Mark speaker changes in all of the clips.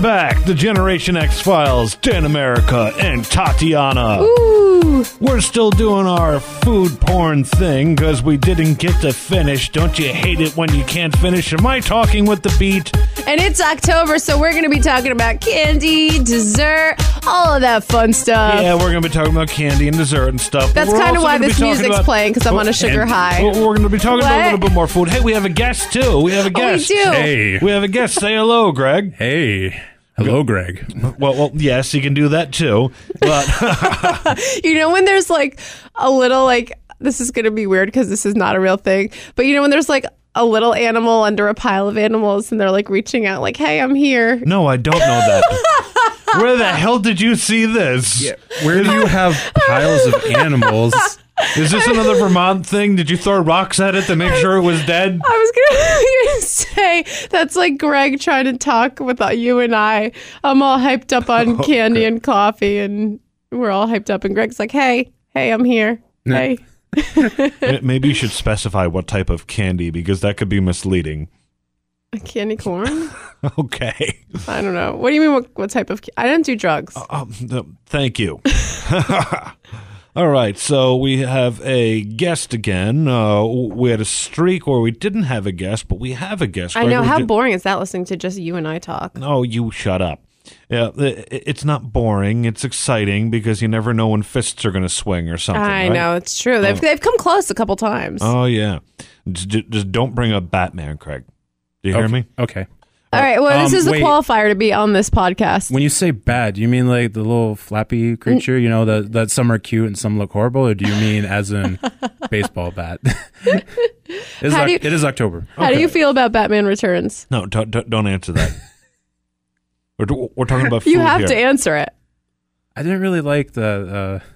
Speaker 1: back, the Generation X Files, Dan America, and Tatiana.
Speaker 2: Ooh.
Speaker 1: We're still doing our food porn thing because we didn't get to finish. Don't you hate it when you can't finish? Am I talking with the beat?
Speaker 2: And it's October, so we're going to be talking about candy, dessert, all of that fun stuff.
Speaker 1: yeah, we're going to be talking about candy and dessert and stuff.
Speaker 2: Uh, That's
Speaker 1: We're
Speaker 2: kinda
Speaker 1: also
Speaker 2: why
Speaker 1: gonna be
Speaker 2: this
Speaker 1: talking
Speaker 2: music's
Speaker 1: about-
Speaker 2: playing, 'cause I'm on a
Speaker 1: And
Speaker 2: sugar high.
Speaker 1: We're, going to be talking about a
Speaker 2: What?
Speaker 1: little bit more food. Hey, we have a guest too. We have
Speaker 2: Oh,
Speaker 1: a
Speaker 2: we
Speaker 1: guest.
Speaker 2: do.
Speaker 3: Hey.
Speaker 1: We have a guest. Say hello, Greg.
Speaker 3: Hey. Hello, Greg.
Speaker 1: Well, well, yes, you can do that too. But
Speaker 2: You know when there's like a little like this is going to be weird because this is not a real thing, but you know when there's like a little animal under a pile of animals and they're like reaching out like, "Hey, I'm here."
Speaker 1: no, I don't know that. Where the hell did you see this?
Speaker 3: Where do you have piles of animals?
Speaker 1: Is this another Vermont thing? Did you throw rocks at it to make sure it was dead?
Speaker 2: I was going to say that's like Greg trying to talk with uh, you and I. I'm all hyped up on candy and coffee and we're all hyped up and Greg's like, "Hey, hey, I'm here." Hey.
Speaker 1: Uh, Maybe you should specify what type of candy because that could be misleading.
Speaker 2: Candy corn?
Speaker 1: Okay.
Speaker 2: I don't know. What do you mean? What, what type of? ca- I don't do drugs.
Speaker 3: Oh,
Speaker 1: Um, th- thank you. All right, so we have a guest again. Uh, we had a streak where we didn't have a guest, but we have a guest.
Speaker 2: I
Speaker 1: right?
Speaker 2: know.
Speaker 1: We
Speaker 2: How
Speaker 1: ju-
Speaker 2: boring is that? Listening to just you and I talk.
Speaker 1: Oh, you shut up. Yeah, i- i- it's not boring. It's exciting because you never know when fists are going to swing or something.
Speaker 2: I
Speaker 1: right?
Speaker 2: know it's true.
Speaker 3: Oh.
Speaker 2: They've they've come close a couple times.
Speaker 1: Oh yeah. Just, just don't bring up Batman, Craig. Do you hear me?
Speaker 3: Okay.
Speaker 2: All right. Well, this
Speaker 3: Um,
Speaker 2: is the
Speaker 3: wait.
Speaker 2: qualifier to be on this podcast.
Speaker 3: When you say bad, you mean like the little flappy creature, you know, that, that some are cute and some look horrible, or do you mean as in baseball bat? It is
Speaker 2: How do
Speaker 3: Oc-
Speaker 2: you-
Speaker 3: it is October.
Speaker 2: How do you feel about Batman Returns?
Speaker 1: No, don't, don't don't answer that. we're, t- we're talking about food
Speaker 2: You have
Speaker 1: here.
Speaker 2: to answer it.
Speaker 3: I didn't really like the. Uh,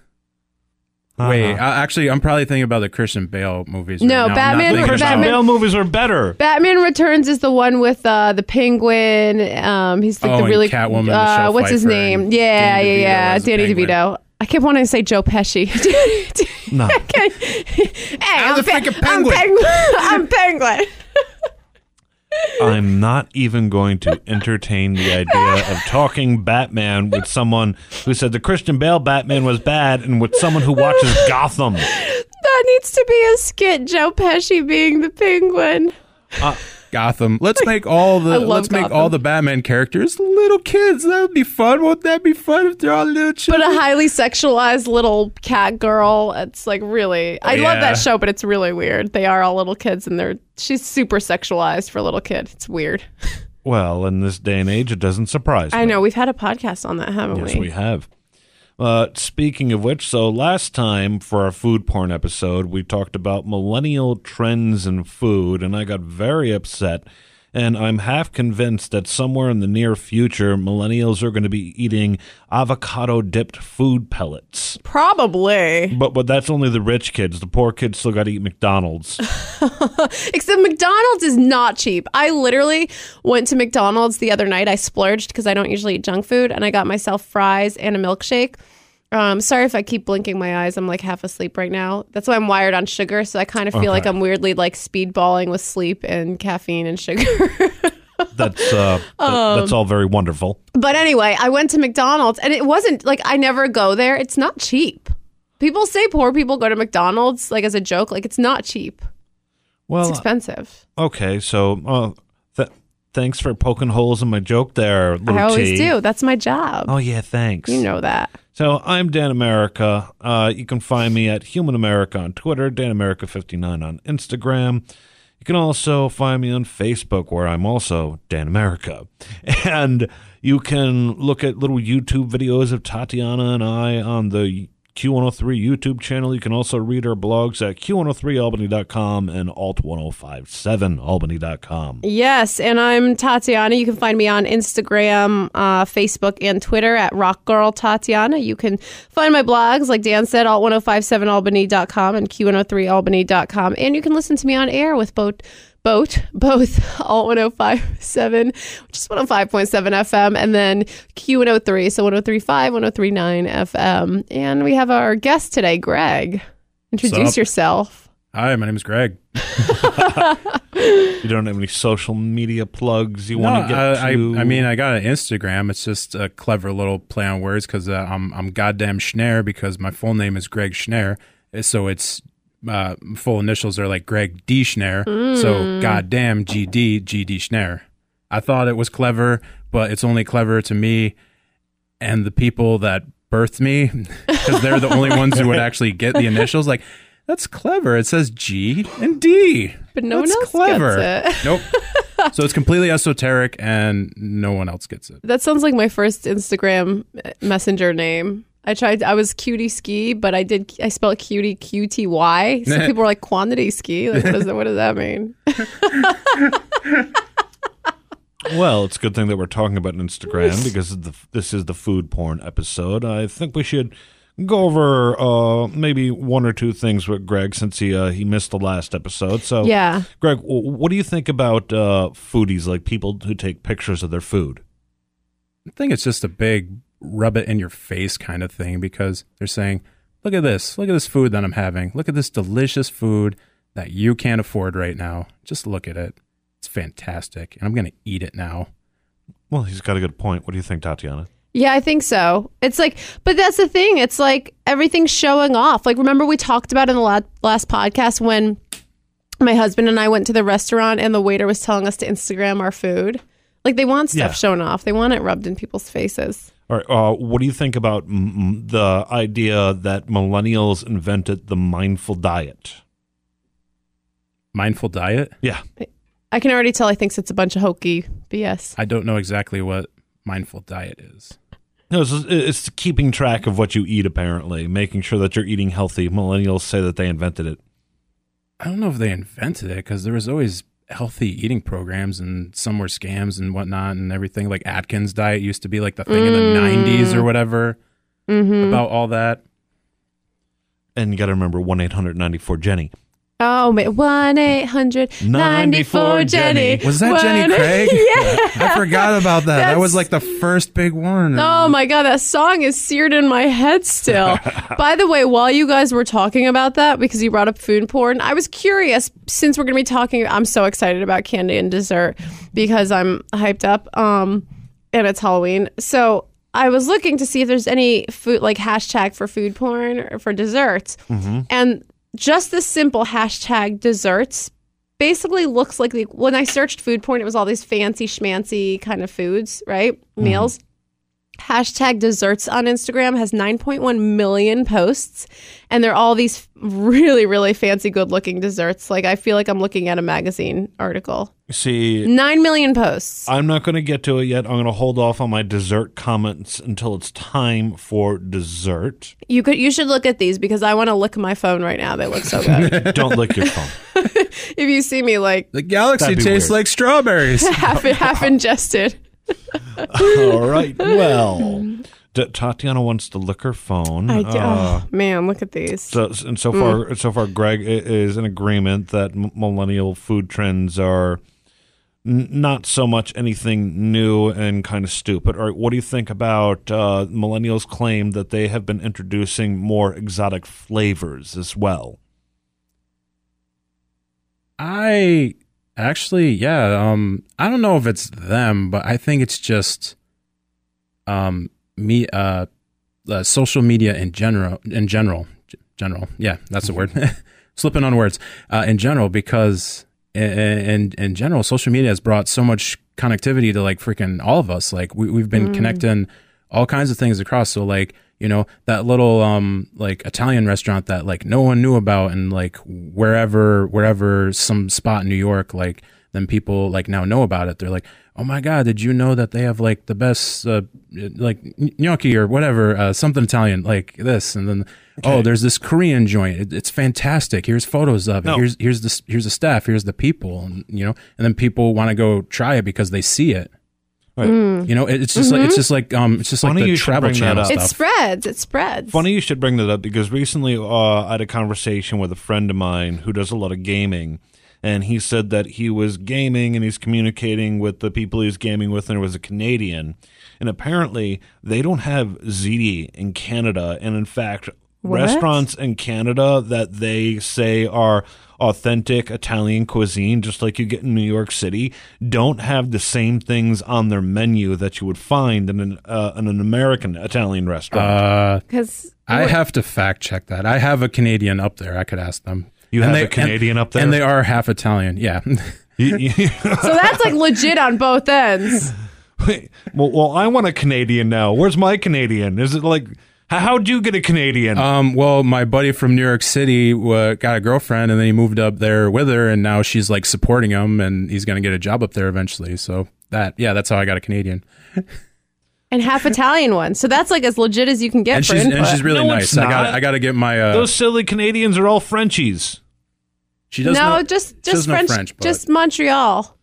Speaker 1: Uh-huh.
Speaker 3: Wait, I, actually, I'm probably thinking about the Christian Bale movies.
Speaker 2: No,
Speaker 3: right now. I'm not
Speaker 2: Batman-
Speaker 3: thinking
Speaker 1: Christian
Speaker 3: about-
Speaker 2: Batman-
Speaker 1: Bale movies are better.
Speaker 2: Batman Returns is the one with uh, the Penguin. Um, he's like
Speaker 3: Oh,
Speaker 2: the
Speaker 3: and
Speaker 2: really
Speaker 3: Catwoman,
Speaker 2: Uh,
Speaker 3: Michelle
Speaker 2: what's his
Speaker 3: Pfeiffer,
Speaker 2: name?
Speaker 3: and
Speaker 2: Yeah,
Speaker 3: Danny DeVito
Speaker 2: yeah, yeah.
Speaker 3: as the
Speaker 2: Danny
Speaker 3: Penguin.
Speaker 2: DeVito. I kept wanting to say Joe Pesci.
Speaker 1: No.
Speaker 2: hey, I'm,
Speaker 3: the
Speaker 2: Pe-
Speaker 3: freaking
Speaker 2: I'm
Speaker 3: Penguin.
Speaker 2: Penguin. I'm Penguin.
Speaker 1: I'm not even going to entertain the idea of talking Batman with someone who said the Christian Bale Batman was bad and with someone who watches Gotham.
Speaker 2: That needs to be a skit. Joe Pesci being the Penguin.
Speaker 3: Gotham. Let's make all
Speaker 2: I
Speaker 3: the
Speaker 2: love
Speaker 3: let's make
Speaker 2: Gotham.
Speaker 3: all the Batman characters little kids. That would be fun. Wouldn't that be fun if they're all little
Speaker 2: But
Speaker 3: children?
Speaker 2: a highly sexualized little cat girl. It's like really. I love
Speaker 3: Yeah.
Speaker 2: that show, but it's really weird. They are all little kids, and they're she's super sexualized for a little kid. It's weird.
Speaker 1: Well, in this day and age, it doesn't surprise me.
Speaker 2: I know we've had a podcast on that, haven't
Speaker 1: Yes,
Speaker 2: we?
Speaker 1: we have. Uh, speaking of which, so last time for our food porn episode, we talked about millennial trends in food, and I got very upset. And I'm half convinced that somewhere in the near future, millennials are going to be eating avocado dipped food pellets.
Speaker 2: Probably.
Speaker 1: But but that's only the rich kids. The poor kids still got to eat McDonald's.
Speaker 2: Except McDonald's is not cheap. I literally went to McDonald's the other night. I splurged because I don't usually eat junk food, and I got myself fries and a milkshake. Um, sorry if I keep blinking my eyes. I'm like half asleep right now. That's why I'm wired on sugar. So I kind of feel like I'm weirdly like speedballing with sleep and caffeine and sugar.
Speaker 1: That's uh, th-
Speaker 2: Um,
Speaker 1: that's all very wonderful.
Speaker 2: but anyway, I went to McDonald's and it wasn't like I never go there. It's not cheap. People say poor people go to McDonald's like as a joke. Like it's not cheap. It's
Speaker 1: Well,
Speaker 2: expensive.
Speaker 1: okay, so uh, th- thanks for poking holes in my joke there, little
Speaker 2: I always
Speaker 1: T.
Speaker 2: do. That's my job.
Speaker 1: Oh yeah, thanks.
Speaker 2: You know that.
Speaker 1: So I'm Dan America. Uh, you can find me at Human America on Twitter, Dan America 59 on Instagram. You can also find me on Facebook, where I'm also Dan America, and you can look at little YouTube videos of Tatiana and I on the Q103 YouTube channel. You can also read our blogs at Q103Albany.com and Alt1057Albany.com.
Speaker 2: Yes, and I'm Tatiana. You can find me on Instagram, uh, Facebook, and Twitter at Rock Girl Tatiana. You can find my blogs, like Dan said, alt1057albany.com and q103albany.com. And you can listen to me on air with both both both alt 1057 which is 105.7 fm and then q103 so 1035 1039 fm and we have our guest today greg introduce
Speaker 3: Sup?
Speaker 2: yourself
Speaker 3: Hi, my name is Greg.
Speaker 1: You don't have any social media plugs you
Speaker 3: No,
Speaker 1: want to get
Speaker 3: I, I,
Speaker 1: to?
Speaker 3: I mean, I got an Instagram. It's just a clever little play on words because uh, I'm I'm goddamn Schneer because my full name is Greg Schneer, so it's uh, full initials are like Greg D Schneer, so goddamn GD GD Schneer. I thought it was clever, but it's only clever to me and the people that birthed me because they're the only ones who would actually get the initials. Like that's clever. It says G and D.
Speaker 2: But no one
Speaker 3: That's
Speaker 2: else
Speaker 3: clever.
Speaker 2: gets it.
Speaker 3: Nope. so it's completely esoteric, and no one else gets it.
Speaker 2: That sounds like my first Instagram messenger name. I tried. I was cutie ski, but I did. I spelled cutie Q T Y. So people were like quantity ski. Like, what, is that, what does that mean?
Speaker 1: well, it's a good thing that we're talking about Instagram because the, this is the food porn episode. I think we should go over uh, maybe one or two things with Greg since he uh, he missed the last episode. So,
Speaker 2: Yeah.
Speaker 1: Greg, w- what do you think about uh, foodies, like people who take pictures of their food?
Speaker 3: I think it's just a big rub it in your face kind of thing because they're saying, "Look at this! Look at this food that I'm having! Look at this delicious food that you can't afford right now. Just look at it. It's fantastic, and I'm gonna eat it now."
Speaker 1: Well, he's got a good point. What do you think, Tatiana?
Speaker 2: Yeah, I think so. It's like, but that's the thing. It's like everything's showing off. Like, remember we talked about in the la- last podcast when my husband and I went to the restaurant and the waiter was telling us to Instagram our food. Like, they want stuff
Speaker 1: Yeah.
Speaker 2: shown off. They want it rubbed in people's faces.
Speaker 1: All right. Uh, what do you think about mm, mm, the idea that millennials invented the mindful diet?
Speaker 3: Mindful diet.
Speaker 1: Yeah.
Speaker 2: I can already tell. I thinks it's a bunch of hokey BS.
Speaker 3: I don't know exactly what mindful diet is.
Speaker 1: No, it's, it's keeping track of what you eat, apparently, making sure that you're eating healthy. Millennials say that they invented it.
Speaker 3: I don't know if they invented it because there was always healthy eating programs and some were scams and whatnot and everything. Like Atkins diet used to be like the thing in the nineties or whatever about all that.
Speaker 1: And you got to remember 1 eight hundred ninety four Jenny.
Speaker 2: Oh, wait. 1 800 94 Jenny.
Speaker 3: Was that Jenny Craig? I forgot about that. That was
Speaker 2: That's-
Speaker 3: like the first big one.
Speaker 2: Oh my God, that song is seared in my head still. By the way, while you guys were talking about that, because you brought up food porn, I was curious since we're going to be talking, I'm so excited about candy and dessert because I'm hyped up um, and it's Halloween. So I was looking to see if there's any food, like hashtag for food porn or for desserts. And just this simple hashtag desserts basically looks like the, when I searched food porn, it was all these fancy schmancy kind of foods, right? Meals. Hashtag desserts on Instagram has 9.1 million posts, and they're all these really, really fancy, good looking desserts. Like, I feel like I'm looking at a magazine article.
Speaker 1: See,
Speaker 2: 9 million posts.
Speaker 1: I'm not going to get to it yet. I'm going to hold off on my dessert comments until it's time for dessert.
Speaker 2: You could, you should look at these because I want to lick my phone right now. They look so good.
Speaker 1: Don't lick your phone.
Speaker 2: if you see me like
Speaker 3: the galaxy
Speaker 1: That'd be
Speaker 3: tastes
Speaker 1: weird.
Speaker 3: like strawberries.
Speaker 2: half, half ingested,
Speaker 1: All right. Well, D- Tatiana wants to lick her phone.
Speaker 2: I do.
Speaker 1: Uh,
Speaker 2: oh, man, look at these.
Speaker 1: so and so far, so far, Greg i- is in agreement that m- millennial food trends are n- not so much anything new and kind of stupid. All right, what do you think about uh, millennials' claim that they have been introducing more exotic flavors as well?
Speaker 3: I actually, yeah. Um, I don't know if it's them, but I think it's just, um, me, uh, uh social media in general, in general, G- general. Yeah, that's the word. Slipping on words. Uh, in general, because i- i- in in general, social media has brought so much connectivity to like freaking all of us. Like we we've been connecting all kinds of things across. So like you know that little um like Italian restaurant that like no one knew about and like wherever wherever some spot in New York like then people like now know about it. They're like, oh my god, did you know that they have like the best uh, like gnocchi or whatever uh, something Italian like this and then. Oh, there's this Korean joint. It, it's fantastic. Here's photos of it.
Speaker 1: No.
Speaker 3: Here's here's the here's the staff. Here's the people. And you know, and then people want to go try it because they see it.
Speaker 1: Right.
Speaker 2: Mm-hmm.
Speaker 3: You know, it, it's just like it's just like um, it's just
Speaker 1: Funny
Speaker 3: like
Speaker 1: you
Speaker 3: the
Speaker 1: should
Speaker 3: travel
Speaker 1: bring that
Speaker 3: channel
Speaker 1: up.
Speaker 2: It
Speaker 3: stuff.
Speaker 2: spreads. It spreads.
Speaker 1: Funny you should bring that up because recently uh, I had a conversation with a friend of mine who does a lot of gaming, and he said that he was gaming and he's communicating with the people he's gaming with, and it was a Canadian, and apparently they don't have ZD in Canada, and in fact.
Speaker 2: What?
Speaker 1: restaurants in Canada that they say are authentic Italian cuisine, just like you get in New York City, don't have the same things on their menu that you would find in an, uh, in an American Italian restaurant.
Speaker 3: Uh,
Speaker 2: Because
Speaker 3: I have to fact check that. I have a Canadian up there. I could ask them.
Speaker 1: You have a
Speaker 3: and-
Speaker 1: Canadian up there?
Speaker 3: and they are half Italian. Yeah,
Speaker 1: You- you-
Speaker 2: so that's like legit on both ends.
Speaker 1: well, well, I want a Canadian now. Where's my Canadian? Is it like, how, how'd you get a Canadian?
Speaker 3: Um, well, my buddy from New York City uh, got a girlfriend, and then he moved up there with her, and now she's like supporting him, and he's gonna get a job up there eventually. So that, yeah, that's how I got a Canadian,
Speaker 2: And half Italian one. So that's like as legit as you can get
Speaker 3: and
Speaker 2: for
Speaker 3: she's
Speaker 2: input.
Speaker 3: and she's really
Speaker 1: No, it's
Speaker 3: nice. I got
Speaker 1: not.
Speaker 3: I got to get my. Uh,
Speaker 1: Those silly Canadians are all Frenchies.
Speaker 3: she
Speaker 2: no,
Speaker 3: does know,
Speaker 2: just
Speaker 3: she
Speaker 2: just
Speaker 3: does know
Speaker 2: French,
Speaker 3: French, but-
Speaker 2: just Montreal.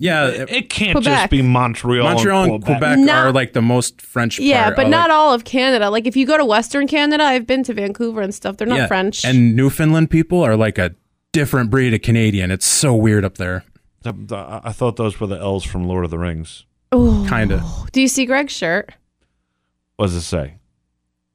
Speaker 3: yeah. it-
Speaker 1: It can't just
Speaker 2: Quebec.
Speaker 1: be Montreal,
Speaker 3: Montreal and Quebec,
Speaker 2: Not-
Speaker 3: are like the most French.
Speaker 2: Yeah,
Speaker 3: part,
Speaker 2: but
Speaker 3: uh,
Speaker 2: not
Speaker 3: like-
Speaker 2: all of Canada. Like if you go to Western Canada, I've been to Vancouver and stuff. They're not
Speaker 3: yeah,
Speaker 2: French.
Speaker 3: And Newfoundland people are like a different breed of Canadian. It's so weird up there,
Speaker 1: Th- th- I I thought those were the L's from Lord of the Rings.
Speaker 2: Ooh.
Speaker 3: kind of.
Speaker 2: Do you see Greg's shirt?
Speaker 1: What does it say?
Speaker 3: It's,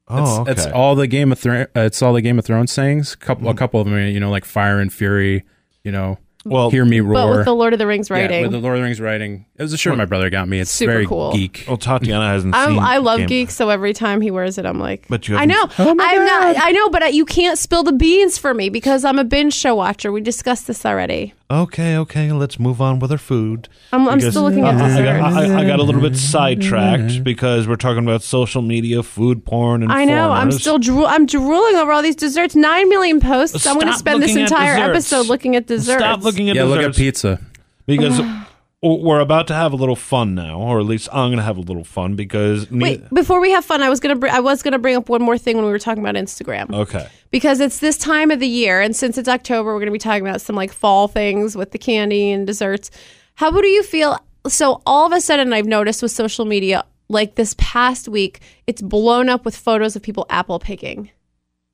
Speaker 1: Oh,
Speaker 3: it's
Speaker 1: okay.
Speaker 3: all the Game of Thrones. Uh, it's all the Game of Thrones sayings. Couple, a couple of them, you know, like fire and fury. You know,
Speaker 1: well,
Speaker 3: hear me roar.
Speaker 2: But with the Lord of the Rings
Speaker 3: Yeah,
Speaker 2: writing.
Speaker 3: with the Lord of the Rings writing. It was a shirt my brother got me. It's
Speaker 2: Super
Speaker 3: very
Speaker 2: cool.
Speaker 3: geek.
Speaker 1: well, Tatiana hasn't
Speaker 2: I'm,
Speaker 1: seen.
Speaker 2: I love
Speaker 1: Game-
Speaker 2: geeks, so every time he wears it, I'm like,
Speaker 1: But you
Speaker 2: I
Speaker 1: haven't-
Speaker 2: know,
Speaker 3: Oh my
Speaker 2: I'm not,
Speaker 3: God.
Speaker 2: I know, but I, you can't spill the beans for me because I'm a binge show watcher. We discussed this already.
Speaker 1: Okay, okay, let's move on with our food.
Speaker 2: I'm, I'm
Speaker 1: Because-
Speaker 2: still looking
Speaker 1: I,
Speaker 2: at
Speaker 1: I,
Speaker 2: desserts.
Speaker 1: I- I- I got a little bit sidetracked because we're talking about social media, food, porn, and
Speaker 2: I know. I'm
Speaker 1: foreigners.
Speaker 2: still drool- I'm drooling over all these desserts. Nine million posts. I'm going to
Speaker 1: Stop
Speaker 2: spend this
Speaker 1: looking at
Speaker 2: entire
Speaker 1: desserts.
Speaker 2: episode looking at desserts.
Speaker 1: Stop looking at
Speaker 3: Yeah, look at
Speaker 1: desserts.
Speaker 3: pizza.
Speaker 1: because we're about to have a little fun now, or at least I'm going to have a little fun because. ne-
Speaker 2: Wait, before we have fun, I was gonna br- I was gonna bring up one more thing when we were talking about Instagram.
Speaker 3: Oh.
Speaker 1: Okay.
Speaker 2: because it's this time of the year and since it's october we're going to be talking about some like fall things with the candy and desserts how do you feel so all of a sudden i've noticed with social media like this past week it's blown up with photos of people apple picking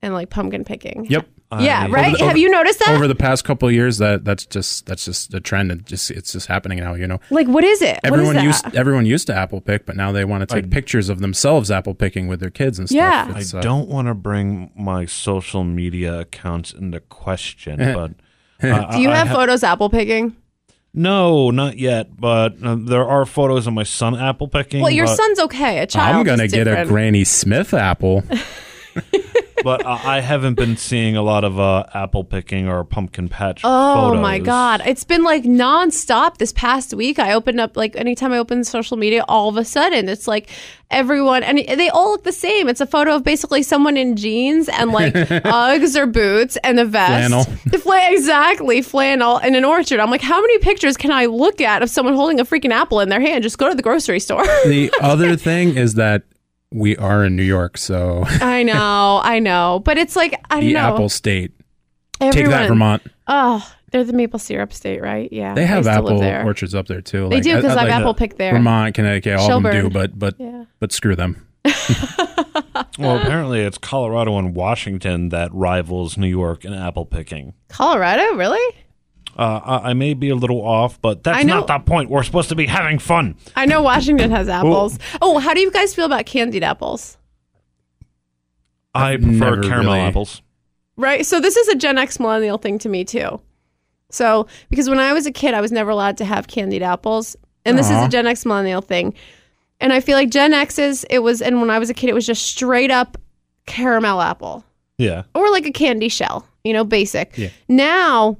Speaker 2: and like pumpkin picking
Speaker 3: Yep. Uh,
Speaker 2: yeah
Speaker 1: I-
Speaker 2: right
Speaker 3: Over-
Speaker 2: have you noticed that
Speaker 3: Over the past couple of years, that that's just that's just a trend. It just it's just happening now. You know,
Speaker 2: like what is it what
Speaker 3: everyone
Speaker 2: is
Speaker 3: used
Speaker 2: that?
Speaker 3: everyone used to apple pick, but now they want to take pictures of themselves apple picking with their kids and stuff.
Speaker 2: Yeah.
Speaker 1: I
Speaker 3: It's, uh,
Speaker 1: don't want to bring my social media accounts into question, but. uh,
Speaker 2: do you
Speaker 1: I- I
Speaker 2: have
Speaker 1: ha-
Speaker 2: photos apple picking
Speaker 1: No, not yet, but uh, there are photos of my son apple picking.
Speaker 2: well your
Speaker 1: but,
Speaker 2: son's okay a child
Speaker 3: I'm gonna
Speaker 2: is
Speaker 3: get a
Speaker 2: different.
Speaker 3: Granny Smith apple.
Speaker 1: but I I haven't been seeing a lot of uh, apple picking or pumpkin patch.
Speaker 2: Oh
Speaker 1: photos.
Speaker 2: my god, it's been like nonstop this past week. I opened up like anytime I open social media, all of a sudden it's like everyone and they all look the same. It's a photo of basically someone in jeans and like Uggs or boots and a vest,
Speaker 3: Flannel.
Speaker 2: The fla- exactly flannel in an orchard. I'm like, how many pictures can I look at of someone holding a freaking apple in their hand? Just go to the grocery store.
Speaker 3: the other thing is that we are in New York, so
Speaker 2: I know, I know, but it's like I don't
Speaker 3: the
Speaker 2: know.
Speaker 3: Apple State. Take
Speaker 2: Everyone-
Speaker 3: that, Vermont.
Speaker 2: Oh, they're the maple syrup state, right? Yeah,
Speaker 3: They
Speaker 2: I
Speaker 3: have
Speaker 2: used to live
Speaker 3: apple
Speaker 2: there.
Speaker 3: orchards up there too.
Speaker 2: They
Speaker 3: Like,
Speaker 2: do
Speaker 3: I-
Speaker 2: because
Speaker 3: I-
Speaker 2: I've
Speaker 3: like,
Speaker 2: apple picked there.
Speaker 3: Vermont, Connecticut, all of them do,
Speaker 2: Shelburne.
Speaker 3: but but
Speaker 2: Yeah.
Speaker 3: but screw them.
Speaker 1: Well, apparently it's Colorado and Washington that rivals New York in apple picking.
Speaker 2: Colorado, really?
Speaker 1: Uh, I, I may be a little off, but
Speaker 2: I
Speaker 1: that's
Speaker 2: know-
Speaker 1: not the point. We're supposed to be having fun.
Speaker 2: I know Washington has apples. Oh, how do you guys feel about candied apples?
Speaker 1: I
Speaker 3: I've
Speaker 1: prefer
Speaker 3: never
Speaker 1: caramel
Speaker 3: really-
Speaker 1: apples.
Speaker 2: Right? So this is a Gen X millennial thing to me too. So because when I was a kid, I was never allowed to have candied apples. And this is
Speaker 3: Aw.
Speaker 2: a Gen X millennial thing. And I feel like Gen X's it was and when I was a kid it was just straight up caramel apple.
Speaker 1: Yeah.
Speaker 2: or like a candy shell, you know, basic.
Speaker 3: Yeah.
Speaker 2: Now,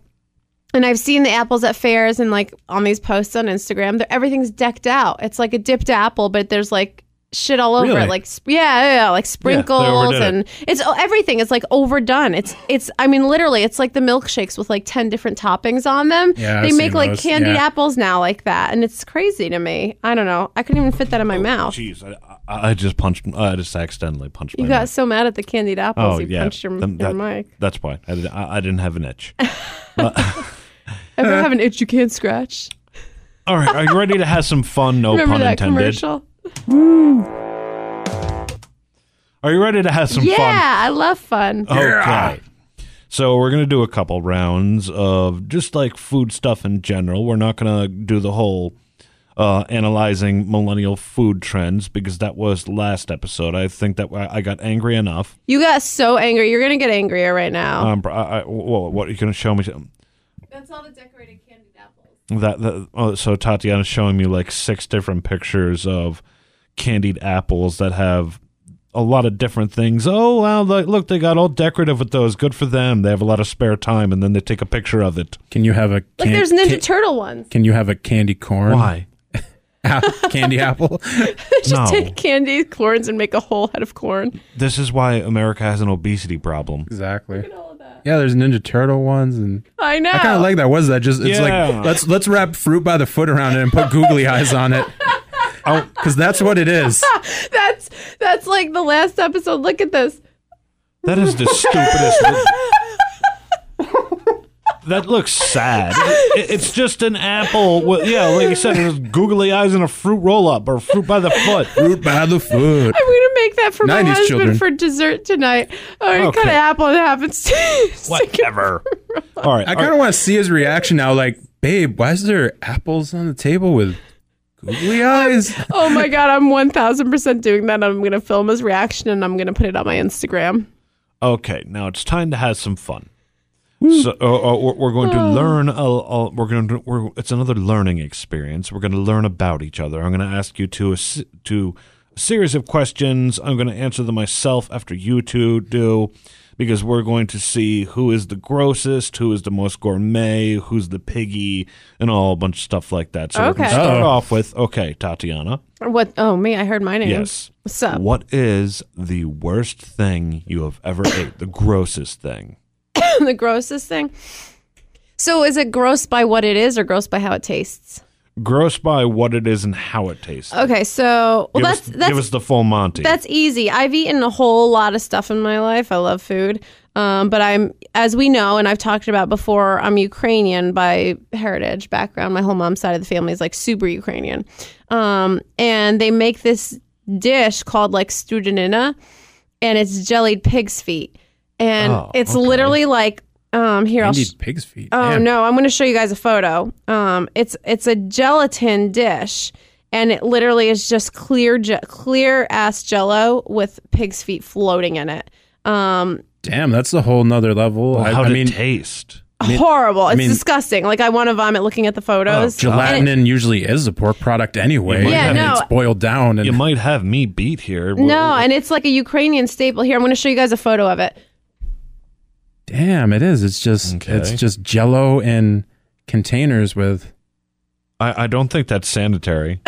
Speaker 2: and I've seen the apples at fairs and like on these posts on Instagram, they're, everything's decked out. It's like a dipped apple, but there's like shit all over
Speaker 3: Really?
Speaker 2: it, like sp- yeah, yeah, yeah, like sprinkles
Speaker 1: overdid it.
Speaker 2: and it's oh, everything. It's like overdone. It's it's I mean literally, it's like the milkshakes with like ten different toppings on them.
Speaker 3: Yeah, I've
Speaker 2: they make
Speaker 3: seen
Speaker 2: like
Speaker 3: those.
Speaker 2: candied
Speaker 3: Yeah.
Speaker 2: apples now like that, and it's crazy to me. I don't know. I couldn't even fit that in my
Speaker 3: Oh,
Speaker 2: mouth.
Speaker 1: Jeez, I, I, I just punched. I just accidentally punched.
Speaker 2: You
Speaker 1: my
Speaker 2: got
Speaker 1: mic.
Speaker 2: so mad at the candied apples,
Speaker 1: Oh
Speaker 2: you
Speaker 1: yeah,
Speaker 2: punched your,
Speaker 1: Them-
Speaker 2: your
Speaker 1: that-
Speaker 2: mic.
Speaker 1: That's why I, did, I, I didn't have an itch.
Speaker 2: Ever have an itch you can't scratch?
Speaker 1: All right, are you ready to have some fun? No
Speaker 2: Remember
Speaker 1: pun
Speaker 2: that
Speaker 1: intended.
Speaker 2: commercial?
Speaker 1: Are you ready to have some
Speaker 2: Yeah,
Speaker 1: fun? Uh-huh.
Speaker 2: I love fun.
Speaker 1: Okay. So we're gonna do a couple rounds of just like food stuff in general. We're not gonna do the whole uh, analyzing millennial food trends because that was last episode. I think that I I got angry enough.
Speaker 2: You got so angry. You're gonna get angrier right now.
Speaker 1: Um, I, I, whoa, what are you going to show me?
Speaker 2: That's all the decorated candied apples.
Speaker 1: That, that oh, so Tatiana's showing me like six different pictures of candied apples that have a lot of different things. Oh wow, look, look, they got all decorative with those. Good for them. They have a lot of spare time, and then they take a picture of it.
Speaker 3: Can you have a
Speaker 2: Like
Speaker 3: can-
Speaker 2: there's Ninja
Speaker 3: can-
Speaker 2: Turtle ones.
Speaker 3: Can you have a candy corn?
Speaker 1: Why?
Speaker 3: App- candy apple?
Speaker 2: Just
Speaker 1: no.
Speaker 2: take candy corns and make a whole head of corn.
Speaker 1: This is why America has an obesity problem.
Speaker 3: Exactly.
Speaker 2: all of that.
Speaker 3: Yeah, there's Ninja Turtle ones, and
Speaker 2: I know.
Speaker 3: I kind of like that. Was that just? It's
Speaker 1: Yeah.
Speaker 3: like let's let's wrap fruit by the foot around it and put googly eyes on it. Because that's what it is.
Speaker 2: that's that's like the last episode. Look at this.
Speaker 1: That is the stupidest. that looks sad. It- it's just an apple. With, yeah, like you said, there's googly eyes and a fruit roll up or fruit by the foot.
Speaker 3: Fruit by the foot.
Speaker 2: I'm gonna make that for my
Speaker 3: 90s
Speaker 2: husband
Speaker 3: children.
Speaker 2: for dessert tonight. Oh, Or what
Speaker 1: Okay.
Speaker 2: kind of apple it happens to. stick it-
Speaker 1: Whatever. All right.
Speaker 3: I
Speaker 1: all
Speaker 3: kind
Speaker 1: right.
Speaker 3: of want to see his reaction now. Like, babe, why is there apples on the table with googly eyes?
Speaker 2: oh my god, I'm one thousand percent doing that. I'm gonna film his reaction and I'm gonna put it on my Instagram.
Speaker 1: Okay, now it's time to have some fun. So uh, uh, we're, we're going to learn. A, a, we're going to. We're, it's another learning experience. We're going to learn about each other. I'm going to ask you to a, s- to a series of questions. I'm going to answer them myself after you two do, because we're going to see who is the grossest, who is the most gourmet, who's the piggy, and all a bunch of stuff like that. So we're going
Speaker 2: Okay.
Speaker 1: to start
Speaker 3: Uh-oh.
Speaker 1: off with okay, Tatiana.
Speaker 2: What oh me, I heard my name.
Speaker 1: Yes.
Speaker 2: What's up?
Speaker 1: What is the worst thing you have ever ate? The grossest thing.
Speaker 2: the grossest thing. So is it gross by what it is or gross by how it tastes?
Speaker 1: gross by what it is and how it tastes.
Speaker 2: Okay, so Uh, well
Speaker 1: give,
Speaker 2: that's
Speaker 1: us,
Speaker 2: that's
Speaker 1: give us the full Monty.
Speaker 2: That's easy. I've eaten a whole lot of stuff in my life. I love food. Um, but I'm, as we know, and I've talked about before, I'm Ukrainian by heritage background. My whole mom's side of the family is like super Ukrainian. Um, and they make this dish called like studenina, and it's jellied pig's feet. And
Speaker 1: Oh,
Speaker 2: it's
Speaker 1: okay.
Speaker 2: literally like, um, here, I'll,
Speaker 3: I
Speaker 2: sh-
Speaker 3: need pig's feet.
Speaker 2: Oh
Speaker 3: Damn.
Speaker 2: no, I'm going to show you guys a photo. Um, it's it's a gelatin dish, and it literally is just clear je- clear ass Jello with pig's feet floating in it. Um,
Speaker 3: Damn, that's a whole nother level.
Speaker 1: Well,
Speaker 3: I,
Speaker 1: how
Speaker 3: I
Speaker 1: did
Speaker 3: mean,
Speaker 1: it taste?
Speaker 2: horrible. It's
Speaker 3: mean-
Speaker 2: disgusting. Like I want to vomit looking at the photos. And it-
Speaker 3: gelatinin usually is a pork product anyway.
Speaker 1: Yeah,
Speaker 3: and
Speaker 2: no.
Speaker 3: it's boiled down and
Speaker 1: You might have me beat here.
Speaker 2: no, and it's like a Ukrainian staple. Here, I'm going to show you guys a photo of it.
Speaker 3: Damn, it is. It's just
Speaker 1: Okay.
Speaker 3: it's just jello in containers with
Speaker 1: I, I don't think that's sanitary.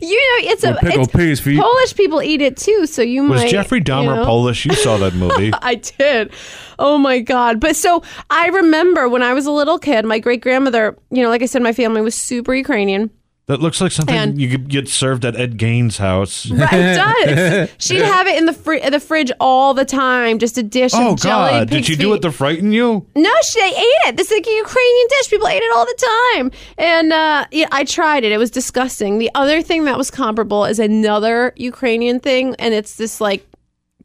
Speaker 2: You know, it's
Speaker 3: with
Speaker 2: a
Speaker 3: pickle
Speaker 2: it's,
Speaker 3: pig's feet.
Speaker 2: Polish people eat it too, so you
Speaker 1: Was
Speaker 2: might.
Speaker 1: Jeffrey
Speaker 2: you
Speaker 1: Dahmer
Speaker 2: know.
Speaker 1: Polish? You saw that movie.
Speaker 2: I did. Oh my God. But so I remember when I was a little kid, my great grandmother, you know, like I said, my family was super Ukrainian.
Speaker 1: that looks like something
Speaker 2: And-
Speaker 1: you could get served at Ed Gaines' house.
Speaker 2: Right, it does. She'd have it in the fri- in the fridge all the time, just a dish
Speaker 1: Oh,
Speaker 2: of jelly.
Speaker 1: God. Did she do it to frighten you?
Speaker 2: No, she they ate it. This is like a Ukrainian dish. People ate it all the time. And uh, yeah, I tried it. It was disgusting. The other thing that was comparable is another Ukrainian thing, and it's this like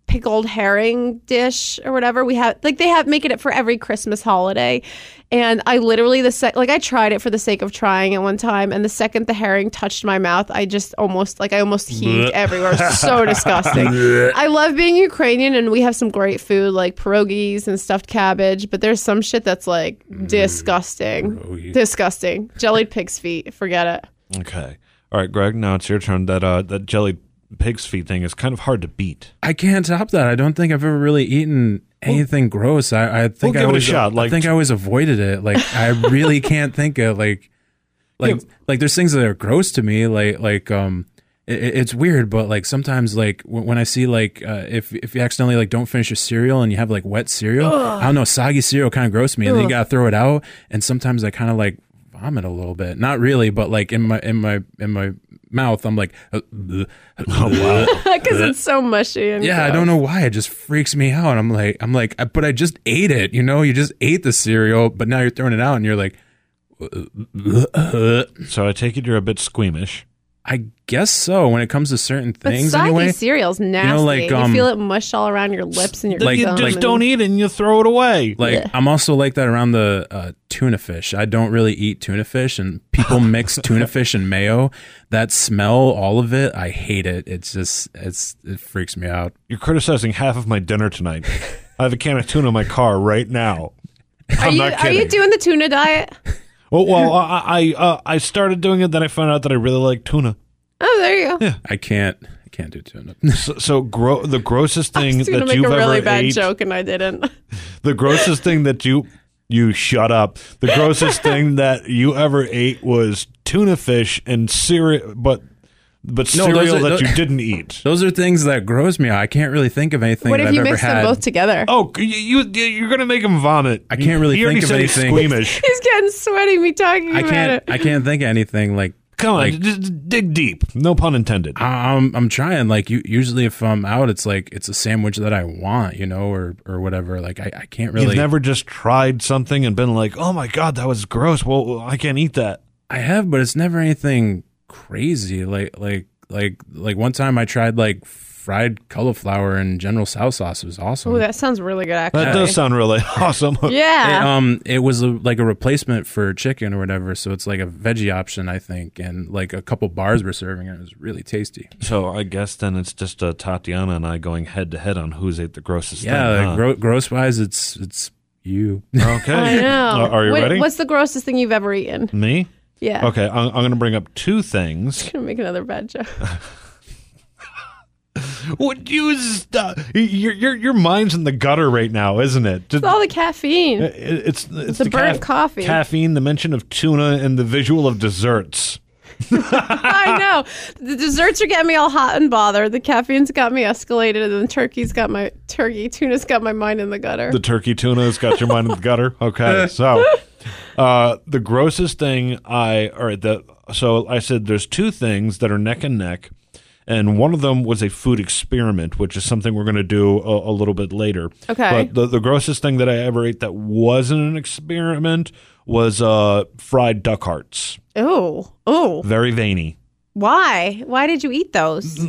Speaker 2: pickled herring dish or whatever we have like they have making it for every christmas holiday and i literally the sec like i tried it for the sake of trying it one time and the second the herring touched my mouth i just almost like i almost heaved everywhere It was so disgusting i love being ukrainian and we have some great food like pierogies and stuffed cabbage but there's some shit that's like disgusting disgusting jellied pig's feet forget it
Speaker 1: Okay. All right, Greg, now it's your turn. That, uh, that jelly pig's feet thing is kind of hard to beat.
Speaker 3: I can't top that. I don't think I've ever really eaten anything gross. I, I think
Speaker 1: give
Speaker 3: I
Speaker 1: it a
Speaker 3: always
Speaker 1: shot, like-
Speaker 3: I think I always avoided it. Like I really can't think of like like like there's things that are gross to me. Like like um it, it- it's weird, but like sometimes like when, when I see like uh, if if you accidentally like don't finish your cereal and you have like wet cereal, I don't know soggy cereal kind of gross me, and then you gotta throw it out. And sometimes I kind of like vomit a little bit, not really, but like in my in my in my mouth, I'm like. uh, bleh,
Speaker 1: Oh,
Speaker 3: bleh.
Speaker 2: because it's so mushy and
Speaker 3: Yeah, I
Speaker 2: gross.
Speaker 3: don't know why. It just freaks me out. I'm like, I'm like, I- but I just ate it. You know, you just ate the cereal, but now you're throwing it out, and you're like,
Speaker 1: So I take it you're a bit squeamish.
Speaker 3: I guess so. When it comes to certain
Speaker 2: But
Speaker 3: things,
Speaker 2: soggy
Speaker 3: anyway.
Speaker 2: cereal's nasty. You,
Speaker 3: like, um,
Speaker 2: feel it mush all around your lips and your
Speaker 3: like-
Speaker 1: you
Speaker 2: gum
Speaker 1: just
Speaker 2: and-
Speaker 1: don't eat it and you throw it away.
Speaker 3: Like
Speaker 2: Yeah.
Speaker 3: I'm also like that around the uh, tuna fish. I don't really eat tuna fish, and people mix tuna fish and mayo. That smell, all of it, I hate it. It's just it's it freaks me out.
Speaker 1: You're criticizing half of my dinner tonight. I have a can of tuna in my car right now.
Speaker 2: Are
Speaker 1: I'm
Speaker 2: you,
Speaker 1: not
Speaker 2: are
Speaker 1: kidding.
Speaker 2: you doing the tuna diet?
Speaker 1: well, Oh, well, I I, uh, I started doing it, then I found out that I really like tuna.
Speaker 2: Oh, there you go.
Speaker 3: I can't I can't do tuna.
Speaker 1: So, so gro- the grossest
Speaker 2: I
Speaker 1: thing
Speaker 2: was gonna
Speaker 1: that
Speaker 2: make
Speaker 1: you've
Speaker 2: a really
Speaker 1: ever
Speaker 2: bad
Speaker 1: ate,
Speaker 2: joke and I didn't.
Speaker 1: the grossest thing that you you shut up. The grossest thing that you ever ate was tuna fish and cereal, but but
Speaker 3: No, those
Speaker 1: cereal
Speaker 3: are-
Speaker 1: that
Speaker 3: those-
Speaker 1: you didn't eat.
Speaker 3: Those are things that gross me out. I can't really think of anything
Speaker 2: What
Speaker 3: that
Speaker 2: if
Speaker 3: I've
Speaker 2: you
Speaker 3: ever
Speaker 2: mix
Speaker 3: had.
Speaker 2: them both together?
Speaker 1: Oh, you, you you're gonna make him vomit.
Speaker 3: I can't really
Speaker 1: He already
Speaker 3: think of
Speaker 1: said he's
Speaker 3: anything.
Speaker 1: Squeamish.
Speaker 2: He's getting sweaty. Me talking
Speaker 3: I
Speaker 2: about
Speaker 3: can't
Speaker 2: it.
Speaker 3: I can't think of anything like
Speaker 1: Come on,
Speaker 3: Like-
Speaker 1: just dig deep. No pun intended.
Speaker 3: I- I'm I'm trying like you usually if I'm out it's like it's a sandwich that I want you know or or whatever like I, I can't really
Speaker 1: You've never just tried something and been like, "Oh my god, that was gross." Well, I can't eat that.
Speaker 3: I have but it's never anything crazy like like like like one time I tried like fried cauliflower and General Tso sauce it was awesome
Speaker 2: Oh, that sounds really good, actually.
Speaker 1: That does sound really awesome.
Speaker 2: yeah.
Speaker 3: It, um, it was a, like a replacement for chicken or whatever, so it's like a veggie option, I think, and like a couple bars were serving it. It was really tasty.
Speaker 1: So I guess then it's just uh, Tatiana and I going head to head on who's ate the grossest
Speaker 3: yeah,
Speaker 1: thing.
Speaker 3: like,
Speaker 1: huh?
Speaker 3: gro- gross wise, it's it's you.
Speaker 1: okay.
Speaker 2: I know.
Speaker 1: Uh, are you
Speaker 2: What-
Speaker 1: ready?
Speaker 2: What's the grossest thing you've ever eaten?
Speaker 1: Me?
Speaker 2: Yeah.
Speaker 1: Okay, I'm, I'm going to bring up two things.
Speaker 2: I'm gonna make another bad joke.
Speaker 1: Would you stop? Your, your, your mind's in the gutter right now, isn't it? Just-
Speaker 2: It's all the caffeine.
Speaker 1: it- it's, it's
Speaker 2: the burnt coffee.
Speaker 1: Caffeine, the mention of tuna, and the visual of desserts.
Speaker 2: I know. The desserts are getting me all hot and bothered. The caffeine's got me escalated, and then turkey's got my turkey. Tuna's got my mind in the gutter.
Speaker 1: The turkey tuna's got your mind in the gutter. Okay, so uh, the grossest thing I all right. The so I said there's two things that are neck and neck, and one of them was a food experiment, which is something we're going to do a, a little bit later.
Speaker 2: Okay.
Speaker 1: But the, the grossest thing that I ever ate that wasn't an experiment was uh, fried duck hearts.
Speaker 2: oh, oh.
Speaker 1: Very veiny.
Speaker 2: Why? Why did you eat those?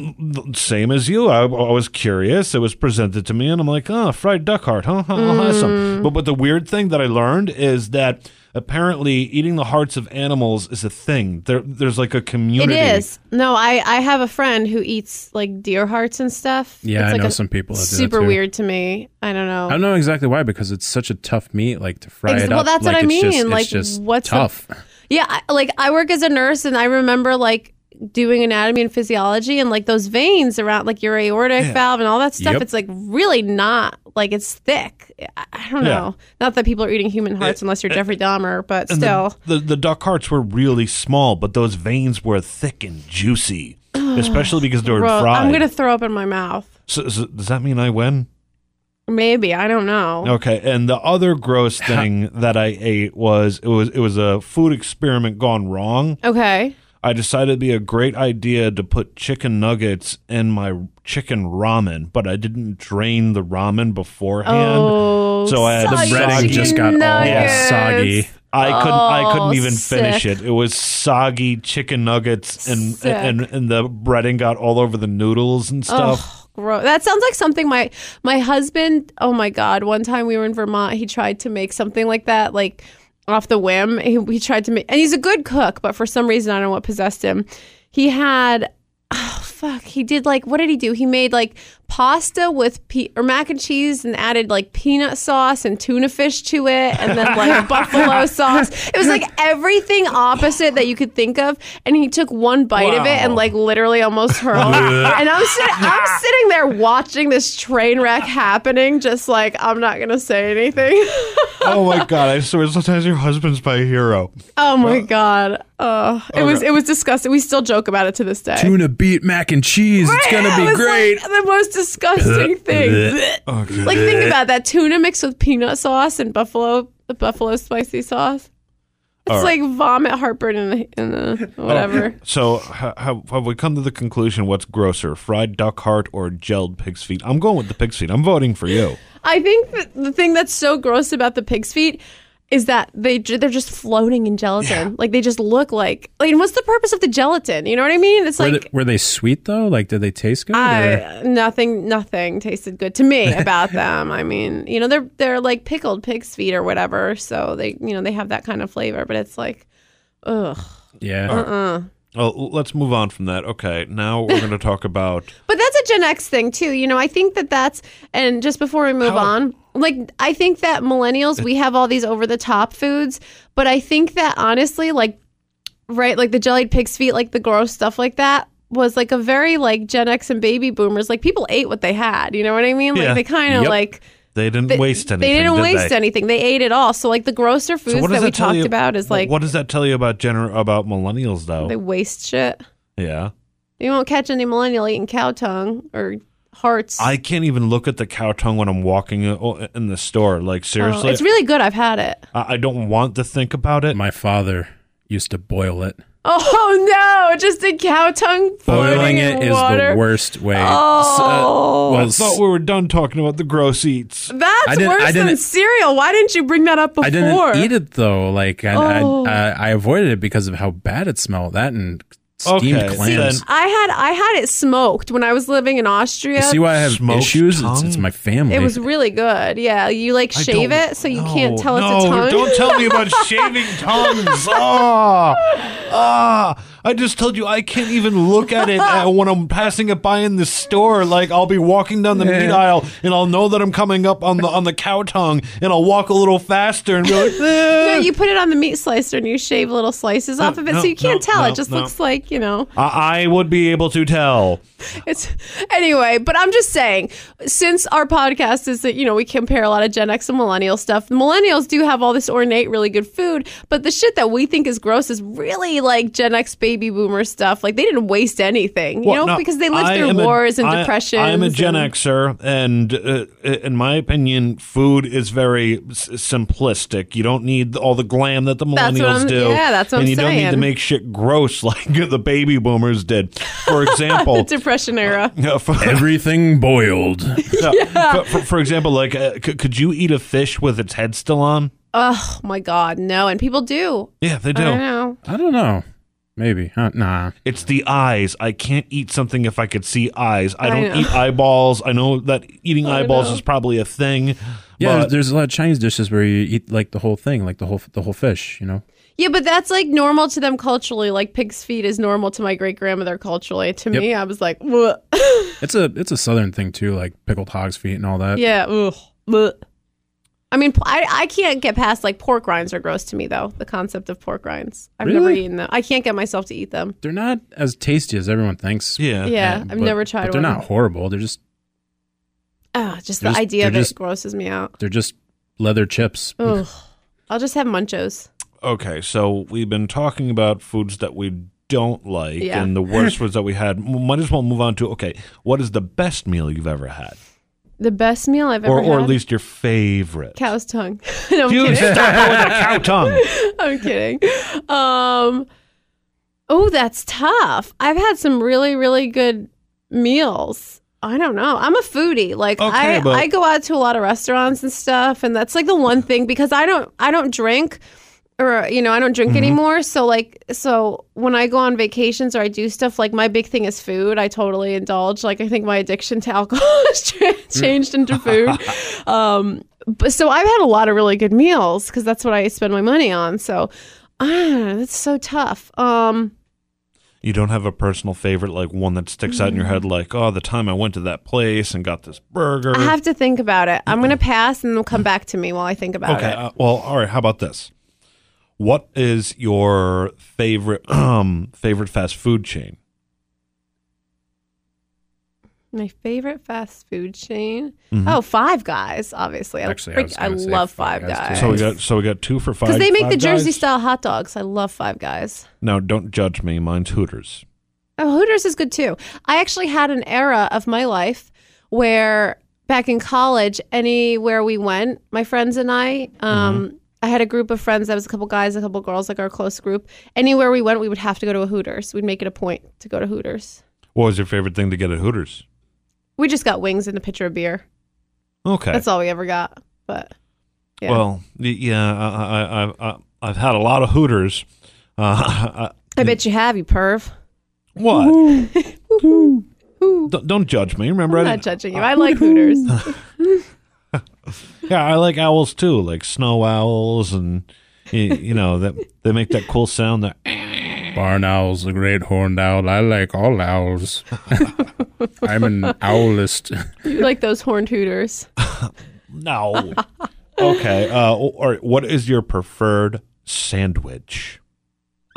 Speaker 1: Same as you. I, I was curious. It was presented to me, and I'm like, oh, fried duck heart, huh? huh, huh,
Speaker 2: Mm.
Speaker 1: Awesome. But but the weird thing that I learned is that apparently eating the hearts of animals is a thing. There there's like a
Speaker 2: It
Speaker 1: community.
Speaker 2: is. No, I I have a friend who eats like deer hearts and stuff.
Speaker 3: Yeah,
Speaker 2: it's
Speaker 3: I
Speaker 2: like
Speaker 3: know
Speaker 2: a-
Speaker 3: some people that do that
Speaker 2: Super
Speaker 3: too.
Speaker 2: weird to me. I don't know.
Speaker 3: I don't know exactly why because it's such a tough meat, like to fry
Speaker 2: Ex-
Speaker 3: it
Speaker 2: well,
Speaker 3: up.
Speaker 2: that's what
Speaker 3: like,
Speaker 2: I
Speaker 3: it's just-
Speaker 2: mean,
Speaker 3: it's
Speaker 2: like,
Speaker 3: just
Speaker 2: what's the-
Speaker 3: tough.
Speaker 2: Yeah, I, like I work as a nurse, and I remember like doing anatomy and physiology, and like those veins around like your aortic valve and all that stuff.
Speaker 3: Yep.
Speaker 2: It's like really not like it's thick. I, I don't
Speaker 1: Yeah.
Speaker 2: know. Not that people are eating human hearts unless you're Jeffrey Dahmer, but
Speaker 1: And the-
Speaker 2: still.
Speaker 1: the, the duck hearts were really small, but those veins were thick and juicy, especially because they were
Speaker 2: Bro,
Speaker 1: fried.
Speaker 2: I'm gonna throw up in my mouth.
Speaker 1: So- so does that mean I win?
Speaker 2: Maybe I don't know.
Speaker 1: Okay, and the other gross thing that I ate was it was it was a food experiment gone wrong.
Speaker 2: Okay.
Speaker 1: I decided it'd be a great idea to put chicken nuggets in my chicken ramen, but I didn't drain the ramen beforehand.
Speaker 2: Oh,
Speaker 1: so I had
Speaker 2: soggy
Speaker 1: the
Speaker 3: Breading just got all
Speaker 2: nuggets.
Speaker 3: soggy.
Speaker 1: I couldn't I
Speaker 2: Oh,
Speaker 1: couldn't even finish
Speaker 2: sick.
Speaker 1: it. It was soggy chicken nuggets and
Speaker 2: Sick.
Speaker 1: and, and the breading got all over the noodles and stuff.
Speaker 2: Oh, gross. That sounds like something my my husband. Oh my god! One time we were in Vermont, he tried to make something like that, like off the whim. He, he tried to make, and he's a good cook, but for some reason I don't know what possessed him. He had. Oh fuck! He did like what did he do? He made like pasta with pe- or mac and cheese and added like peanut sauce and tuna fish to it, and then like buffalo sauce. It was like everything opposite that you could think of. And he took one bite of it and
Speaker 1: Wow.
Speaker 2: like literally almost hurled. and I'm sitting, I'm sitting there watching this train wreck happening, just like I'm not gonna say anything.
Speaker 1: oh my god! I swear, sometimes your husband's my hero.
Speaker 2: oh my god! Oh, it was it was disgusting. We still joke about it to this day.
Speaker 3: Tuna beat mac and cheese. It's gonna
Speaker 2: It
Speaker 3: be
Speaker 2: was,
Speaker 3: great.
Speaker 2: Like, the most disgusting thing. Like think about that tuna mixed with peanut sauce and buffalo buffalo spicy sauce. It's
Speaker 1: All right.
Speaker 2: like vomit, heartburn, and the, and the whatever.
Speaker 1: So, ha- ha- have we come to the conclusion what's grosser, fried duck heart or gelled pig's feet? I'm going with the pig's feet. I'm voting for you.
Speaker 2: I think that the thing that's so gross about the pig's feet is that they ju- they're just floating in gelatin. Like they just look like. Like, and what's the purpose of the gelatin? You know what I mean? It's
Speaker 3: Were,
Speaker 2: like
Speaker 3: they, were they sweet though? Like, did they taste good? or-
Speaker 2: I, nothing, nothing tasted good to me about them. I mean, you know, they're they're like pickled pig's feet or whatever, so they you know they have that kind of flavor, but it's like, ugh,
Speaker 3: yeah.
Speaker 2: uh.
Speaker 1: Oh, l- let's move on from that. Okay, now we're going to talk about
Speaker 2: But that's a Gen X thing too. You know, I think that that's and just before we move
Speaker 1: How-
Speaker 2: on, like I think that millennials we have all these over the top foods, but I think that honestly like right like the jellied pig's feet, like the gross stuff like that was like a very like Gen X and baby boomers like people ate what they had, you know what I mean? Like
Speaker 1: Yeah.
Speaker 2: they kind of
Speaker 3: Yep.
Speaker 2: like
Speaker 1: they didn't
Speaker 2: they-
Speaker 1: waste anything.
Speaker 2: They didn't
Speaker 1: did
Speaker 2: waste
Speaker 1: they?
Speaker 2: anything. They ate it all. So like the grosser foods that, we
Speaker 1: tell
Speaker 2: talked
Speaker 1: you-
Speaker 2: about is like
Speaker 1: what does that tell you about gener- about millennials though?
Speaker 2: they waste shit.
Speaker 1: yeah,
Speaker 2: You won't catch any millennial eating cow tongue or hearts.
Speaker 1: I can't even look at the cow tongue when I'm walking uh, in the store. Like
Speaker 2: Oh,
Speaker 1: seriously,
Speaker 2: it's really good. I've had it.
Speaker 1: I-, I don't want to think about it.
Speaker 3: My father used to boil it.
Speaker 2: Oh no! Just a cow tongue floating
Speaker 3: Boiling
Speaker 2: in
Speaker 3: it is
Speaker 2: water.
Speaker 3: the worst way. uh,
Speaker 2: Oh.
Speaker 3: well,
Speaker 1: I thought we were done talking about the gross eats.
Speaker 3: I
Speaker 2: That's
Speaker 3: didn't- I
Speaker 2: worse than
Speaker 3: didn't-
Speaker 2: cereal. Why didn't you bring that up before?
Speaker 3: I didn't eat it though. Like I,
Speaker 2: Oh.
Speaker 3: I, I, I avoided it because of how bad it smelled. That and steamed
Speaker 1: Okay,
Speaker 3: clams.
Speaker 1: then-
Speaker 2: I had I had it smoked when I was living in Austria.
Speaker 3: you see why I have
Speaker 1: Smoked
Speaker 3: issues? It's, it's
Speaker 1: tongue?
Speaker 3: my family.
Speaker 2: it was really good. Yeah, you like
Speaker 1: I
Speaker 2: shave
Speaker 1: don't-
Speaker 2: it so you
Speaker 1: no,
Speaker 2: can't tell
Speaker 1: no,
Speaker 2: it's a tongue.
Speaker 1: Don't tell me about shaving tongues. Ah, ah! I just told you I can't even look at it uh, when I'm passing it by in the store. Like I'll be walking down the meat aisle and I'll know that I'm coming up on the on the cow tongue and I'll walk a little faster and be like, eh.
Speaker 2: No, you put it on the meat slicer and you shave little slices off of it,
Speaker 1: no,
Speaker 2: so you can't
Speaker 1: no,
Speaker 2: tell.
Speaker 1: no,
Speaker 2: it just
Speaker 1: no.
Speaker 2: looks like you know.
Speaker 1: I-, I would be able to tell.
Speaker 2: It's anyway, but I'm just saying, since our podcast is that you know we compare a lot of Gen X and millennial stuff. Millennials do have all this ornate, really good food, but the shit that we think is gross is really like Gen X baby boomer stuff. Like they didn't waste anything, you
Speaker 1: Well,
Speaker 2: know,
Speaker 1: no,
Speaker 2: because they lived
Speaker 1: I
Speaker 2: through
Speaker 1: am a-
Speaker 2: wars and
Speaker 1: I-
Speaker 2: depressions.
Speaker 1: I am a Gen
Speaker 2: and-
Speaker 1: Xer, and uh, in my opinion, food is very s- simplistic. You don't need all the glam that the
Speaker 2: That's what
Speaker 1: millennials
Speaker 2: I'm-
Speaker 1: do.
Speaker 2: yeah, that's what
Speaker 1: and
Speaker 2: I'm
Speaker 1: you don't need to
Speaker 2: saying.
Speaker 1: make shit gross like the baby boomers did. For example,
Speaker 2: Depression era.
Speaker 1: uh, for,
Speaker 3: everything boiled.
Speaker 1: for, for, for example, like uh, c- could you eat a fish with its head still on?
Speaker 2: Oh my God, no! And people do.
Speaker 1: Yeah, they
Speaker 2: I don't
Speaker 1: do.
Speaker 2: know.
Speaker 3: I don't know. Maybe. Huh? Nah.
Speaker 1: It's the eyes. I can't eat something if I could see eyes. I
Speaker 2: I
Speaker 1: don't
Speaker 2: know.
Speaker 1: eat eyeballs. I know that eating
Speaker 2: I
Speaker 1: eyeballs
Speaker 2: know.
Speaker 1: is probably a thing. but-
Speaker 3: Yeah, there's, there's a lot of Chinese dishes where you eat like the whole thing, like the whole the whole fish. You know.
Speaker 2: Yeah, but that's like normal to them culturally. Like pig's feet is normal to my great grandmother culturally. To me, I was like, "Bleh."
Speaker 3: It's a it's a southern thing too, like pickled hog's feet and all that.
Speaker 2: yeah. Ugh, bleh. I mean, p- I, I can't get past like pork rinds are gross to me though. The concept of pork rinds, I've never
Speaker 3: Really?
Speaker 2: eaten them. I can't get myself to eat them.
Speaker 3: They're not as tasty as everyone thinks.
Speaker 1: yeah.
Speaker 2: Yeah,
Speaker 3: Uh,
Speaker 2: I've
Speaker 3: but-
Speaker 2: never tried
Speaker 3: But they're
Speaker 2: one.
Speaker 3: not horrible. They're just
Speaker 2: Ugh, Ah, just the
Speaker 3: They're just-
Speaker 2: idea of
Speaker 3: they're
Speaker 2: it
Speaker 3: just-
Speaker 2: grosses me out.
Speaker 3: they're just leather chips.
Speaker 2: Ugh. I'll just have munchos.
Speaker 1: Okay, so we've been talking about foods that we don't like,
Speaker 2: Yeah.
Speaker 1: and the worst ones that we had. M- Might as well move on to okay, what is the best meal you've ever had,
Speaker 2: The best meal I've ever
Speaker 1: or or
Speaker 2: had.
Speaker 1: at least your favorite?
Speaker 2: cow's tongue. no, I'm
Speaker 1: Dude,
Speaker 2: kidding.
Speaker 1: stop with the cow tongue.
Speaker 2: I'm kidding. Um, oh, that's tough. I've had some really, really good meals. I don't know. I'm a foodie. Like
Speaker 1: Okay,
Speaker 2: I,
Speaker 1: but-
Speaker 2: I go out to a lot of restaurants and stuff, and that's like the one thing because I don't, I don't drink, or you know, I don't drink
Speaker 1: Mm-hmm.
Speaker 2: anymore. So like, so when I go on vacations or I do stuff, like my big thing is food. I totally indulge. Like I think my addiction to alcohol has tra-
Speaker 1: Mm.
Speaker 2: changed into food. um, but so I've had a lot of really good meals because that's what I spend my money on. So ah, that's so tough. Um,
Speaker 1: You don't have a personal favorite, like one that sticks out in your head, like oh, the time I went to that place and got this burger.
Speaker 2: I have to think about it. I'm gonna pass and they'll come back to me while I think about
Speaker 1: okay,
Speaker 2: it.
Speaker 1: uh, well, all right. How about this? What is your favorite um favorite fast food chain?
Speaker 2: My favorite fast food chain. Oh, Five Guys, obviously. I,
Speaker 3: Actually, I
Speaker 2: freak-
Speaker 3: was
Speaker 2: I,
Speaker 3: gonna say
Speaker 2: love
Speaker 3: Five
Speaker 2: Five Guys.
Speaker 3: Guys, too.
Speaker 1: So we got so we got two for five.
Speaker 2: Uh, because they make
Speaker 1: Five
Speaker 2: the Jersey
Speaker 1: Guys?
Speaker 2: style hot dogs. I love Five Guys.
Speaker 1: No, don't judge me. Mine's Hooters.
Speaker 2: Oh, Hooters is good too. I actually had an era of my life where back in college, anywhere we went, my friends and I, um, I had a group of friends. That was a couple guys, a couple girls, like our close group. Anywhere we went, we would have to go to a Hooters. We'd make it a point to go to Hooters.
Speaker 1: What was your favorite thing to get at Hooters?
Speaker 2: We just got wings and a pitcher of beer.
Speaker 1: Okay.
Speaker 2: That's all we ever got. But Yeah.
Speaker 1: Well, y- yeah, I, I, I, I, I've had a lot of Hooters. Uh, I-
Speaker 2: I bet you have, you perv.
Speaker 1: what? don't, don't judge me. Remember,
Speaker 2: I'm
Speaker 1: I
Speaker 2: not
Speaker 1: didn't-
Speaker 2: judging you. I like Hooters.
Speaker 1: yeah, I like owls too, like snow owls, and y- you know that they make that cool sound. That
Speaker 3: Barn owl's the great horned owl. I like all owls. I'm an owlist.
Speaker 2: you like those horned Hooters.
Speaker 1: no. okay. Uh, all right. What is your preferred sandwich?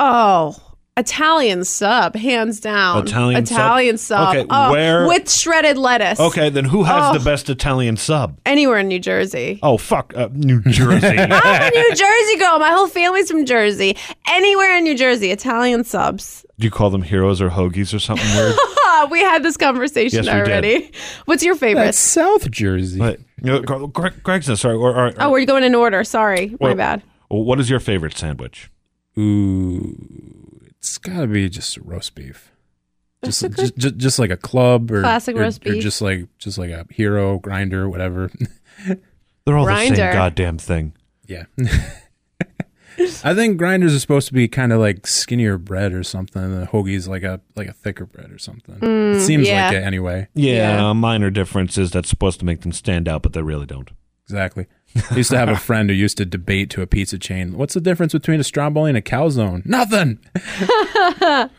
Speaker 2: Oh, Italian sub, hands down.
Speaker 1: Italian sub?
Speaker 2: Italian sub.
Speaker 1: Okay,
Speaker 2: Oh,
Speaker 1: where-
Speaker 2: With shredded lettuce.
Speaker 1: Okay, then who has
Speaker 2: Oh.
Speaker 1: the best Italian sub?
Speaker 2: Anywhere in New Jersey.
Speaker 1: Oh fuck, uh, New Jersey.
Speaker 2: I'm a New Jersey girl. My whole family's from Jersey. Anywhere in New Jersey, Italian subs.
Speaker 1: Do you call them heroes or hoagies or something weird?
Speaker 2: Ah, we had this conversation
Speaker 1: Yes, we did.
Speaker 2: already. What's your favorite?
Speaker 3: That's South Jersey.
Speaker 1: but you know, Gre- Gre- Gregson, sorry. Or, or,
Speaker 2: oh, we're going in order. Sorry. My
Speaker 1: Well-
Speaker 2: bad.
Speaker 1: what is your favorite sandwich?
Speaker 3: Ooh, it's got to be just roast beef. Just, just, just, just like a club or
Speaker 2: Classic
Speaker 3: or-
Speaker 2: roast
Speaker 3: or
Speaker 2: beef.
Speaker 3: just like, just like a hero grinder, whatever.
Speaker 1: They're all the
Speaker 2: Grinder.
Speaker 1: same goddamn thing.
Speaker 3: yeah. I think grinders are supposed to be kind of like skinnier bread or something. and The hoagie's like a like a thicker bread or something. it seems
Speaker 2: Mm, yeah.
Speaker 3: like it anyway.
Speaker 1: Yeah,
Speaker 2: Yeah.
Speaker 1: a Uh, minor differences that's supposed to make them stand out, but they really don't.
Speaker 3: Exactly. I used to have a friend who used to debate to a pizza chain. What's the difference between a stromboli and a calzone? Nothing.
Speaker 1: All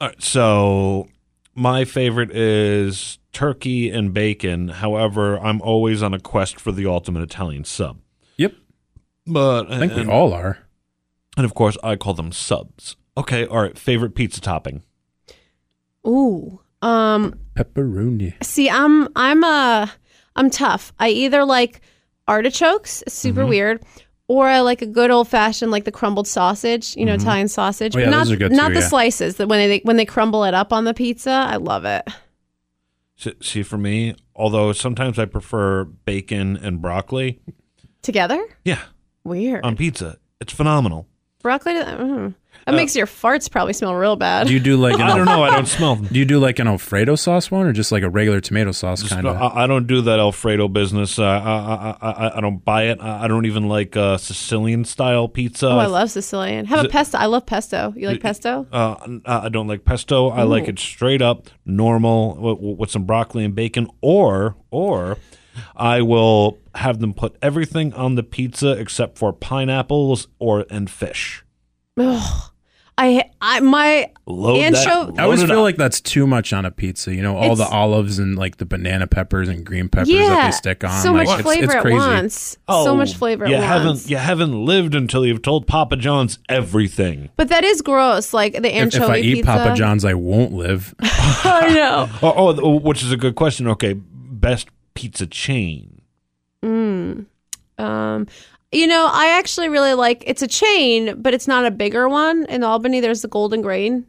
Speaker 1: right, so my favorite is turkey and bacon. However, I'm always on a quest for the ultimate Italian sub.
Speaker 3: Yep.
Speaker 1: But
Speaker 3: I think
Speaker 1: and,
Speaker 3: we all are.
Speaker 1: and of course, I call them subs. Okay, all right. Favorite pizza topping?
Speaker 2: Ooh. Um,
Speaker 3: Pepperoni.
Speaker 2: See, I'm I'm uh I'm tough. I either like artichokes, it's super
Speaker 3: Mm-hmm.
Speaker 2: weird, or I like a good old fashioned like the crumbled sausage, you know, Italian sausage.
Speaker 3: Oh, yeah,
Speaker 2: but not
Speaker 3: those are good
Speaker 2: not
Speaker 3: too,
Speaker 2: the
Speaker 3: yeah.
Speaker 2: slices that when they when they crumble it up on the pizza, I love it.
Speaker 1: S- See, for me, although sometimes I prefer bacon and broccoli.
Speaker 2: Together?
Speaker 1: Yeah,
Speaker 2: Weird.
Speaker 3: Um,
Speaker 1: on pizza, it's phenomenal.
Speaker 2: Broccoli mm. that makes your farts probably smell real bad.
Speaker 3: uh, Do you do like an
Speaker 1: I don't know. I don't smell them.
Speaker 3: Do you do like an Alfredo sauce one or just like a regular tomato sauce
Speaker 1: Just- uh,
Speaker 3: kind of?
Speaker 1: I, I don't do that Alfredo business. Uh, I, I, I I don't buy it. I, I don't even like uh, Sicilian style pizza.
Speaker 2: oh, I
Speaker 3: uh,
Speaker 2: love Sicilian. Have a
Speaker 1: it-
Speaker 2: pesto. I love pesto. You like pesto?
Speaker 1: Uh, n- I don't like pesto. I like it straight up, normal, w- w- with some broccoli and bacon, or or I will have them put everything on the pizza except for pineapples or and fish.
Speaker 2: Ugh. I I my
Speaker 1: Load
Speaker 2: Ancho-
Speaker 1: that.
Speaker 3: I always
Speaker 1: load it
Speaker 3: feel
Speaker 1: up.
Speaker 3: like that's too much on a pizza. You know, all the
Speaker 2: It's-
Speaker 3: olives and like the banana peppers and green peppers that
Speaker 2: yeah,
Speaker 3: they stick on.
Speaker 2: so
Speaker 3: like,
Speaker 2: much
Speaker 3: it's,
Speaker 2: flavor
Speaker 3: it's
Speaker 2: at
Speaker 3: crazy. Oh,
Speaker 2: once. so much flavor
Speaker 1: Oh, You
Speaker 2: at once.
Speaker 1: haven't you haven't lived until you've told Papa John's everything.
Speaker 2: But that is gross, like the
Speaker 3: If,
Speaker 2: anchovy
Speaker 3: if I eat
Speaker 2: pizza.
Speaker 3: Papa John's, I won't live.
Speaker 2: I know.
Speaker 1: Oh, oh, th- which is a good question. Okay, best pizza chain.
Speaker 2: Mm. Um, you know, I actually really like. It's a chain, but it's not a bigger one. In Albany, there's the Golden Grain.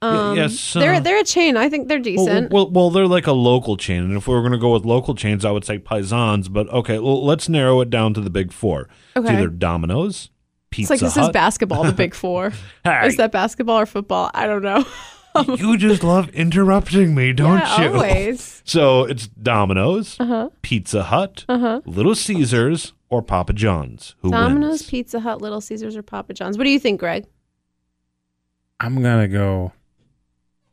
Speaker 2: Um,
Speaker 1: yes, uh, oh,
Speaker 2: they're they're a chain. I think they're
Speaker 1: Well,
Speaker 2: decent.
Speaker 1: well, well, they're like a local chain, and if we were going to go with local chains, I would say Paisans. But okay, well, let's narrow it down to the big four.
Speaker 2: Okay.
Speaker 1: It's either Domino's,
Speaker 2: it's
Speaker 1: Pizza
Speaker 2: like this is
Speaker 1: Hut.
Speaker 2: basketball, the Big Four.
Speaker 1: Hey,
Speaker 2: Is that basketball or football? I don't know.
Speaker 1: you just love interrupting me, don't
Speaker 2: yeah,
Speaker 1: you?
Speaker 2: always.
Speaker 1: So it's Domino's,
Speaker 2: Uh-huh.
Speaker 1: Pizza Hut, Little Caesars, or Papa John's. Who
Speaker 2: Domino's,
Speaker 1: wins?
Speaker 2: Pizza Hut, Little Caesars, or Papa John's. What do you think, Greg?
Speaker 3: I'm gonna go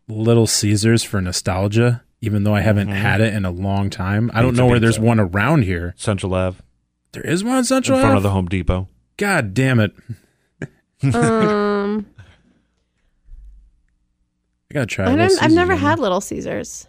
Speaker 3: Little Caesars for nostalgia, even though I haven't had it in a long time. I
Speaker 1: Mm-hmm.
Speaker 3: don't
Speaker 1: Pizza,
Speaker 3: know where there's
Speaker 1: pizza.
Speaker 3: one around here.
Speaker 1: Central Ave,
Speaker 3: There is one on
Speaker 1: in
Speaker 3: Central.
Speaker 1: front of
Speaker 3: Ave?
Speaker 1: the Home Depot.
Speaker 3: God damn it!
Speaker 2: Um,
Speaker 3: I gotta try.
Speaker 2: I
Speaker 3: Little
Speaker 2: don't, I've
Speaker 3: Caesars
Speaker 2: never
Speaker 3: again.
Speaker 2: had Little Caesars.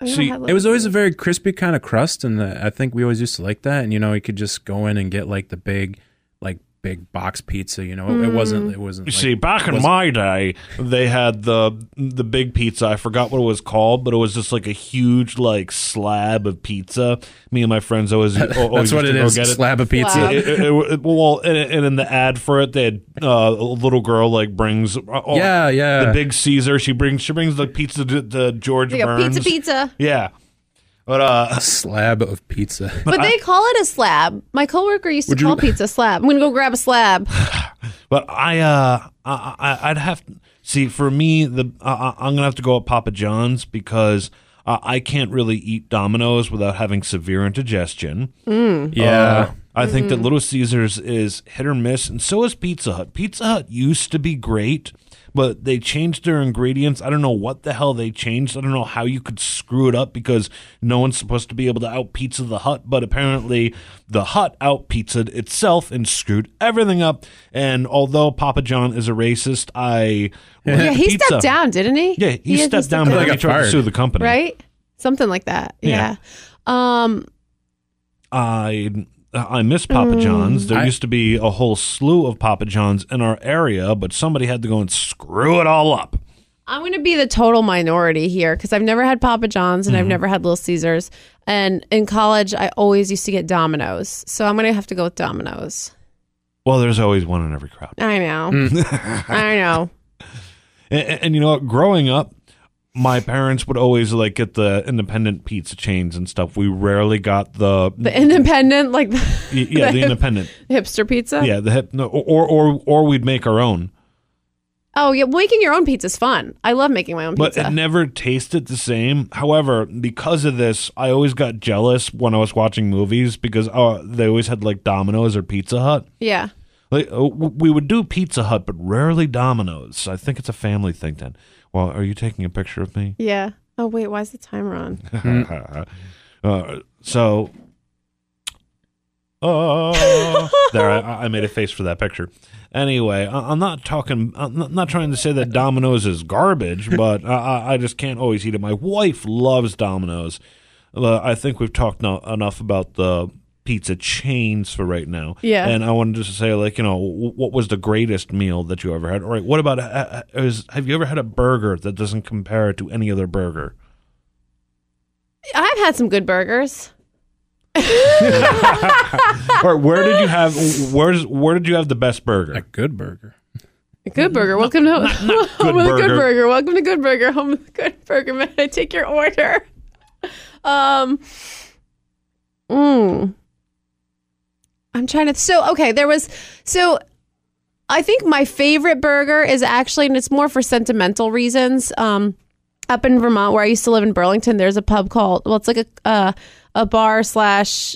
Speaker 2: I've never
Speaker 1: See,
Speaker 2: had
Speaker 3: It
Speaker 2: Little
Speaker 3: was always a
Speaker 2: Caesars.
Speaker 3: very crispy kind of crust, and the, I think we always used to like that. And you know, you could just go in and get like the big, like big box pizza. You know, it, it wasn't. It wasn't.
Speaker 1: You
Speaker 3: like-
Speaker 1: see, back in
Speaker 3: was-
Speaker 1: my day, they had the the big pizza. I forgot what it was called, but it was just like a huge like slab of pizza. Me and my friends always always
Speaker 3: that's
Speaker 1: used
Speaker 3: what
Speaker 1: to
Speaker 3: it
Speaker 1: go
Speaker 3: is.
Speaker 1: Get it.
Speaker 3: slab of pizza.
Speaker 2: Slab.
Speaker 1: It- it- it- it- well, and, and in the ad for it, they had uh, a little girl like brings oh,
Speaker 3: Yeah, yeah.
Speaker 1: the big Caesar. She brings she brings the pizza to, to George
Speaker 2: Like a
Speaker 1: Burns.
Speaker 2: pizza pizza.
Speaker 1: Yeah, but uh,
Speaker 3: A slab of pizza.
Speaker 2: But they call it a slab. My coworker used to
Speaker 3: Would you-
Speaker 2: call pizza slab. I'm gonna go grab a slab.
Speaker 1: but I uh I, I I'd have see for me the I I- I'm gonna have to go at Papa John's because. Uh, I can't really eat Domino's without having severe indigestion.
Speaker 3: Yeah.
Speaker 1: Uh, I think that Little Caesars is hit or miss, and so is Pizza Hut. Pizza Hut used to be great, but they changed their ingredients. I don't know what the hell they changed. I don't know how you could screw it up because no one's supposed to be able to out pizza the hut, but apparently the hut out pizzaed itself and screwed everything up. And although Papa John is a racist, I like
Speaker 2: yeah, he
Speaker 1: pizza.
Speaker 2: stepped down, didn't he?
Speaker 1: Yeah, he, stepped down, but
Speaker 3: down.
Speaker 1: then he
Speaker 3: Like a
Speaker 1: tried to
Speaker 3: fire.
Speaker 1: sue the company.
Speaker 2: right? Something like that. Yeah.
Speaker 1: Yeah.
Speaker 2: Um,
Speaker 1: I I miss Papa John's. There
Speaker 3: I-
Speaker 1: used to be a whole slew of Papa John's in our area, but somebody had to go and screw it all up.
Speaker 2: I'm going to be the total minority here because I've never had Papa John's and I've
Speaker 1: Mm-hmm.
Speaker 2: never had Little Caesars. And in college, I always used to get Domino's. So I'm going to have to go with Domino's.
Speaker 1: Well, there's always one in every crowd.
Speaker 2: I know.
Speaker 1: Mm.
Speaker 2: I know.
Speaker 1: And, and you know what? Growing up, my parents would always like get the independent pizza chains and stuff. We rarely got the,
Speaker 2: The independent, like the
Speaker 1: y- yeah the independent
Speaker 2: hipster pizza.
Speaker 1: yeah the hip no, or or or we'd make our own.
Speaker 2: Oh, yeah. Making your own pizza's fun. I love making my own
Speaker 1: But
Speaker 2: pizza.
Speaker 1: it never tasted the same. However, because of this, I always got jealous when I was watching movies because uh, they always had like Domino's or Pizza Hut.
Speaker 2: yeah.
Speaker 1: Like uh, w- we would do Pizza Hut, but rarely Domino's. I think it's a family thing. Then, well, are you taking a picture of me?
Speaker 2: Yeah. Oh, wait. Why is the timer on?
Speaker 1: uh, so, uh, there, I, I made a face for that picture. Anyway, I, I'm not talking. I'm not, not trying to say that Domino's is garbage, but I- I, I just can't always eat it. My wife loves Domino's. Uh, I think we've talked no, enough about the pizza chains for right now.
Speaker 2: Yeah.
Speaker 1: And I wanted just to say, like, you know, w- what was the greatest meal that you ever had? All right, what about? Uh, uh, is, have you ever had a burger that doesn't compare to any other burger?
Speaker 2: I've had some good burgers.
Speaker 1: or where did you have where's where did you have the best
Speaker 3: A
Speaker 1: burger?
Speaker 3: good burger.
Speaker 1: Mm-hmm.
Speaker 2: Good Burger. Welcome to Home
Speaker 1: Good
Speaker 2: of the Good
Speaker 1: Burger.
Speaker 2: Burger. Welcome to Good Burger. Home of the Good Burger. May I take your order? Um. mm. I'm trying to. So okay, there was. So I think my favorite burger is actually, and it's more for sentimental reasons. Um, up in Vermont, where I used to live in Burlington, there's a pub called. Well, it's like a uh, a bar slash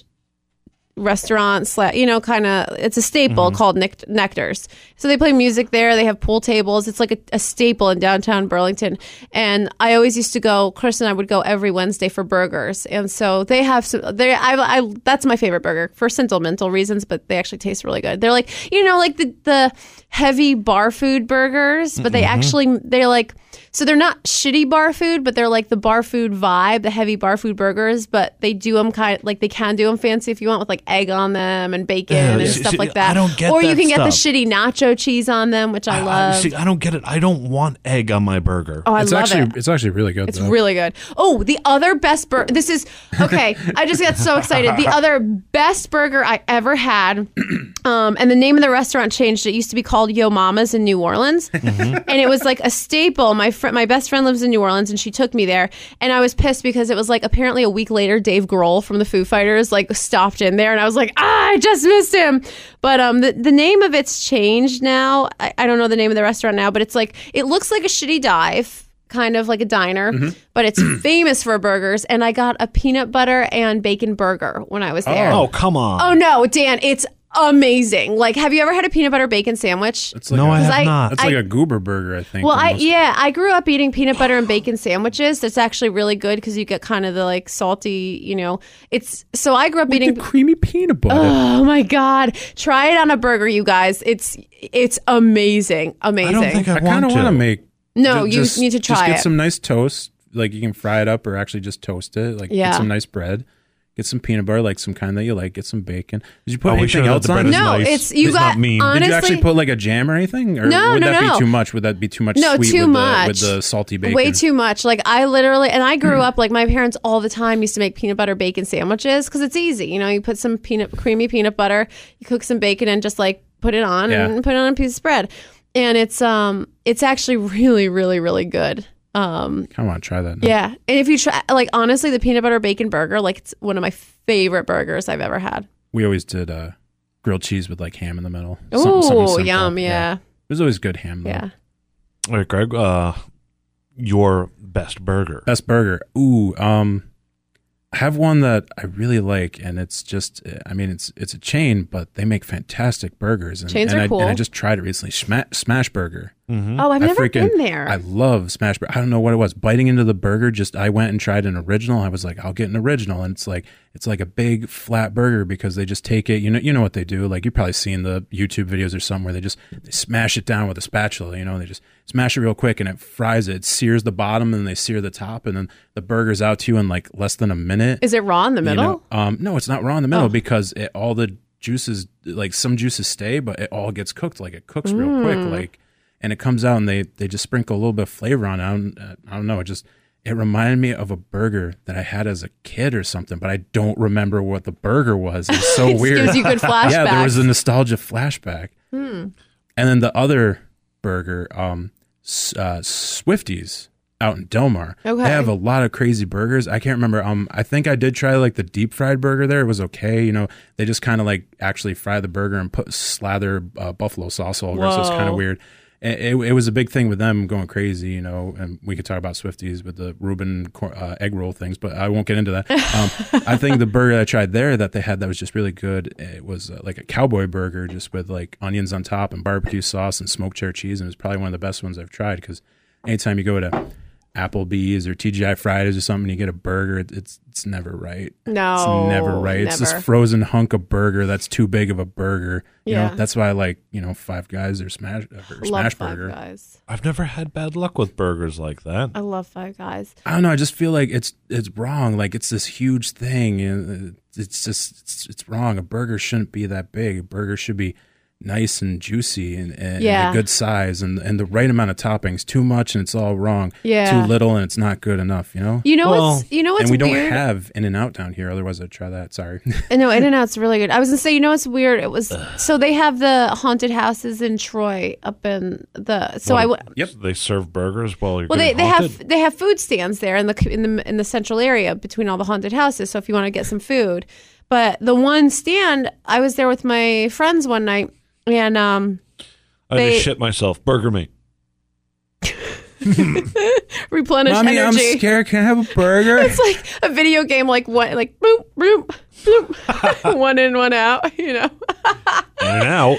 Speaker 2: restaurant slash you know kind of it's a staple called Nect- nectars so they play music there they have pool tables it's like a, a staple in downtown burlington and i always used to go chris and i would go every wednesday for burgers and so they have some they I, I that's my favorite burger for sentimental reasons but they actually taste really good they're like you know like the the heavy bar food burgers but they actually they're like so they're not shitty bar food, but they're like the bar food vibe, the heavy bar food burgers. But they do them kind like they can do them fancy if you want with like egg on them and bacon
Speaker 1: Yeah,
Speaker 2: and
Speaker 1: see-
Speaker 2: stuff
Speaker 1: see,
Speaker 2: like that.
Speaker 1: I don't get
Speaker 2: or you
Speaker 1: that
Speaker 2: can get the
Speaker 1: stuff.
Speaker 2: shitty nacho cheese on them, which I, love.
Speaker 1: see, I don't get it. I don't want egg on my burger.
Speaker 2: oh, I
Speaker 3: it's
Speaker 2: love
Speaker 3: actually
Speaker 2: it.
Speaker 3: it's actually really good
Speaker 2: It's
Speaker 3: though.
Speaker 2: really good. Oh, the other best burger. This is okay. I just got so excited. The other best burger I ever had. Um, and the name of the restaurant changed. It used to be called Yo Mama's in New Orleans,
Speaker 3: Mm-hmm.
Speaker 2: and it was like a staple. My friend, my best friend lives in New Orleans, and she took me there. And I was pissed because it was like apparently a week later, Dave Grohl from the Foo Fighters like stopped in there, and I was like, ah, I just missed him. But um, the, the name of it's changed now. I, I don't know the name of the restaurant now, but it's like it looks like a shitty dive. Kind of like a diner,
Speaker 3: Mm-hmm.
Speaker 2: but it's famous for burgers. And I got a peanut butter and bacon burger when I was there.
Speaker 1: Oh, come on.
Speaker 2: Oh no, Dan, it's amazing. Like, have you ever had a peanut butter bacon sandwich?
Speaker 3: It's like
Speaker 1: no,
Speaker 3: a,
Speaker 1: I have
Speaker 2: I-
Speaker 1: not.
Speaker 3: It's like a goober burger, I think.
Speaker 2: Well, I
Speaker 3: almost.
Speaker 2: yeah, I grew up eating peanut butter and bacon sandwiches. That's actually really good because you get kind of the like salty, you know. It's so I grew up
Speaker 3: The
Speaker 2: eating.
Speaker 3: creamy peanut butter.
Speaker 2: Oh my god, try it on a burger, you guys. It's it's amazing,
Speaker 1: I
Speaker 2: amazing.
Speaker 1: don't think I,
Speaker 3: I
Speaker 1: want
Speaker 3: kind of want to make.
Speaker 2: no,
Speaker 3: ju-
Speaker 2: you
Speaker 3: just-
Speaker 2: need to
Speaker 3: Just
Speaker 2: try
Speaker 3: get
Speaker 2: it.
Speaker 3: some nice toast. Like you can fry it up, or actually just toast it. Like
Speaker 2: Yeah.
Speaker 3: get some nice bread. Get some peanut butter, like some kind that you like. Get some bacon. Did you put
Speaker 1: Are Oh, we sure
Speaker 3: anything
Speaker 1: that
Speaker 3: else
Speaker 1: the
Speaker 3: on?
Speaker 1: bread
Speaker 3: it?
Speaker 1: is
Speaker 2: no,
Speaker 1: nice.
Speaker 2: it's you
Speaker 1: It's
Speaker 2: got
Speaker 1: not mean. Did you
Speaker 2: honestly.
Speaker 3: Did you actually put like a jam or anything? Or
Speaker 2: No,
Speaker 3: would
Speaker 2: no,
Speaker 3: that
Speaker 2: no.
Speaker 3: be too much? Would that be too much
Speaker 2: No,
Speaker 3: sweet
Speaker 2: too
Speaker 3: with,
Speaker 2: much.
Speaker 3: The, with the salty bacon? Hmm.
Speaker 2: Way too much. Like I literally, and I grew up like my parents all the time used to make peanut butter bacon sandwiches because it's easy. You know, you put some peanut, creamy peanut butter, you cook some bacon, and just like put it on
Speaker 3: Yeah.
Speaker 2: and put it on a piece of bread. And it's um, it's actually really, really, really good. Um,
Speaker 3: Come on, try that. now.
Speaker 2: yeah. And if you try, like honestly, the peanut butter bacon burger, like it's one of my favorite burgers I've ever had.
Speaker 3: We always did uh, grilled cheese with like ham in the middle. Something- something
Speaker 2: Oh,
Speaker 3: simple.
Speaker 2: yum! Yeah,
Speaker 3: There's always good ham. Though.
Speaker 2: yeah.
Speaker 1: All right, Greg. Uh, your best burger?
Speaker 3: Best burger. Ooh, um, I have one that I really like, and it's just, I mean, it's it's a chain, but they make fantastic burgers. And,
Speaker 2: Chains
Speaker 3: and
Speaker 2: are
Speaker 3: I,
Speaker 2: cool.
Speaker 3: And I just tried it recently. Smash, Smash Burger.
Speaker 2: Oh, I've
Speaker 3: Mm-hmm. I
Speaker 2: never
Speaker 3: freaking-
Speaker 2: been there.
Speaker 3: I love Smash Burger. I don't know what it was. Biting into the burger, just I went and tried an original. I was like, I'll get an original, and it's like it's like a big flat burger because they just take it. You know, you know what they do. Like you've probably seen the YouTube videos or something where they just they smash it down with a spatula. You know, and they just smash it real quick and it fries it. It sears the bottom and then they sear the top, and then the burger's out to you in like less than a minute.
Speaker 2: Is it raw in the
Speaker 3: You
Speaker 2: middle? Oh.
Speaker 3: know, um, no, it's not raw in the middle because it, all the juices, like some juices stay, but it all gets cooked. Like it cooks real
Speaker 2: Mm.
Speaker 3: quick, like, and it comes out, and they they just sprinkle a little bit of flavor on. it. I don't, uh, I don't know. It just it reminded me of a burger that I had as a kid or something, but I don't remember what the burger was. It's so
Speaker 2: It just
Speaker 3: weird.
Speaker 2: gives you good flashbacks. Hmm.
Speaker 3: Yeah, there was a nostalgia flashback. And then the other burger, um, S- uh, Swifties out in Delmar.
Speaker 2: Okay.
Speaker 3: They have a lot of crazy burgers. I can't remember. Um, I think I did try like the deep fried burger there. It was okay. You know, they just kind of like actually fry the burger and put slather uh, buffalo sauce all over. it, So it's kind
Speaker 2: Whoa.
Speaker 3: of weird. It, it, it was a big thing with them going crazy, you know, and we could talk about Swifties with the Reuben cor- uh, egg roll things, but I won't get into that. Um, I think the burger I tried there that they had that was just really good. It was uh, like a cowboy burger, just with like onions on top and barbecue sauce and smoked cheddar cheese, and it was probably one of the best ones I've tried because anytime you go to Applebee's or TGI Fridays or something, you get a burger. it- It's it's never right. It's
Speaker 2: no,
Speaker 3: never right. It's this
Speaker 2: Oh, never.
Speaker 3: frozen hunk of burger that's too big of a burger. You
Speaker 2: Yeah.
Speaker 3: know, that's why I like, you know, Five Guys or Smash uh, or
Speaker 2: love
Speaker 3: Smash
Speaker 2: Five
Speaker 3: Burger.
Speaker 2: Guys.
Speaker 1: I've never had bad luck with burgers like that.
Speaker 2: I love Five Guys.
Speaker 3: I don't know, I just feel like it's it's wrong. Like it's this huge thing and it's just it's, it's wrong. A burger shouldn't be that big. A burger should be nice and juicy and, and,
Speaker 2: Yeah.
Speaker 3: a good size and and the right amount of toppings. Too much and it's all wrong.
Speaker 2: Yeah.
Speaker 3: Too little and it's not good enough, you know?
Speaker 2: You know
Speaker 1: Well,
Speaker 2: what's you know what's
Speaker 3: and we don't
Speaker 2: weird?
Speaker 3: have In and Out down here, otherwise I'd try that. Sorry.
Speaker 2: Uh, No, In and Out's really good. I was gonna say, you know, it's weird. It was so they have the haunted houses in Troy up in the. So I w-
Speaker 3: yep.
Speaker 1: They serve burgers while you're
Speaker 2: well, they,
Speaker 1: getting
Speaker 2: they
Speaker 1: haunted.
Speaker 2: have they have food stands there in the c- in the in the central area between all the haunted houses. So if you want to get some food, but the one stand I was there with my friends one night, and um,
Speaker 1: I
Speaker 2: they-
Speaker 1: just shit myself. Burger me.
Speaker 2: replenish
Speaker 3: Mommy,
Speaker 2: energy.
Speaker 3: I'm scared. Can I have a burger?
Speaker 2: It's like a video game, like one like boom, boom, boom, one in, one out. You know,
Speaker 1: In and out.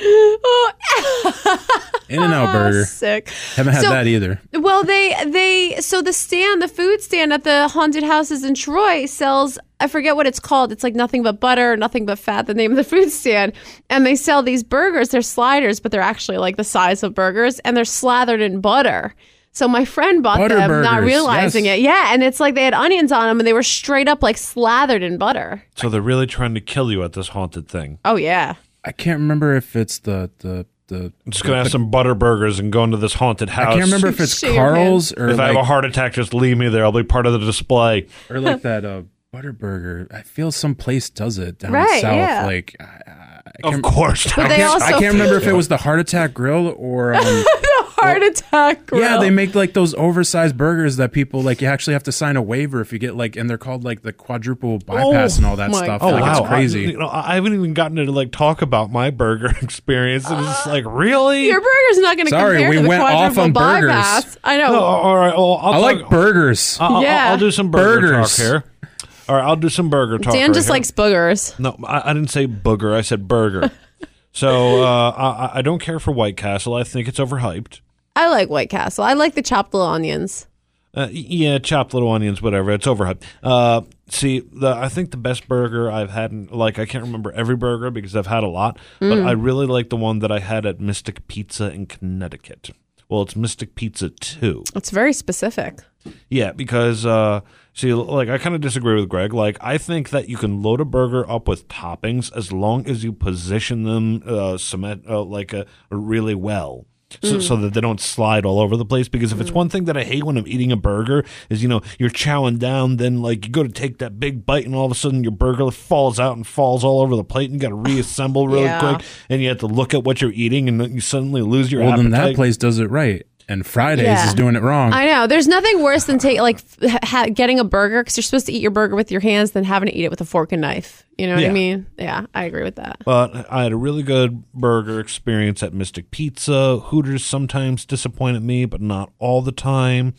Speaker 3: In and Out Burger.
Speaker 2: Oh, sick.
Speaker 3: Haven't had
Speaker 2: So-
Speaker 3: that either.
Speaker 2: Well, they they so the stand, the food stand at the haunted houses in Troy sells I forget what it's called. It's like nothing but butter, nothing but fat. The name of the food stand, and they sell these burgers. They're sliders, but they're actually like the size of burgers, and they're slathered in butter. So my friend bought
Speaker 3: Butter
Speaker 2: them, not
Speaker 3: burgers,
Speaker 2: realizing
Speaker 3: yes.
Speaker 2: it. Yeah, and it's like they had onions on them, and they were straight up like slathered in butter.
Speaker 1: So they're really trying to kill you at this haunted thing.
Speaker 2: Oh yeah,
Speaker 3: I can't remember if it's the the the.
Speaker 1: I'm just gonna have some butter burgers and go into this haunted house.
Speaker 3: I can't remember if it's
Speaker 2: Shit your
Speaker 3: Carl's or
Speaker 1: If I
Speaker 3: like,
Speaker 1: have a heart attack, just leave me there. I'll be part of the display.
Speaker 3: or like that uh, Butterburger. I feel some place does it down
Speaker 2: Right,
Speaker 3: south.
Speaker 2: yeah.
Speaker 3: Like I, I
Speaker 1: Of
Speaker 3: can't,
Speaker 1: course.
Speaker 2: but they also
Speaker 3: I can't remember if it was the Heart Attack Grill or um,
Speaker 2: heart attack. Grill.
Speaker 3: yeah, they make like those oversized burgers that people like. You actually have to sign a waiver if you get like, and they're called like the quadruple bypass and all that
Speaker 2: my
Speaker 3: stuff.
Speaker 2: Oh,
Speaker 3: like,
Speaker 1: wow.
Speaker 3: it's crazy.
Speaker 1: I, you know, I haven't even gotten to like talk about my burger experience. And it's like, really?
Speaker 2: Your burger's not going to
Speaker 3: Sorry,
Speaker 2: compare
Speaker 3: we
Speaker 2: to the
Speaker 3: went off
Speaker 2: quadruple
Speaker 3: on burgers.
Speaker 2: bypass. I know.
Speaker 1: No, all right. Well, I'll
Speaker 3: I like
Speaker 1: talk-
Speaker 3: burgers.
Speaker 1: I'll, I'll-
Speaker 2: Yeah.
Speaker 1: I'll do some burger
Speaker 3: Burgers.
Speaker 1: talk here. All right, I'll do some burger talk.
Speaker 2: Dan
Speaker 1: right
Speaker 2: just
Speaker 1: here.
Speaker 2: likes boogers.
Speaker 1: No, I, I didn't say booger. I said burger. so uh, I, I don't care for White Castle. I think it's overhyped.
Speaker 2: I like White Castle. I like the chopped little onions.
Speaker 1: Uh, yeah, chopped little onions, whatever. It's overhyped. Uh, see, the, I think the best burger I've had, in, like, I can't remember every burger because I've had a lot, but I really like the one that I had at Mystic Pizza in Connecticut. Well, it's Mystic Pizza 2.
Speaker 2: It's very specific.
Speaker 1: Yeah, because uh, see, like I kind of disagree with Greg. Like I think that you can load a burger up with toppings as long as you position them uh, cement uh, like uh, really well. So, so that they don't slide all over the place because if it's one thing that i hate when i'm eating a burger is you know you're chowing down then like you go to take that big bite and all of a sudden your burger falls out and falls all over the plate and you got to reassemble really
Speaker 2: Yeah.
Speaker 1: quick and you have to look at what you're eating and then you suddenly lose your
Speaker 3: Well,
Speaker 1: appetite
Speaker 3: then that place does it right, and Fridays
Speaker 2: Yeah.
Speaker 3: is doing it wrong.
Speaker 2: I know. There's nothing worse than take like f- ha- getting a burger because you're supposed to eat your burger with your hands than having to eat it with a fork and knife. You know what
Speaker 1: Yeah.
Speaker 2: I mean? Yeah, I agree with that.
Speaker 1: But I had a really good burger experience at Mystic Pizza. Hooters sometimes disappointed me, but not all the time.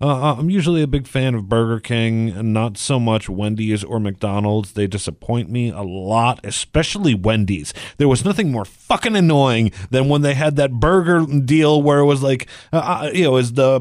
Speaker 1: Uh, I'm usually a big fan of Burger King and not so much Wendy's or McDonald's. They disappoint me a lot, especially Wendy's. There was nothing more fucking annoying than when they had that burger deal where it was like, uh, uh, you know, is the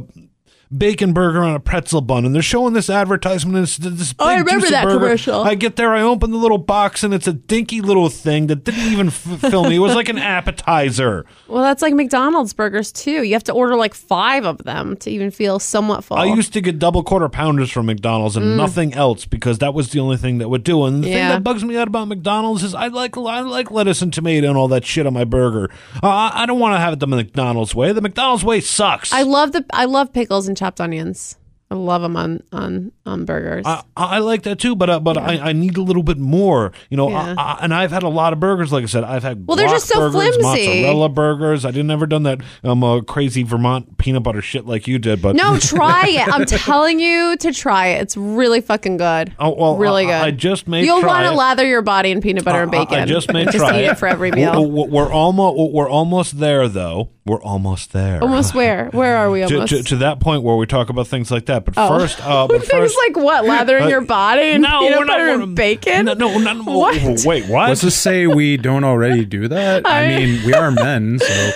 Speaker 1: bacon burger on a pretzel bun, and they're showing this advertisement. And it's th- this
Speaker 2: Oh, I
Speaker 1: big
Speaker 2: remember
Speaker 1: juicy
Speaker 2: that
Speaker 1: burger.
Speaker 2: commercial.
Speaker 1: I get there, I open the little box, and it's a dinky little thing that didn't even f- fill me. It was like an appetizer.
Speaker 2: Well, that's like McDonald's burgers too. You have to order like five of them to even feel somewhat full.
Speaker 1: I used to get double quarter pounders from McDonald's and nothing else because that was the only thing that would do. And the
Speaker 2: Mm. Yeah.
Speaker 1: thing that bugs me out about McDonald's is I like I like lettuce and tomato and all that shit on my burger. Uh, I I don't want to have it the McDonald's way. The McDonald's way sucks.
Speaker 2: I love the I love pickles and chopped onions. I love them on on on burgers.
Speaker 1: I, I like that too, but uh, but I, I need a little bit more, you know.
Speaker 2: Yeah.
Speaker 1: I, I, and I've had a lot of burgers, like I said. I've had
Speaker 2: Well, they're
Speaker 1: guac
Speaker 2: just so
Speaker 1: burgers,
Speaker 2: flimsy.
Speaker 1: mozzarella burgers. I didn't ever done that um uh, crazy Vermont peanut butter shit like you did, but
Speaker 2: no, try it. I'm telling you to try it. It's really fucking good.
Speaker 1: Oh, well,
Speaker 2: really
Speaker 1: I-
Speaker 2: good.
Speaker 1: I just may
Speaker 2: You'll
Speaker 1: try
Speaker 2: want
Speaker 1: it. Uh,
Speaker 2: to lather your body in peanut butter and
Speaker 1: I- I-
Speaker 2: bacon.
Speaker 1: I just may
Speaker 2: just
Speaker 1: try
Speaker 2: eat it for every
Speaker 1: W-
Speaker 2: meal.
Speaker 1: w- We're almost we're almost there though. We're almost there.
Speaker 2: almost where? Where are we?
Speaker 1: to,
Speaker 2: Almost.
Speaker 1: to, to that point where we talk about things like that. But
Speaker 2: Oh.
Speaker 1: first, uh, but
Speaker 2: Things
Speaker 1: first,
Speaker 2: like what? Lathering
Speaker 1: uh,
Speaker 2: your body in
Speaker 1: no,
Speaker 2: peanut
Speaker 1: we're not-
Speaker 2: butter
Speaker 1: we're-
Speaker 2: and bacon?
Speaker 1: No, no, no, no
Speaker 2: What?
Speaker 1: wait, what?
Speaker 3: Let's just say we don't already do that. I
Speaker 2: I-
Speaker 3: mean, we are men, so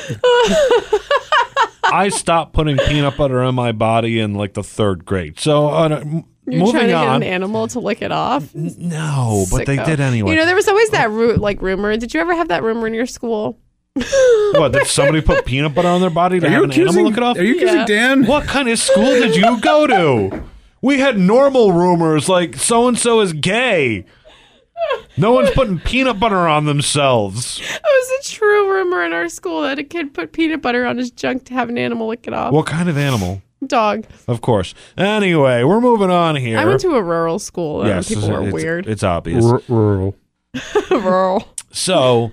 Speaker 1: I stopped putting peanut butter in my body in like the third grade. So uh, m-
Speaker 2: You're trying
Speaker 1: moving
Speaker 2: to
Speaker 1: on.
Speaker 2: get an animal to lick it off.
Speaker 1: no, but they
Speaker 2: Sicko.
Speaker 1: did anyway.
Speaker 2: You know, there was always that ru- like rumor. Did you ever have that rumor in your school?
Speaker 1: what? Did somebody put peanut butter on their body to
Speaker 3: are
Speaker 1: have
Speaker 3: you
Speaker 1: an animal
Speaker 3: accusing?
Speaker 1: look it off?
Speaker 3: Are you accusing
Speaker 2: Yeah.
Speaker 3: Dan?
Speaker 1: What kind of school did you go to? We had normal rumors like so and so is gay. No one's putting peanut butter on themselves.
Speaker 2: It was a true rumor in our school that a kid put peanut butter on his junk to have an animal lick it off.
Speaker 1: What kind of animal?
Speaker 2: Dog.
Speaker 1: Of course. Anyway, we're moving on here.
Speaker 2: I went to a rural school. and people were
Speaker 1: it's,
Speaker 2: weird.
Speaker 1: It's obvious.
Speaker 3: rural.
Speaker 2: rural.
Speaker 1: So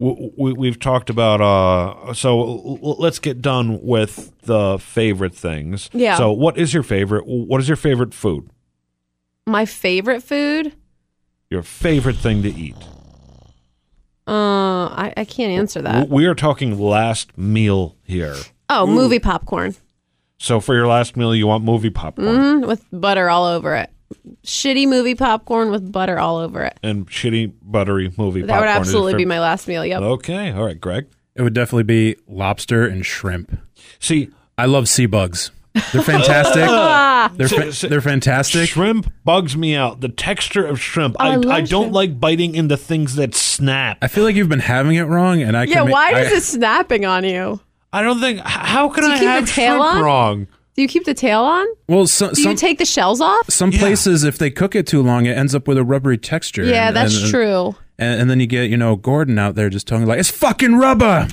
Speaker 1: w- we, we've talked about. Uh, so l- l- let's get done with the favorite things.
Speaker 2: Yeah.
Speaker 1: So what is your favorite? What is your favorite food?
Speaker 2: My favorite food?
Speaker 1: Your favorite thing to eat?
Speaker 2: Uh, I, I can't answer that.
Speaker 1: W- We are talking last meal here.
Speaker 2: Oh, movie popcorn
Speaker 1: So for your last meal, you want movie popcorn
Speaker 2: mm, with butter all over it. Shitty movie popcorn with butter all over it.
Speaker 1: and shitty buttery movie
Speaker 2: That
Speaker 1: popcorn.
Speaker 2: would
Speaker 1: is your
Speaker 2: absolutely be
Speaker 1: favorite-
Speaker 2: my last meal. Yep.
Speaker 1: Okay, all right, Greg.
Speaker 3: It would definitely be lobster and shrimp.
Speaker 1: See,
Speaker 3: I love sea bugs. They're fantastic.
Speaker 2: Ah,
Speaker 3: they're fa- they're fantastic.
Speaker 1: shrimp bugs me out. The texture of shrimp.
Speaker 2: Oh, I
Speaker 1: I,
Speaker 2: love
Speaker 1: I don't
Speaker 2: shrimp.
Speaker 1: like biting into things that snap.
Speaker 3: I feel like you've been having it wrong, and I
Speaker 2: Yeah,
Speaker 3: can ma-
Speaker 2: why
Speaker 3: I-
Speaker 2: is it snapping on you?
Speaker 1: I don't think. h- How can
Speaker 2: Do you
Speaker 1: I
Speaker 2: keep
Speaker 1: have
Speaker 2: the tail
Speaker 1: shrimp
Speaker 2: on?
Speaker 1: wrong?
Speaker 2: Do you keep the tail on?
Speaker 3: Well, so,
Speaker 2: Do
Speaker 3: some
Speaker 2: you take the shells off?
Speaker 3: some
Speaker 1: Yeah.
Speaker 3: places if they cook it too long, it ends up with a rubbery texture.
Speaker 2: Yeah,
Speaker 3: and-
Speaker 2: that's
Speaker 3: and-
Speaker 2: true.
Speaker 3: And, and then you get you know Gordon out there just telling like it's fucking rubber.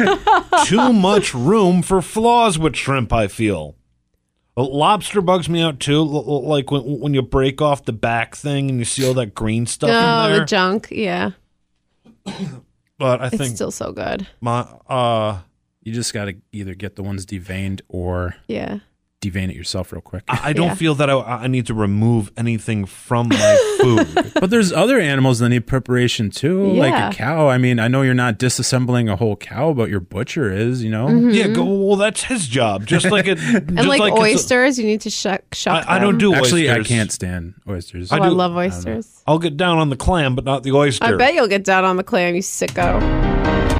Speaker 1: Too much room for flaws with shrimp. I feel. Uh, Lobster bugs me out too. l- l- Like when when you break off the back thing and you see all that green stuff in
Speaker 2: Oh,
Speaker 1: there.
Speaker 2: the junk. Yeah,
Speaker 1: but I
Speaker 2: it's
Speaker 1: think
Speaker 2: still so good.
Speaker 1: my uh.
Speaker 3: you just got to either get the ones deveined or
Speaker 2: Yeah.
Speaker 3: devein it yourself real quick.
Speaker 1: I I don't
Speaker 2: Yeah.
Speaker 1: feel that I, I need to remove anything from my food.
Speaker 3: but there's other animals that need preparation too,
Speaker 2: Yeah.
Speaker 3: like a cow. I mean, I know you're not disassembling a whole cow, but your butcher is. You know,
Speaker 2: Mm-hmm.
Speaker 1: yeah, go, well, that's his job. Just like it,
Speaker 2: And
Speaker 1: just
Speaker 2: like,
Speaker 1: it's a-
Speaker 2: oysters, you need to shuck shuck.
Speaker 1: I, I don't
Speaker 2: them.
Speaker 1: do
Speaker 3: actually,
Speaker 1: oysters.
Speaker 3: I can't stand oysters.
Speaker 2: Oh, I,
Speaker 1: I do-
Speaker 2: love oysters.
Speaker 1: I'll get down on the clam, but not the oyster.
Speaker 2: I bet you'll get down on the clam, you sicko.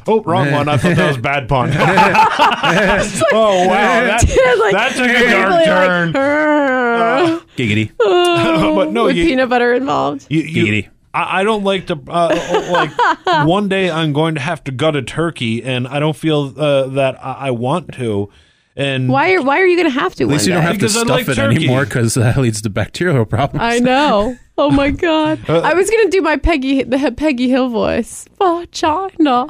Speaker 1: Oh, wrong one. I thought that was bad pun. oh wow, that,
Speaker 2: Like,
Speaker 1: that took a
Speaker 2: really,
Speaker 1: dark
Speaker 2: like,
Speaker 1: turn. Uh,
Speaker 2: "Arrgh."
Speaker 3: Giggity.
Speaker 2: Oh
Speaker 1: but no,
Speaker 2: with
Speaker 1: you-
Speaker 2: peanut butter involved.
Speaker 1: You- you-
Speaker 3: Giggity.
Speaker 1: I, I don't like to uh, like. One day I'm going to have to gut a turkey, and I don't feel uh, that I, I want to. And
Speaker 2: Why are Why are you gonna have to?
Speaker 3: At least
Speaker 2: one
Speaker 3: you don't
Speaker 2: day?
Speaker 3: have to
Speaker 1: Because I
Speaker 3: stuff
Speaker 1: like
Speaker 3: it
Speaker 1: turkey.
Speaker 3: anymore because that leads to bacterial problems.
Speaker 2: I know. Oh my god!
Speaker 3: Uh,
Speaker 2: I was gonna do my Peggy the Peggy Hill voice. Oh, China.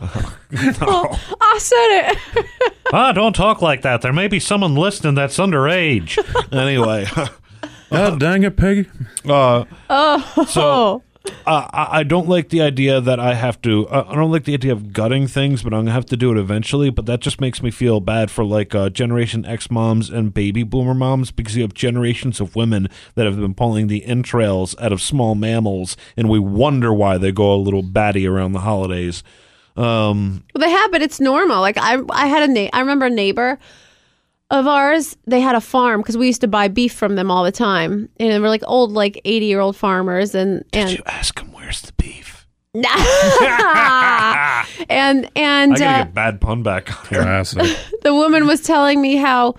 Speaker 2: Oh, I said it.
Speaker 1: ah, don't talk like that. There may be someone listening that's underage. anyway,
Speaker 3: Oh, dang it, Peggy.
Speaker 1: uh, so.
Speaker 2: Oh,
Speaker 1: uh, I I don't like the idea that I have to. Uh, I don't like the idea of gutting things, but I'm gonna have to do it eventually. But that just makes me feel bad for like uh, Generation X moms and baby boomer moms because you have generations of women that have been pulling the entrails out of small mammals, and we wonder why they go a little batty around the holidays.
Speaker 2: well, they have, but it's normal. Like I, I had a na- I remember a neighbor of ours, they had a farm because we used to buy beef from them all the time, and they were like old, like eighty year old farmers, and
Speaker 1: Did
Speaker 2: and
Speaker 1: you ask him where's the beef?
Speaker 2: and
Speaker 1: I
Speaker 2: and
Speaker 1: gotta
Speaker 2: uh,
Speaker 1: get bad pun back on here.
Speaker 3: Classic.
Speaker 2: the woman was telling me how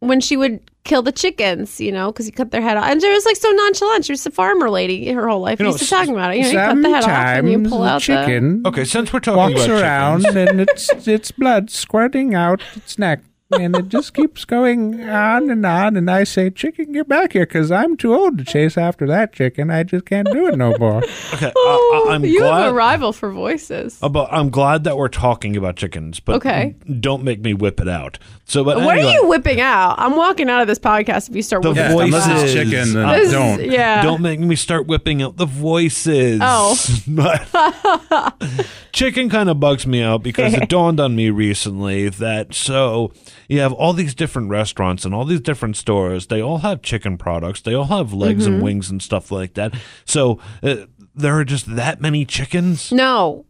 Speaker 2: when she would kill the chickens, you know, because he cut their head off, and she was like so nonchalant. She was a farmer lady her whole life.
Speaker 1: You know,
Speaker 2: used to talking about it. You know, you cut the head off and you pull out the-
Speaker 1: Okay, since we're talking
Speaker 3: walks
Speaker 1: about
Speaker 3: around
Speaker 1: chickens,
Speaker 3: and it's it's blood squirting out its neck and it just keeps going on and on and i say chicken get back here because i'm too old to chase after that chicken i just can't do it no more
Speaker 1: okay,
Speaker 2: Oh,
Speaker 1: I, I, I'm
Speaker 2: you
Speaker 1: glad.
Speaker 2: have a rival for voices.
Speaker 1: about, I'm glad that we're talking about chickens, but
Speaker 2: Okay.
Speaker 1: don't make me whip it out. So, but
Speaker 2: What
Speaker 1: Uh, anyway,
Speaker 2: are you whipping out? I'm walking out of this podcast if you start
Speaker 1: The
Speaker 2: whipping
Speaker 1: voices.
Speaker 2: stuff out.
Speaker 3: it's chicken, then
Speaker 1: Uh,
Speaker 2: This is-
Speaker 3: don't.
Speaker 2: yeah.
Speaker 1: Don't make me start whipping out the voices.
Speaker 2: Oh.
Speaker 1: But- Chicken kind of bugs me out because it dawned on me recently that so you have all these different restaurants and all these different stores. They all have chicken products. They all have legs
Speaker 2: Mm-hmm.
Speaker 1: and wings and stuff like that. So uh, there are just that many chickens.
Speaker 2: No.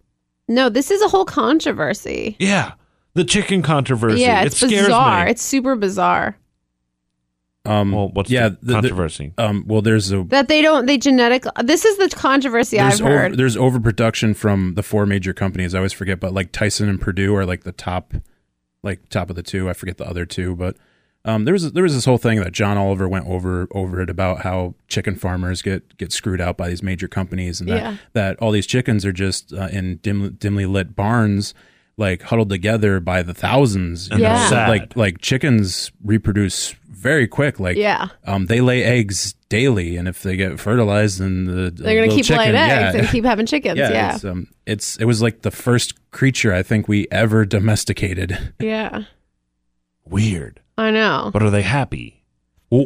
Speaker 2: No, this is a whole controversy.
Speaker 1: Yeah, the chicken controversy.
Speaker 2: Yeah,
Speaker 1: it
Speaker 2: it's
Speaker 1: scares
Speaker 2: bizarre.
Speaker 1: me.
Speaker 2: It's super bizarre
Speaker 3: um
Speaker 1: well, what's
Speaker 3: yeah
Speaker 1: the,
Speaker 3: the- the-
Speaker 1: controversy?
Speaker 3: um well there's a
Speaker 2: that they don't they genetic This is the controversy
Speaker 3: there's,
Speaker 2: I've heard.
Speaker 3: Over, there's overproduction from the four major companies i always forget but like tyson and purdue are like the top like top of the two i forget the other two but um, there was there was this whole thing that John Oliver went over over it about how chicken farmers get get screwed out by these major companies and that
Speaker 2: Yeah.
Speaker 3: that all these chickens are just uh, in dim, dimly lit barns like huddled together by the thousands you
Speaker 1: And
Speaker 2: they're
Speaker 3: know?
Speaker 1: sad.
Speaker 3: like like chickens reproduce very quick like
Speaker 2: yeah.
Speaker 3: um, they lay eggs daily and if they get fertilized then the
Speaker 2: They're going to
Speaker 3: little
Speaker 2: keep laying
Speaker 3: chicken-
Speaker 2: eggs
Speaker 3: yeah.
Speaker 2: and keep having chickens.
Speaker 3: yeah,
Speaker 2: Yeah.
Speaker 3: It's, um, it's it was like the first creature I think we ever domesticated.
Speaker 2: Yeah.
Speaker 1: Weird.
Speaker 2: I know.
Speaker 1: But are they happy?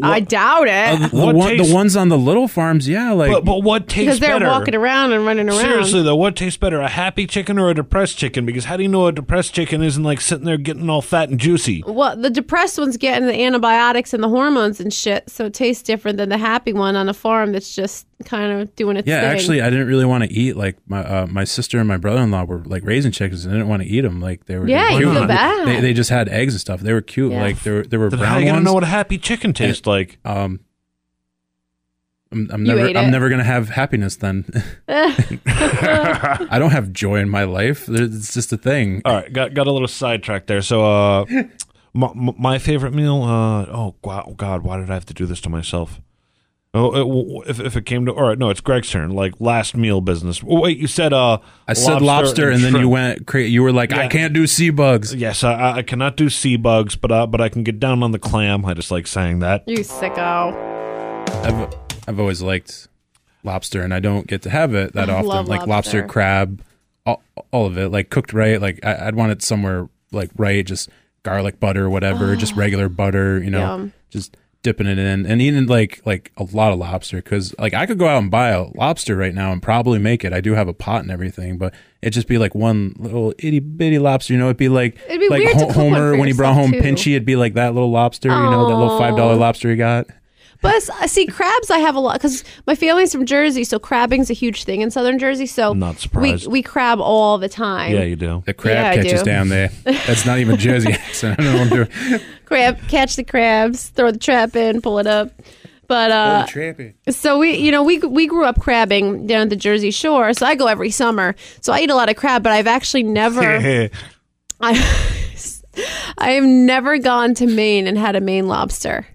Speaker 2: I doubt it.
Speaker 3: Uh, the,
Speaker 1: What
Speaker 3: one,
Speaker 1: tastes-
Speaker 3: the ones on the little farms, yeah, like
Speaker 1: but, but what tastes
Speaker 2: because they're
Speaker 1: better?
Speaker 2: walking around and running around.
Speaker 1: Seriously though, what tastes better, a happy chicken or a depressed chicken? Because how do you know a depressed chicken isn't like sitting there getting all fat and juicy?
Speaker 2: Well, the depressed one's getting the antibiotics and the hormones and shit, so it tastes different than the happy one on a farm that's just kind of doing its
Speaker 3: yeah.
Speaker 2: thing.
Speaker 3: Actually, I didn't really want to eat. Like my uh, my sister and my brother in law were like raising chickens and I didn't want to eat them. Like they were
Speaker 2: Yeah,
Speaker 3: they were
Speaker 2: you
Speaker 3: cute.
Speaker 2: feel bad.
Speaker 3: They, they just had eggs and stuff. They were cute.
Speaker 2: Yeah.
Speaker 3: Like there were there were
Speaker 1: Then
Speaker 3: brown
Speaker 1: how are you gonna
Speaker 3: ones.
Speaker 1: know what a happy chicken tastes like?
Speaker 3: um, I'm, I'm
Speaker 2: You
Speaker 3: never
Speaker 2: ate
Speaker 3: I'm
Speaker 2: it.
Speaker 3: never gonna have happiness then. I don't have joy in my life. There- It's just a thing.
Speaker 1: All right, got got a little sidetracked there. So, uh, my, my favorite meal. Uh, oh wow, God, why did I have to do this to myself? Oh, it, w- w- if if it came to all right, no, it's Greg's turn. Like last meal business. Oh, wait, you said uh,
Speaker 3: I said lobster, and, then you
Speaker 1: shrimp.
Speaker 3: went. Cra- you were like,
Speaker 1: Yeah.
Speaker 3: I can't do sea bugs.
Speaker 1: Yes, I- I, I cannot do sea bugs, but uh, but I can get down on the clam. I just like saying that.
Speaker 2: you sicko.
Speaker 3: I've I've always liked lobster, and I don't get to have it that
Speaker 2: I
Speaker 3: often.
Speaker 2: love
Speaker 3: like lobster,
Speaker 2: lobster.
Speaker 3: crab, all, all of it, like cooked right. Like I, I'd want it somewhere like right, just garlic butter, whatever, just regular butter. You know,
Speaker 2: Yum.
Speaker 3: just dipping it in, and eating like like a lot of lobster because like I could go out and buy a lobster right now and probably make it. I do have a pot and everything, but it'd just be like one little itty bitty lobster. You know, it'd be like
Speaker 2: It'd be
Speaker 3: like
Speaker 2: weird to cook one
Speaker 3: Homer
Speaker 2: for
Speaker 3: when he brought
Speaker 2: yourself,
Speaker 3: home
Speaker 2: too.
Speaker 3: Pinchy. It'd be like that little lobster. You know, that little
Speaker 2: Aw.
Speaker 3: five dollar lobster he got.
Speaker 2: But s- I see crabs. I have a lot because my family's from Jersey, so crabbing's a huge thing in Southern Jersey. So
Speaker 1: I'm not surprised.
Speaker 2: We we crab all the time.
Speaker 1: Yeah, you do.
Speaker 3: The
Speaker 2: Yeah, I
Speaker 3: crab catches
Speaker 2: do.
Speaker 3: down there. That's not even Jersey accent. I don't know what I'm doing.
Speaker 2: Crab, catch the crabs, throw the trap in, pull it up. But uh, So we, you know, we we grew up crabbing down at the Jersey Shore. So I go every summer. So I eat a lot of crab, but I've actually never, I, I have never gone to Maine and had a Maine lobster.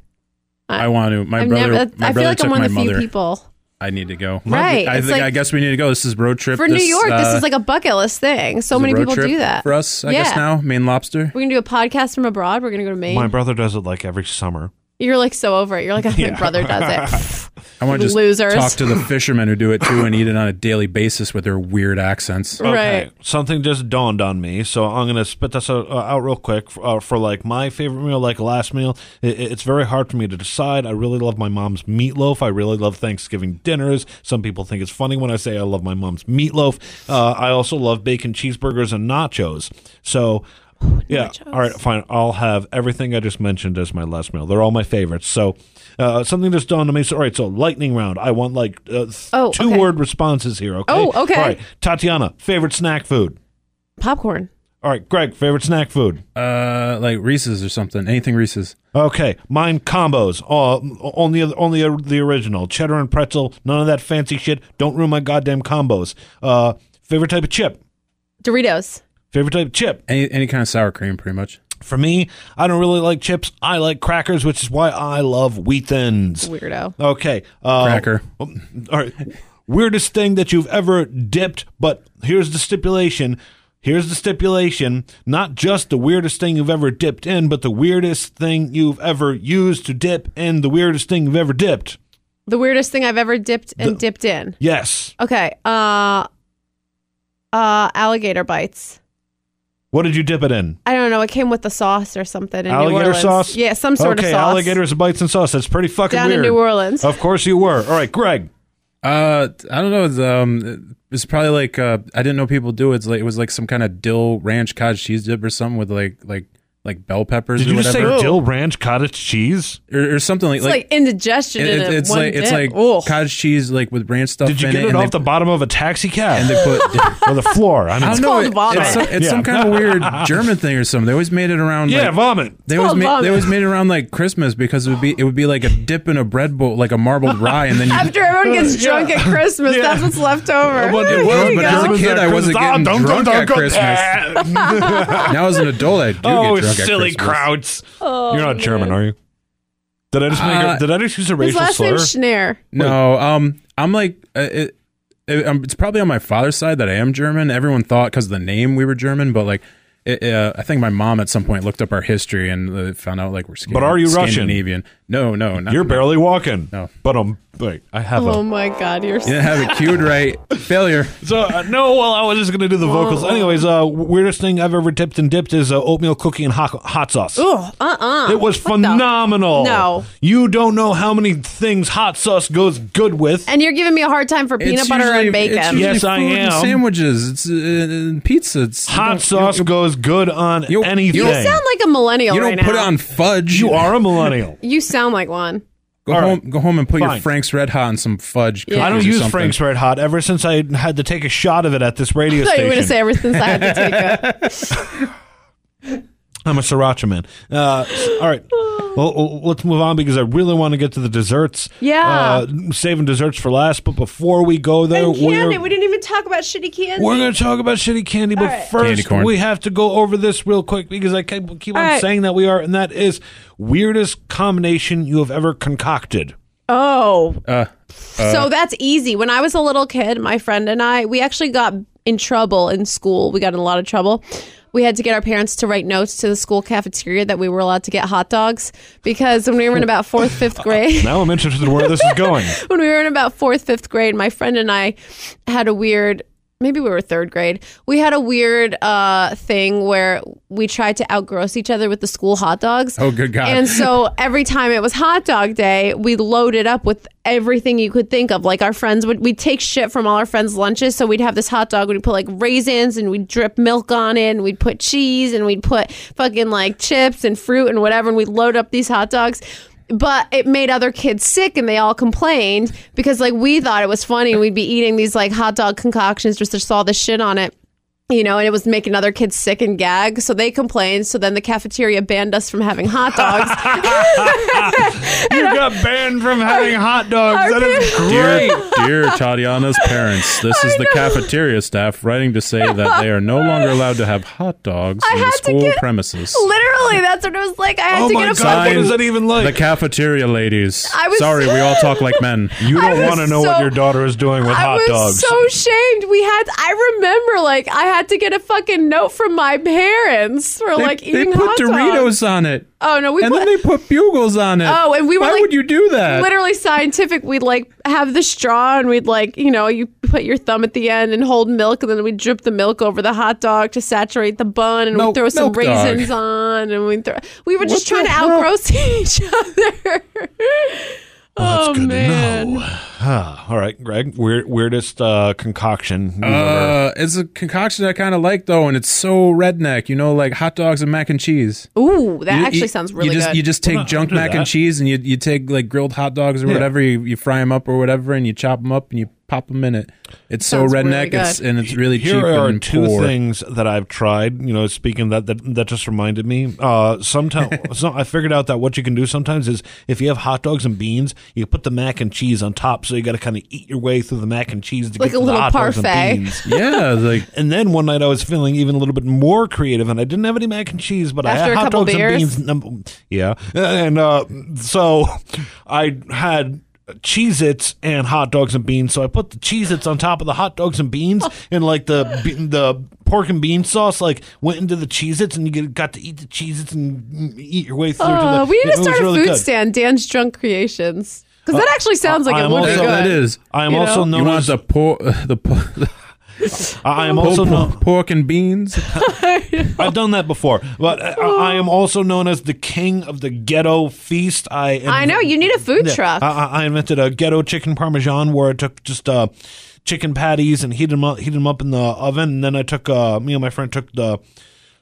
Speaker 3: I want to. My
Speaker 2: I've
Speaker 3: brother.
Speaker 2: never.
Speaker 3: my
Speaker 2: I feel
Speaker 3: brother
Speaker 2: like
Speaker 3: took
Speaker 2: I'm one
Speaker 3: my
Speaker 2: of the few
Speaker 3: mother.
Speaker 2: people
Speaker 3: I need to go.
Speaker 2: Right,
Speaker 3: I
Speaker 2: it's
Speaker 3: think.
Speaker 2: like-
Speaker 3: I guess we need to go. This is road trip
Speaker 2: for New
Speaker 3: this,
Speaker 2: York.
Speaker 3: uh,
Speaker 2: this is like a bucket list thing. So
Speaker 3: this
Speaker 2: many
Speaker 3: is a road
Speaker 2: people
Speaker 3: trip
Speaker 2: do that.
Speaker 3: for us. I
Speaker 2: Yeah.
Speaker 3: guess now Maine lobster.
Speaker 2: We're gonna do a podcast from abroad. We're gonna go to Maine.
Speaker 1: My brother does it like every summer.
Speaker 2: You're like so over it. You're like, oh, my brother does it.
Speaker 3: I want to just
Speaker 2: Losers.
Speaker 3: talk to the fishermen who do it too and eat it on a daily basis with their weird accents.
Speaker 2: Right.
Speaker 1: Something just dawned on me, so I'm gonna spit this out, uh, out real quick for, uh, for like my favorite meal, like last meal. It, it's very hard for me to decide. I really love my mom's meatloaf. I really love Thanksgiving dinners. Some people think it's funny when I say I love my mom's meatloaf. Uh, I also love bacon cheeseburgers and nachos. So. Yeah.
Speaker 2: nachos.
Speaker 1: All right. Fine. I'll have everything I just mentioned as my last meal. They're all my favorites. So, uh, something just dawned on me. So, all right. So, lightning round. I want like uh, th-
Speaker 2: Oh,
Speaker 1: two
Speaker 2: okay.
Speaker 1: word responses here. Okay.
Speaker 2: Oh, okay.
Speaker 1: All right. Tatiana, favorite snack food.
Speaker 2: Popcorn.
Speaker 1: All right, Greg, favorite snack food.
Speaker 3: Uh, like Reese's or something. Anything Reese's.
Speaker 1: Okay, mine combos. All only only the original cheddar and pretzel. None of that fancy shit. Don't ruin my goddamn combos. Uh, favorite type of chip.
Speaker 2: Doritos.
Speaker 1: Favorite type of chip.
Speaker 3: Any any kind of sour cream, pretty much.
Speaker 1: For me, I don't really like chips. I like crackers, which is why I love Wheat Thins.
Speaker 2: Weirdo.
Speaker 1: Okay, uh,
Speaker 3: Cracker.
Speaker 1: All right, weirdest thing that you've ever dipped, but here's the stipulation. Here's the stipulation: not just the weirdest thing you've ever dipped in, but the weirdest thing you've ever used to dip in, the weirdest thing you've ever dipped.
Speaker 2: The weirdest thing I've ever dipped and dipped in.
Speaker 1: Yes.
Speaker 2: Okay. Uh uh alligator bites.
Speaker 1: What did you dip it in?
Speaker 2: I don't know. It came with the sauce or something. In New
Speaker 1: Alligator
Speaker 2: Orleans.
Speaker 1: sauce.
Speaker 2: Yeah, some sort
Speaker 1: okay,
Speaker 2: of sauce.
Speaker 1: alligators, bites, and sauce. That's pretty fucking
Speaker 2: Down in
Speaker 1: weird.
Speaker 2: New Orleans.
Speaker 1: Of course you were. All right, Greg.
Speaker 3: Uh, I don't know. It's, um, it's probably like uh, I didn't know people do it. It's like it was like some kind of dill ranch cottage cheese dip or something with like like like bell peppers
Speaker 1: Did
Speaker 3: or
Speaker 1: you just
Speaker 3: whatever,
Speaker 1: say dill ranch cottage cheese?
Speaker 3: or, or something like
Speaker 2: It's like, indigestion
Speaker 3: it-
Speaker 2: in
Speaker 3: it-
Speaker 2: a
Speaker 3: it's
Speaker 2: one
Speaker 3: like
Speaker 2: dip.
Speaker 3: it's like
Speaker 2: Ugh.
Speaker 3: cottage cheese like with ranch stuff.
Speaker 1: Did you
Speaker 3: in
Speaker 1: get
Speaker 3: it
Speaker 1: it
Speaker 3: and
Speaker 1: off
Speaker 3: they-
Speaker 1: the bottom of a taxi cab
Speaker 3: And they put.
Speaker 1: or the floor? I mean,
Speaker 3: I
Speaker 2: It's
Speaker 3: don't know.
Speaker 2: called
Speaker 3: it-
Speaker 2: vomit.
Speaker 3: It's, some, it's
Speaker 1: Yeah.
Speaker 3: some kind of weird German thing or something. They always made it around.
Speaker 1: yeah,
Speaker 3: like,
Speaker 1: vomit.
Speaker 3: They
Speaker 2: It's
Speaker 3: always
Speaker 2: called
Speaker 3: made,
Speaker 2: vomit.
Speaker 3: they always made it around like Christmas because it would be it would be like a dip in a bread bowl, like a marbled rye, and then you
Speaker 2: After everyone gets drunk at Christmas,
Speaker 1: Yeah.
Speaker 2: that's what's left over.
Speaker 1: It was,
Speaker 2: There
Speaker 3: it was,
Speaker 2: you
Speaker 3: but as a
Speaker 2: go.
Speaker 3: kid, I wasn't getting
Speaker 1: don't,
Speaker 3: drunk
Speaker 1: don't,
Speaker 3: at
Speaker 1: Christmas.
Speaker 3: now as an adult I do
Speaker 1: oh,
Speaker 3: get drunk at
Speaker 1: Eh, silly
Speaker 3: Christmas.
Speaker 1: Krauts.
Speaker 2: Oh,
Speaker 1: You're not German, are you? Did I just make
Speaker 3: Uh,
Speaker 1: a, did I just use a
Speaker 2: His
Speaker 1: racial
Speaker 2: last
Speaker 1: slur?
Speaker 2: name's Schneer.
Speaker 3: No, um, I'm like uh, it. it um, it's probably on my father's side that I am German. Everyone thought because of the name we were German, but like, it, uh, I think my mom at some point looked up our history and uh, found out like we're. Scan-
Speaker 1: But are you Russian?
Speaker 3: Scandinavian? No, no, not,
Speaker 1: You're barely walking.
Speaker 3: No.
Speaker 1: But um, wait, I have
Speaker 2: Oh
Speaker 1: a.
Speaker 2: my God, you're
Speaker 3: Didn't have it cued right. Failure.
Speaker 1: So uh, no, well, I was just gonna do the vocals. Anyways, uh, weirdest thing I've ever dipped and dipped is uh, oatmeal cookie and hot, hot sauce.
Speaker 2: uh uh
Speaker 1: It was phenomenal.
Speaker 2: No.
Speaker 1: You don't know how many things hot sauce goes good with.
Speaker 2: And you're giving me a hard time for peanut
Speaker 3: It's
Speaker 2: butter
Speaker 3: usually-
Speaker 2: and bacon.
Speaker 3: it's usually
Speaker 1: Yes, I
Speaker 3: food and
Speaker 1: am.
Speaker 3: Sandwiches. It's uh, and pizza. It's you
Speaker 1: Hot
Speaker 3: don't-
Speaker 1: sauce goes good on
Speaker 3: you- you
Speaker 1: anything.
Speaker 3: don't-
Speaker 2: you sound like a millennial
Speaker 3: You don't,
Speaker 2: right
Speaker 3: put
Speaker 2: now.
Speaker 3: it on fudge.
Speaker 1: You are a millennial.
Speaker 2: You sound like one.
Speaker 3: Go
Speaker 1: All
Speaker 3: home. Go home and put your
Speaker 1: Fine.
Speaker 3: Frank's Red Hot and some fudge.
Speaker 2: Yeah.
Speaker 1: I don't
Speaker 3: cookies or
Speaker 1: use
Speaker 3: something.
Speaker 1: Frank's Red Hot ever since I had to take a shot of it at this radio
Speaker 2: I thought you were going to
Speaker 1: station.
Speaker 2: say ever since I had to take a
Speaker 1: I'm a sriracha man. Uh, s- all right, well, well, let's move on because I really want to get to the desserts.
Speaker 2: Yeah.
Speaker 1: uh, saving desserts for last. But before we go there,
Speaker 2: And candy.
Speaker 1: we're
Speaker 2: We didn't even talk about shitty candy.
Speaker 1: we're going to talk about shitty candy. But
Speaker 2: right.
Speaker 1: first,
Speaker 3: Candy corn.
Speaker 1: we have to go over this real quick because I keep, keep on
Speaker 2: All right.
Speaker 1: saying that we are, and that is weirdest combination you have ever concocted.
Speaker 2: oh,
Speaker 3: Uh,
Speaker 2: so that's easy. When I was a little kid, my friend and I, we actually got in trouble in school. We got in a lot of trouble. We had to get our parents to write notes to the school cafeteria that we were allowed to get hot dogs because when we were in about fourth, fifth grade,
Speaker 1: Now I'm interested in where this is going.
Speaker 2: when we were in about fourth, fifth grade, my friend and I had a weird, maybe we were third grade, we had a weird uh, thing where we tried to outgross each other with the school hot dogs.
Speaker 3: oh, good God.
Speaker 2: And so every time it was hot dog day, we loaded up with everything you could think of. Like our friends would, we'd take shit from all our friends' lunches. So we'd have this hot dog, we'd put like raisins and we'd drip milk on it and we'd put cheese and we'd put fucking like chips and fruit and whatever. And we'd load up these hot dogs. But it made other kids sick and they all complained because like we thought it was funny and we'd be eating these like hot dog concoctions, just, just all this shit on it you know, and it was making other kids sick and gag. So they complained. So then the cafeteria banned us from having hot dogs.
Speaker 1: You got banned from having hot dogs. That is great.
Speaker 3: Dear, dear Tatiana's parents, this is the cafeteria staff writing to say that they are no longer allowed to have hot dogs on
Speaker 2: had
Speaker 3: the
Speaker 2: to
Speaker 3: school
Speaker 2: get-
Speaker 3: premises.
Speaker 2: Literally, that's what it was like. I had
Speaker 1: Oh
Speaker 2: to
Speaker 1: my
Speaker 2: get a
Speaker 1: God,
Speaker 2: fucking.
Speaker 1: what is that even like?
Speaker 3: The cafeteria ladies.
Speaker 2: I was-
Speaker 3: Sorry, we all talk like men.
Speaker 1: You
Speaker 2: I
Speaker 1: don't
Speaker 2: was
Speaker 1: want to know
Speaker 2: so-
Speaker 1: what your daughter is doing with
Speaker 2: I
Speaker 1: hot
Speaker 2: was
Speaker 1: dogs.
Speaker 2: so shamed. We had. I remember, like, I had to get a fucking note from my parents for
Speaker 3: They,
Speaker 2: like
Speaker 3: they
Speaker 2: eating
Speaker 3: put
Speaker 2: hot
Speaker 3: Doritos
Speaker 2: dogs.
Speaker 3: on it,
Speaker 2: Oh no, we
Speaker 3: and
Speaker 2: put
Speaker 3: then they put bugles on it.
Speaker 2: Oh, and we were
Speaker 3: Why
Speaker 2: like-
Speaker 3: would you do that?
Speaker 2: literally scientific. We'd like have the straw and we'd like, you know, you put your thumb at the end and hold milk and then we'd drip the milk over the hot dog to saturate the bun and
Speaker 3: Milk-
Speaker 2: we'd throw some
Speaker 3: milk dog.
Speaker 2: raisins on and we'd throw we were just trying
Speaker 3: What the
Speaker 2: to
Speaker 3: hell?
Speaker 2: outgross each other. oh man.
Speaker 1: Ah, all right, Greg. Weird, weirdest uh, concoction. you've ever-
Speaker 3: Uh, it's a concoction I kind of like though, and it's so redneck. You know, like hot dogs and mac and cheese.
Speaker 2: Ooh, that
Speaker 3: You-
Speaker 2: actually
Speaker 3: you-
Speaker 2: sounds really
Speaker 3: you just,
Speaker 2: good.
Speaker 3: You just take
Speaker 1: not
Speaker 3: junk
Speaker 1: into
Speaker 3: mac
Speaker 1: that.
Speaker 3: and cheese, and you you take like grilled hot dogs or whatever. You, you fry them up or whatever, and you chop them up and you pop them in it. It's
Speaker 2: Sounds
Speaker 3: so
Speaker 2: really
Speaker 3: redneck. it's
Speaker 2: good.
Speaker 3: and it's really cheap
Speaker 1: Here are
Speaker 3: and
Speaker 1: two
Speaker 3: poor.
Speaker 1: things that I've tried. You know, speaking of that that that just reminded me. Uh, sometimes so I figured out that what you can do sometimes is if you have hot dogs and beans, you put the mac and cheese on top, so you got to kind of eat your way through the mac and cheese to
Speaker 2: Like
Speaker 1: get
Speaker 2: a
Speaker 1: to the
Speaker 2: little
Speaker 1: hot dogs and
Speaker 2: parfait.
Speaker 1: beans.
Speaker 3: yeah, like
Speaker 1: And then one night I was feeling even a little bit more creative, and I didn't have any mac and cheese, but I
Speaker 2: After
Speaker 1: had
Speaker 2: a
Speaker 1: hot
Speaker 2: couple
Speaker 1: dogs
Speaker 2: beers?
Speaker 1: and beans. num- Yeah, and uh, so I had Cheez-Its and hot dogs and beans. So I put the Cheez-Its on top of the hot dogs and beans,
Speaker 2: Oh.
Speaker 1: and like the be- the pork and bean sauce like went into the Cheez-Its, and you get, got to eat the Cheez-Its and eat your way through. to
Speaker 2: Uh,
Speaker 1: the,
Speaker 2: we need
Speaker 1: it
Speaker 2: to
Speaker 1: was
Speaker 2: start a
Speaker 1: really
Speaker 2: food
Speaker 1: good. Uh,
Speaker 2: stand, Dan's Drunk Creations. Because that actually sounds like
Speaker 1: I
Speaker 2: it
Speaker 1: am
Speaker 2: would be
Speaker 1: also-
Speaker 2: good.
Speaker 3: that is.
Speaker 1: I am
Speaker 2: You
Speaker 1: also
Speaker 2: know?
Speaker 3: you
Speaker 1: known
Speaker 3: want
Speaker 1: as
Speaker 3: the por- the, por-
Speaker 1: I am
Speaker 3: po-
Speaker 1: also known.
Speaker 3: po- pork and beans.
Speaker 1: I've done that before, but I, I am also known as the king of the ghetto feast. I am-
Speaker 2: I know. You need a food
Speaker 1: Yeah, Uh,
Speaker 2: truck.
Speaker 1: I- I, I invented a ghetto chicken parmesan where I took just uh, chicken patties and heated them up, heated 'em up in the oven, and then I took uh, me and my friend took the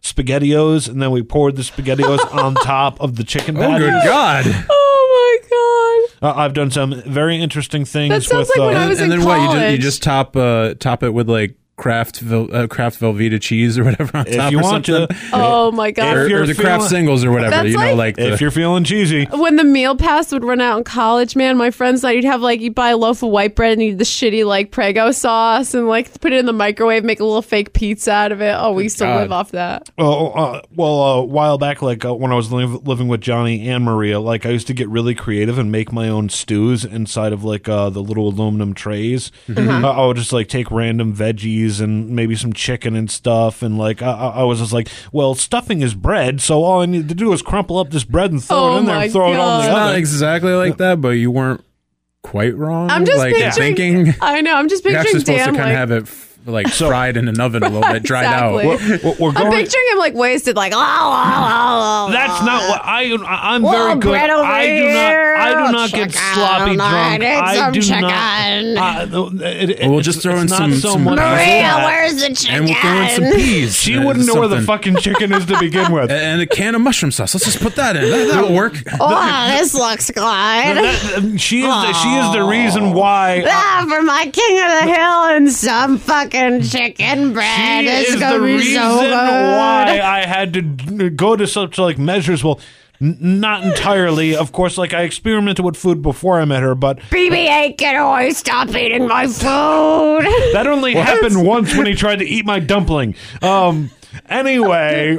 Speaker 1: spaghettios, and then we poured the spaghettios on top of the chicken
Speaker 3: Oh,
Speaker 1: patties.
Speaker 3: good God!
Speaker 2: oh my God.
Speaker 1: Uh, I've done some very interesting things.
Speaker 2: That sounds
Speaker 1: with,
Speaker 2: like
Speaker 1: uh,
Speaker 2: when I was
Speaker 3: and
Speaker 2: in
Speaker 3: then what? You just, you
Speaker 2: college.
Speaker 3: just top uh, top it with like craft Vel- uh, craft Velveeta cheese or whatever on
Speaker 1: If
Speaker 3: top
Speaker 1: you
Speaker 3: or
Speaker 1: want
Speaker 3: something.
Speaker 1: to.
Speaker 2: Oh my
Speaker 1: If
Speaker 2: God.
Speaker 3: or,
Speaker 1: you're
Speaker 3: or the
Speaker 1: feeling-
Speaker 3: craft singles or whatever.
Speaker 2: That's
Speaker 3: you know,
Speaker 2: like-
Speaker 3: like,
Speaker 1: if
Speaker 3: the,
Speaker 1: you're feeling cheesy,
Speaker 2: when the meal pass would run out in college, man, my friends and I, you'd have like you'd buy a loaf of white bread and you'd the shitty like Prego sauce and like put it in the microwave, make a little fake pizza out of it. Oh, we used to
Speaker 3: God.
Speaker 2: live off that.
Speaker 1: Well, uh, well, a while back, like uh, when I was liv- living with Johnny and Maria, like I used to get really creative and make my own stews inside of like uh, the little aluminum trays.
Speaker 2: Mm-hmm.
Speaker 1: Uh, I would just like take random veggies and maybe some chicken and stuff, and like I, I I was just like, well, stuffing is bread, so all I need to do is crumple up this bread and throw
Speaker 2: Oh
Speaker 1: it in there,
Speaker 2: my
Speaker 1: and throw it on
Speaker 3: it's
Speaker 1: the
Speaker 2: God.
Speaker 1: oven.
Speaker 3: not exactly like that, but you weren't quite wrong.
Speaker 2: I'm just
Speaker 3: like in
Speaker 2: picturing.
Speaker 3: thinking.
Speaker 2: I know. I'm just
Speaker 3: You're
Speaker 2: picturing
Speaker 3: actually supposed
Speaker 2: Dan
Speaker 3: to kind
Speaker 2: like.
Speaker 3: of have it f- like fried in an oven a little bit, dried
Speaker 2: Exactly.
Speaker 3: out.
Speaker 1: We're- we're- we're
Speaker 2: I'm
Speaker 1: going-
Speaker 2: picturing him like wasted, like la la la la.
Speaker 1: That's not what I. I- I'm
Speaker 2: Uh, Well,
Speaker 1: very good.
Speaker 2: bread over
Speaker 1: I do
Speaker 2: here.
Speaker 1: not. I do not get
Speaker 2: Chicken.
Speaker 1: sloppy drunk.
Speaker 2: I need
Speaker 1: I
Speaker 2: some
Speaker 1: do
Speaker 2: chicken.
Speaker 1: not. Uh, it, it,
Speaker 3: Well, we'll
Speaker 1: it's-
Speaker 3: just throw
Speaker 1: it's
Speaker 3: in
Speaker 1: not
Speaker 3: some-
Speaker 1: so
Speaker 3: some
Speaker 1: much
Speaker 3: Maria,
Speaker 1: that.
Speaker 2: the chicken?
Speaker 3: And we'll throw in some peas.
Speaker 1: She
Speaker 3: and
Speaker 1: wouldn't know where the
Speaker 3: something.
Speaker 1: fucking chicken is to begin with. That-
Speaker 3: And a can of mushroom sauce. Let's just put that in. That, that'll work.
Speaker 2: oh, this looks good.
Speaker 1: she is. The, she is
Speaker 2: Oh.
Speaker 1: the reason why.
Speaker 2: Ah, for my king of the hill and some fucking chicken bread.
Speaker 1: She
Speaker 2: It's
Speaker 1: is
Speaker 2: gonna
Speaker 1: the
Speaker 2: be
Speaker 1: reason
Speaker 2: so good.
Speaker 1: why I had to d- go to such like measures. Well, n- not entirely, of course. Like I experimented with food before I met her, but
Speaker 2: BB-8, get away! Stop eating my food.
Speaker 1: That only happened once when he tried to eat my dumpling. Um, anyway.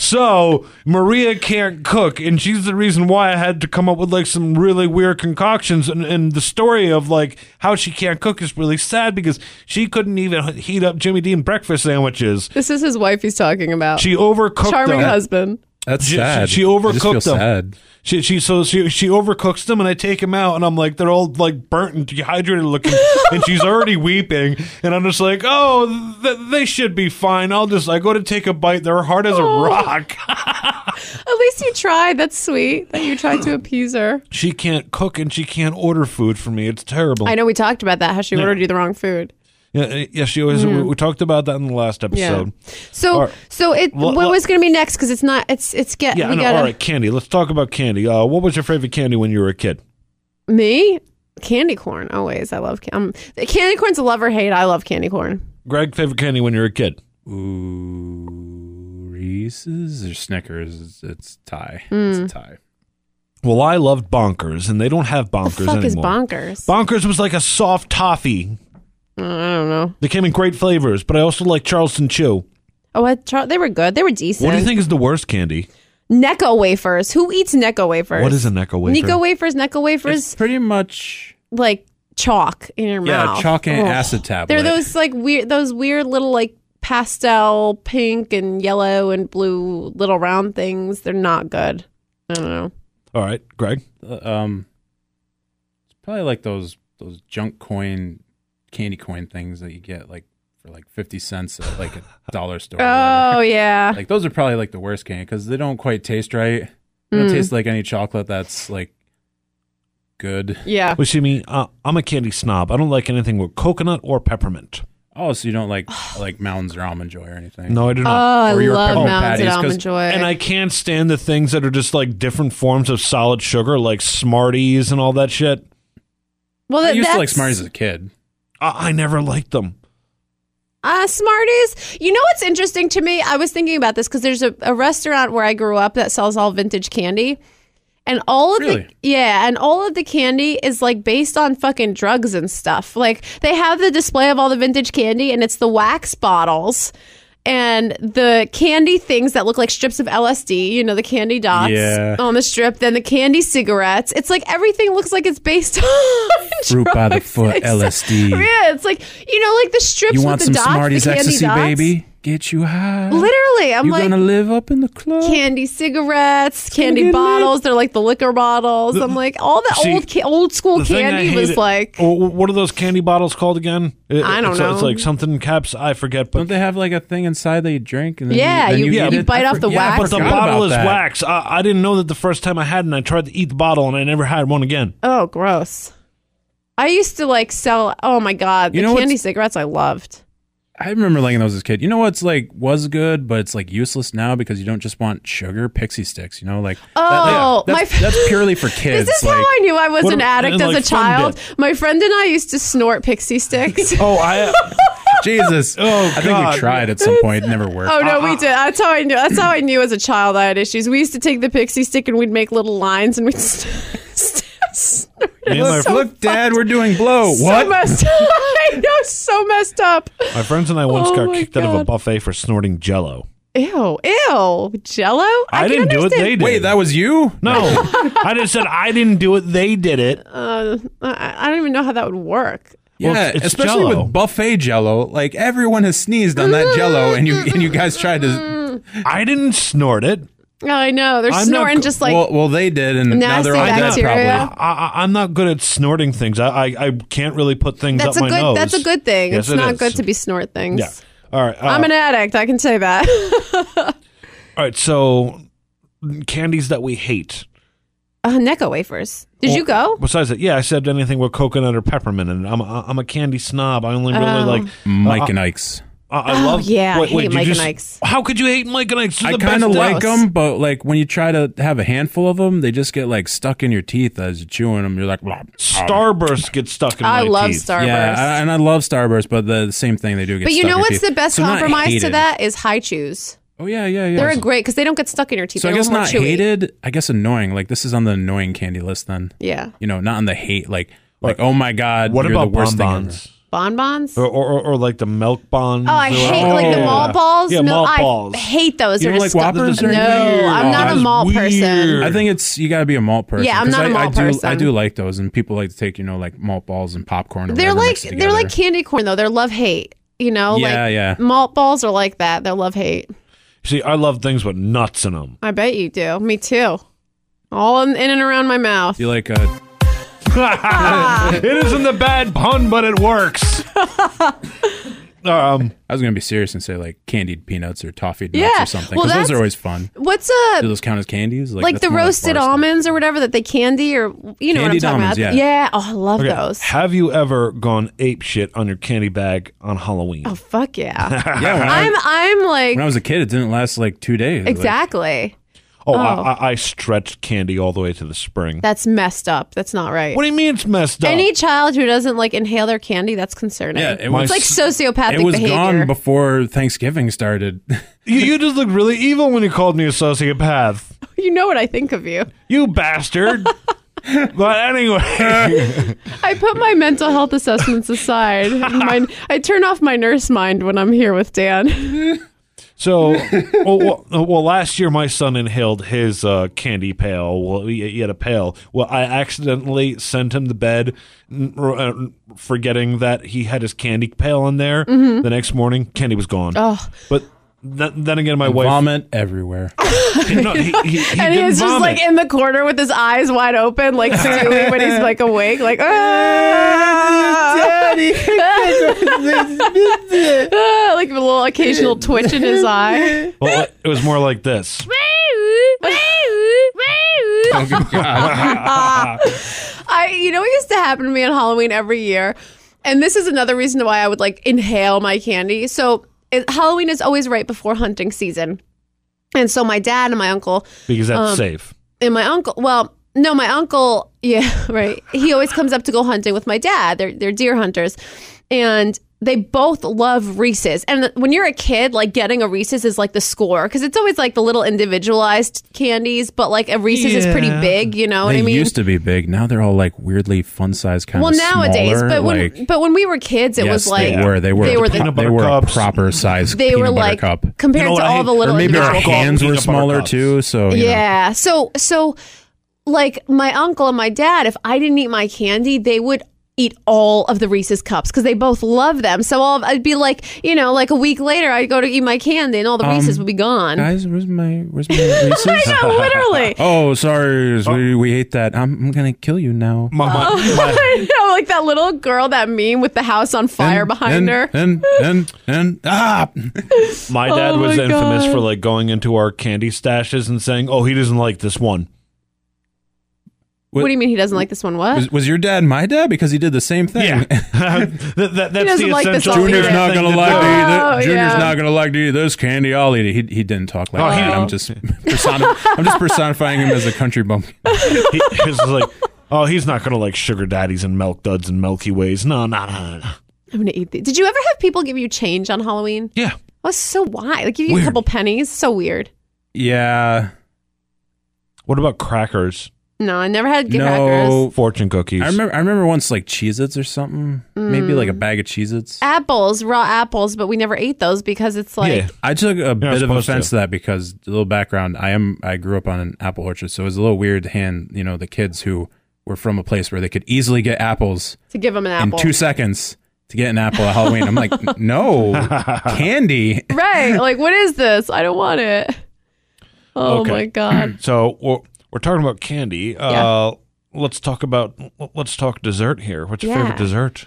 Speaker 1: So Maria can't cook, and she's the reason why I had to come up with like some really weird concoctions. And, and the story of like how she can't cook is really sad because she couldn't even heat up Jimmy Dean breakfast sandwiches.
Speaker 2: this is his wife he's talking about.
Speaker 1: She overcooked
Speaker 2: Charming
Speaker 1: them.
Speaker 2: husband.
Speaker 3: That's
Speaker 1: She- she-
Speaker 3: sad.
Speaker 1: she
Speaker 3: I just feel
Speaker 1: overcooked them.
Speaker 3: sad.
Speaker 1: She she so she she overcooks them and I take them out and I'm like they're all like burnt and dehydrated looking and she's already weeping and I'm just like oh th- they should be fine I'll just I go to take a bite they're hard as a
Speaker 2: Oh.
Speaker 1: rock
Speaker 2: At least you tried. That's sweet that you tried to appease her.
Speaker 1: she can't cook and she can't order food for me it's terrible
Speaker 2: I know we talked about that. How she ordered you the wrong food.
Speaker 1: yeah, uh, yeah she always we, we talked about that in the last
Speaker 2: Yeah.
Speaker 1: episode
Speaker 2: So,
Speaker 1: All right.
Speaker 2: so it
Speaker 1: Well,
Speaker 2: what
Speaker 1: well-
Speaker 2: was going to be next? Because it's not. It's it's get.
Speaker 1: yeah, I
Speaker 2: we
Speaker 1: know
Speaker 2: gotta,
Speaker 1: all right candy let's talk about candy uh, what was your favorite candy when you were a kid
Speaker 2: Me, candy corn. Always. I love. Can- um, candy corn's a love or hate. I love candy corn.
Speaker 1: Greg favorite candy when you were a kid
Speaker 3: Ooh, Reese's or Snickers? It's, it's tie.
Speaker 2: Hmm.
Speaker 3: It's a tie.
Speaker 1: well I loved bonkers and they don't have bonkers
Speaker 2: the fuck
Speaker 1: anymore
Speaker 2: is bonkers?
Speaker 1: bonkers was like a soft toffee
Speaker 2: Uh, I don't know.
Speaker 1: They came in great flavors, but I also like Charleston Chew.
Speaker 2: Oh, I tried, they were good. They were decent.
Speaker 1: What do you think is the worst candy?
Speaker 2: Necco wafers. Who eats Necco wafers?
Speaker 1: What is a Necco wafer?
Speaker 2: Nico wafers? Necco wafers?
Speaker 3: It's pretty much
Speaker 2: like chalk in your
Speaker 3: yeah,
Speaker 2: mouth.
Speaker 3: chalk and
Speaker 2: Ugh.
Speaker 3: acid tablet.
Speaker 2: They're those like weird, those weird little like pastel pink and yellow and blue little round things. They're not good. I don't know.
Speaker 1: All right, Greg.
Speaker 3: Uh, um, it's probably like those those junk coin, candy coin things that you get like for like fifty cents at like a dollar store. or whatever.
Speaker 2: Oh yeah.
Speaker 3: like those are probably like the worst candy because they don't quite taste right. They don't
Speaker 2: Mm.
Speaker 3: taste like any chocolate that's like good.
Speaker 2: yeah.
Speaker 1: Well, see me. Uh, I'm a candy snob. I don't like anything with coconut or peppermint.
Speaker 3: Oh, so you don't like like mountains or almond joy or anything?
Speaker 1: No, I do
Speaker 2: Oh,
Speaker 1: not.
Speaker 2: I
Speaker 3: Or your
Speaker 2: love
Speaker 3: peppermint
Speaker 2: mounds and
Speaker 3: patties, 'cause-
Speaker 2: almond joy.
Speaker 1: and I can't stand the things that are just like different forms of solid sugar, like Smarties and all that shit.
Speaker 2: Well,
Speaker 3: I
Speaker 2: that,
Speaker 3: used to like
Speaker 2: that's-
Speaker 3: Smarties as a kid.
Speaker 1: I, I never liked them.
Speaker 2: Uh, Smarties. You know what's interesting to me? I was thinking about this because there's a, a restaurant where I grew up that sells all vintage candy. And all of
Speaker 3: Really?
Speaker 2: the yeah, and all of the candy is like based on fucking drugs and stuff. Like they have the display of all the vintage candy, and it's the wax bottles and the candy things that look like strips of LSD. You know the candy dots
Speaker 3: Yeah.
Speaker 2: on the strip, then the candy cigarettes. It's like everything looks like it's based on
Speaker 3: Fruit by the
Speaker 2: drugs.
Speaker 3: foot,
Speaker 2: It's-
Speaker 3: LSD.
Speaker 2: Yeah, it's like you know, like the strips
Speaker 3: You
Speaker 2: with
Speaker 3: want
Speaker 2: the
Speaker 3: some
Speaker 2: dots,
Speaker 3: Smarties
Speaker 2: the candy
Speaker 3: ecstasy,
Speaker 2: dots.
Speaker 3: baby? Get you high.
Speaker 2: Literally, I'm
Speaker 3: You're
Speaker 2: like
Speaker 3: gonna live up in the club.
Speaker 2: candy cigarettes, candy
Speaker 3: get
Speaker 2: bottles. They're like the liquor bottles. I'm like all the
Speaker 1: see,
Speaker 2: old ca- old school
Speaker 1: The thing I
Speaker 2: candy was
Speaker 1: hated-
Speaker 2: like.
Speaker 1: Oh, what are those candy bottles called again? It-
Speaker 2: I don't
Speaker 1: it's, uh, It's
Speaker 2: know.
Speaker 1: like something caps. I forget, but
Speaker 3: Don't they have like a thing inside that you drink and then
Speaker 2: Yeah,
Speaker 3: you, then
Speaker 2: you-
Speaker 3: you,
Speaker 1: yeah,
Speaker 3: eat
Speaker 1: you
Speaker 3: it?
Speaker 2: bite
Speaker 3: I
Speaker 2: off the
Speaker 3: forget- yeah,
Speaker 2: wax.
Speaker 3: I
Speaker 1: But the
Speaker 3: forgot
Speaker 1: bottle
Speaker 3: about
Speaker 1: is
Speaker 3: that.
Speaker 1: wax. I, I didn't know that the first time I had, it, and I tried to eat the bottle, and I never had one again.
Speaker 2: Oh, gross. I used to like sell. Oh my god, the
Speaker 3: You know
Speaker 2: candy
Speaker 3: what's-
Speaker 2: cigarettes I loved.
Speaker 3: I remember liking those as a kid. You know what's like was good, but it's like useless now because you don't just want sugar pixie sticks. You know, like that-
Speaker 2: Oh,
Speaker 3: that's,
Speaker 2: my-
Speaker 3: that's purely for kids.
Speaker 2: This is
Speaker 3: like,
Speaker 2: how I knew I was
Speaker 1: What
Speaker 2: an
Speaker 1: a-
Speaker 2: addict
Speaker 1: and,
Speaker 2: as a
Speaker 1: like, Fun
Speaker 2: child.
Speaker 1: Dip.
Speaker 2: My friend and I used to snort pixie sticks.
Speaker 1: Oh, I
Speaker 3: Jesus.
Speaker 1: Oh,
Speaker 3: I think
Speaker 1: God.
Speaker 3: we tried at some point. It never worked.
Speaker 2: Oh no, we did. That's how I knew. That's how I knew as a child I had issues. We used to take the pixie stick and we'd make little lines and we'd. St- st- snort it.
Speaker 1: Me and my
Speaker 2: so,
Speaker 3: Look, Dad, we're doing blow.
Speaker 2: So
Speaker 3: what?
Speaker 2: messed up. I know, so messed up.
Speaker 1: my friends and I once
Speaker 2: Oh
Speaker 1: got
Speaker 2: my
Speaker 1: kicked out of a
Speaker 2: God.
Speaker 1: buffet for snorting Jello.
Speaker 2: Ew, ew, Jello. I,
Speaker 1: I,
Speaker 2: can
Speaker 1: didn't do it;
Speaker 2: understand-
Speaker 1: they did.
Speaker 3: Wait, that was you?
Speaker 1: no. I just said I didn't do it; they did it.
Speaker 2: Uh, I, I don't even know how that would work.
Speaker 1: Well,
Speaker 3: Yeah,
Speaker 1: it's- it's
Speaker 3: especially
Speaker 1: Jell-O.
Speaker 3: with buffet Jello. Like everyone has sneezed on that Jello, and you and you guys tried
Speaker 2: Mm,
Speaker 3: to.
Speaker 1: I didn't snort it.
Speaker 2: Oh, I know they're
Speaker 1: I'm not
Speaker 2: snorting
Speaker 1: co-
Speaker 2: just like
Speaker 3: well, well, they did, and now they're all
Speaker 2: Nasty
Speaker 3: dead.
Speaker 2: bacteria.
Speaker 3: Probably.
Speaker 1: I, I, I'm not good at snorting things. I, I, I can't really put things
Speaker 2: that's a
Speaker 1: up my
Speaker 2: good.
Speaker 1: nose.
Speaker 2: That's a good thing.
Speaker 1: Yes,
Speaker 2: it's
Speaker 1: it
Speaker 2: not
Speaker 1: is.
Speaker 2: good to be snort things.
Speaker 1: Yeah. All right. uh,
Speaker 2: I'm an addict. I can say that.
Speaker 1: all right. So, candies that we hate.
Speaker 2: uh, Necco wafers. Did you go?
Speaker 1: Besides that, yeah, I said anything with coconut or peppermint, and I'm a, I'm a candy snob. I only really like. Uh-uh.
Speaker 3: Mike and Ike's.
Speaker 1: I, I
Speaker 2: Um, Oh,
Speaker 1: love.
Speaker 2: yeah, I
Speaker 1: wait, wait,
Speaker 2: hate
Speaker 1: did
Speaker 2: Mike
Speaker 1: you
Speaker 2: and
Speaker 1: s-
Speaker 2: Ike's.
Speaker 1: How could you hate Mike and Ike's? They're
Speaker 3: I
Speaker 1: the
Speaker 3: kind of
Speaker 1: best
Speaker 3: like
Speaker 1: things.
Speaker 2: those.
Speaker 3: them, but like when you try to have a handful of them, they just get like stuck in your teeth as you're chewing them. You're like, "Blah."
Speaker 1: Starburst gets stuck in my
Speaker 2: I love
Speaker 1: teeth.
Speaker 2: Starburst.
Speaker 3: yeah, I, and I love Starburst, but the, the same thing they do. Get
Speaker 2: But you
Speaker 3: stuck
Speaker 2: know
Speaker 3: in your
Speaker 2: what's
Speaker 3: teeth.
Speaker 2: the best
Speaker 3: So not
Speaker 2: compromise to
Speaker 3: hated.
Speaker 2: that is high chews.
Speaker 3: Oh yeah, yeah, yeah.
Speaker 2: They're a
Speaker 3: so,
Speaker 2: great because they don't get stuck in your teeth.
Speaker 3: so I
Speaker 2: They're a
Speaker 3: guess
Speaker 2: little
Speaker 3: not
Speaker 2: more chewy.
Speaker 3: hated. I guess annoying. Like this is on the annoying candy list. Then
Speaker 2: Yeah,
Speaker 3: you know, not on the hate. Like like oh my god,
Speaker 1: What
Speaker 3: you're
Speaker 1: about
Speaker 3: the worst thing ever.
Speaker 1: bonbons?
Speaker 2: bonbons.
Speaker 1: Or, or, or, or like the milk bonds?
Speaker 2: Oh, I
Speaker 1: or-
Speaker 2: hate like the
Speaker 3: yeah.
Speaker 2: mall balls.
Speaker 1: Yeah,
Speaker 2: no,
Speaker 1: mall
Speaker 2: I
Speaker 1: balls.
Speaker 2: hate those.
Speaker 3: You
Speaker 2: They're
Speaker 3: don't like
Speaker 2: disgusting.
Speaker 3: Whoppers or
Speaker 2: No,
Speaker 3: anything?
Speaker 2: I'm not
Speaker 1: That
Speaker 2: a
Speaker 1: is
Speaker 2: mall person.
Speaker 1: weird.
Speaker 3: I think it's you got to be a malt person.
Speaker 2: Yeah, I'm
Speaker 3: 'cause
Speaker 2: not a
Speaker 3: I-
Speaker 2: malt
Speaker 3: I do,
Speaker 2: person.
Speaker 3: I do like those, and people like to take you know like malt balls and popcorn. Or
Speaker 2: They're
Speaker 3: whatever,
Speaker 2: like
Speaker 3: mix it
Speaker 2: they're like
Speaker 3: together.
Speaker 2: candy corn though. They're love hate. You know,
Speaker 3: Yeah,
Speaker 2: like
Speaker 3: yeah.
Speaker 2: malt balls are like that. They're love hate.
Speaker 1: See, I love things with nuts in them.
Speaker 2: I bet you do. Me too. All in, in and around my mouth.
Speaker 3: You like uh, a
Speaker 2: Ah.
Speaker 1: it isn't a bad pun, but it works. um,
Speaker 3: I was gonna be serious and say like candied peanuts or toffee nuts
Speaker 2: Yeah,
Speaker 3: or something.
Speaker 2: well,
Speaker 3: Because
Speaker 2: that's-
Speaker 3: those are always fun.
Speaker 2: What's
Speaker 3: Do
Speaker 2: a
Speaker 3: those count as candies?
Speaker 2: like
Speaker 3: that's
Speaker 2: the
Speaker 3: more
Speaker 2: roasted
Speaker 3: bar stuff.
Speaker 2: almonds or whatever that they candy or you know what I'm
Speaker 3: Candied
Speaker 2: talking
Speaker 3: almonds,
Speaker 2: about?
Speaker 3: yeah.
Speaker 2: Oh, I love those.
Speaker 1: have you ever gone ape shit on your candy bag on Halloween?
Speaker 2: Oh fuck yeah.
Speaker 3: Yeah, when I,
Speaker 2: I'm I'm like
Speaker 3: when I was a kid, it didn't last like two days. Like,
Speaker 2: exactly.
Speaker 1: Oh, I, I, I stretched candy all the way to the spring.
Speaker 2: That's messed up. That's not right.
Speaker 1: what do you mean it's messed up?
Speaker 2: Any child who doesn't like inhale their candy, that's concerning.
Speaker 3: yeah, it
Speaker 1: My
Speaker 2: it's
Speaker 3: was.
Speaker 2: like sociopathic
Speaker 3: it was
Speaker 2: behavior.
Speaker 3: gone before Thanksgiving started.
Speaker 1: you, you just looked really evil when you called me a sociopath.
Speaker 2: you know what I think of you.
Speaker 1: You bastard. but anyway,
Speaker 2: I put my mental health assessments aside. my, I turn off my nurse mind when I'm here with Dan.
Speaker 1: so well, well, well, last year my son inhaled his uh, candy pail. Well, he, he had a pail. Well, I accidentally sent him to bed, n- r- uh, forgetting that he had his candy pail in there. The next morning, candy was gone.
Speaker 2: Mm-hmm. Oh.
Speaker 1: But th- then again, my wife.
Speaker 3: Vomit everywhere.
Speaker 1: no, he, he, he
Speaker 2: and he
Speaker 1: didn't
Speaker 2: was just
Speaker 1: vomit.
Speaker 2: like in the corner with his eyes wide open, like Stewie when he's like awake, like, "Ah." Ah, like a little occasional twitch in his eye.
Speaker 1: Well, it was more like this.
Speaker 2: I, you know, what used to happen to me on Halloween every year, and this is another reason why I would like inhale my candy. So it, Halloween is always right before hunting season, and so my dad and my uncle Um,
Speaker 1: Because that's safe.
Speaker 2: and my uncle. Well, No, my uncle, yeah, right. He always comes up to go hunting with my dad. They're they're deer hunters. And they both love Reese's. And when you're a kid, like getting a Reese's is like the score because it's always like the little individualized candies, but like a Reese's is pretty
Speaker 1: Yeah.
Speaker 2: big, you know what
Speaker 3: they
Speaker 2: I mean?
Speaker 3: used to be big. Now they're all like weirdly fun size kind
Speaker 2: well,
Speaker 3: of
Speaker 2: nowadays,
Speaker 3: smaller,
Speaker 2: but when
Speaker 3: like,
Speaker 2: but when we were kids, it
Speaker 3: yes,
Speaker 2: was like
Speaker 3: they were they were
Speaker 2: they
Speaker 3: the
Speaker 2: were the-
Speaker 3: pro-
Speaker 1: Peanut
Speaker 3: they
Speaker 1: butter
Speaker 3: were a
Speaker 1: cups.
Speaker 3: proper size
Speaker 2: they
Speaker 3: peanut
Speaker 2: were
Speaker 3: butter
Speaker 2: like
Speaker 3: cup.
Speaker 2: compared
Speaker 1: You know what
Speaker 2: to
Speaker 1: I
Speaker 2: all
Speaker 1: hate?
Speaker 2: the little
Speaker 1: Or maybe our
Speaker 3: Our
Speaker 2: individual
Speaker 1: called
Speaker 3: hands were
Speaker 1: peanut butter
Speaker 3: smaller
Speaker 1: cups.
Speaker 3: too, so you know.
Speaker 2: yeah. So so like my uncle and my dad, if I didn't eat my candy, they would eat all of the Reese's cups because they both love them. So all of, I'd be like, you know, like a week later, I'd go to eat my candy and all the Reese's would be gone.
Speaker 3: Um, Guys, where's my where's my Reese's?
Speaker 2: I know, literally.
Speaker 3: Oh, sorry, we we ate that. I'm, I'm gonna kill you now.
Speaker 1: My,
Speaker 2: oh.
Speaker 1: my, my,
Speaker 2: I know, like that little girl, that meme with the house on fire
Speaker 3: And-
Speaker 2: behind
Speaker 3: and, uh,
Speaker 2: her.
Speaker 3: and and and ah.
Speaker 1: My dad
Speaker 2: Oh
Speaker 1: was
Speaker 2: my
Speaker 1: infamous
Speaker 2: God.
Speaker 1: for like going into our candy stashes and saying, "Oh, he doesn't like this one."
Speaker 2: What do you mean he doesn't like this one? What?
Speaker 3: Was, was your dad my dad? Because he did the same thing.
Speaker 1: that, that, that's
Speaker 2: doesn't
Speaker 1: the
Speaker 2: like this
Speaker 1: essential.
Speaker 2: all
Speaker 3: Junior's
Speaker 2: Weird
Speaker 3: not gonna
Speaker 1: thing
Speaker 3: like
Speaker 1: do.
Speaker 2: do.
Speaker 3: to eat
Speaker 2: Oh,
Speaker 3: it. Junior's
Speaker 2: yeah.
Speaker 3: not gonna like to eat this candy. I'll eat it. He, he didn't talk like
Speaker 1: Oh,
Speaker 3: that.
Speaker 1: he-
Speaker 3: I'm just personi- I'm just personifying him as a country bumpkin.
Speaker 1: He, he's just like, "Oh, he's not gonna like sugar daddies and milk duds and Milky Ways." No, no, no, no, no.
Speaker 2: I'm gonna eat these. Did you ever have people give you change on Halloween?
Speaker 1: Yeah,
Speaker 2: That was so wild. Like give you a
Speaker 1: Weird.
Speaker 2: couple pennies. So weird.
Speaker 3: Yeah.
Speaker 1: What about crackers,
Speaker 2: No, I never had
Speaker 3: no.
Speaker 2: crackers.
Speaker 1: fortune cookies?
Speaker 3: I remember I remember once like Cheez Its or something.
Speaker 2: Mm.
Speaker 3: Maybe like a bag of Cheez Its.
Speaker 2: Apples, raw apples, but we never ate those because it's like
Speaker 1: yeah,
Speaker 3: I took a bit of
Speaker 1: supposed
Speaker 3: offense
Speaker 1: to.
Speaker 3: to. that because a little background. I am I grew up on an apple orchard, so it was a little weird. Hand you know the kids who were from a place where they could easily get apples
Speaker 2: to give them an
Speaker 3: in
Speaker 2: apple.
Speaker 3: two seconds to get an apple at Halloween. I'm like, no candy.
Speaker 2: right. Like, what is this? I don't want it. Oh
Speaker 1: Okay.
Speaker 2: my God.
Speaker 1: So we're, we're talking about candy. Uh, Let's talk about let's talk dessert here. What's your
Speaker 2: Yeah.
Speaker 1: favorite dessert?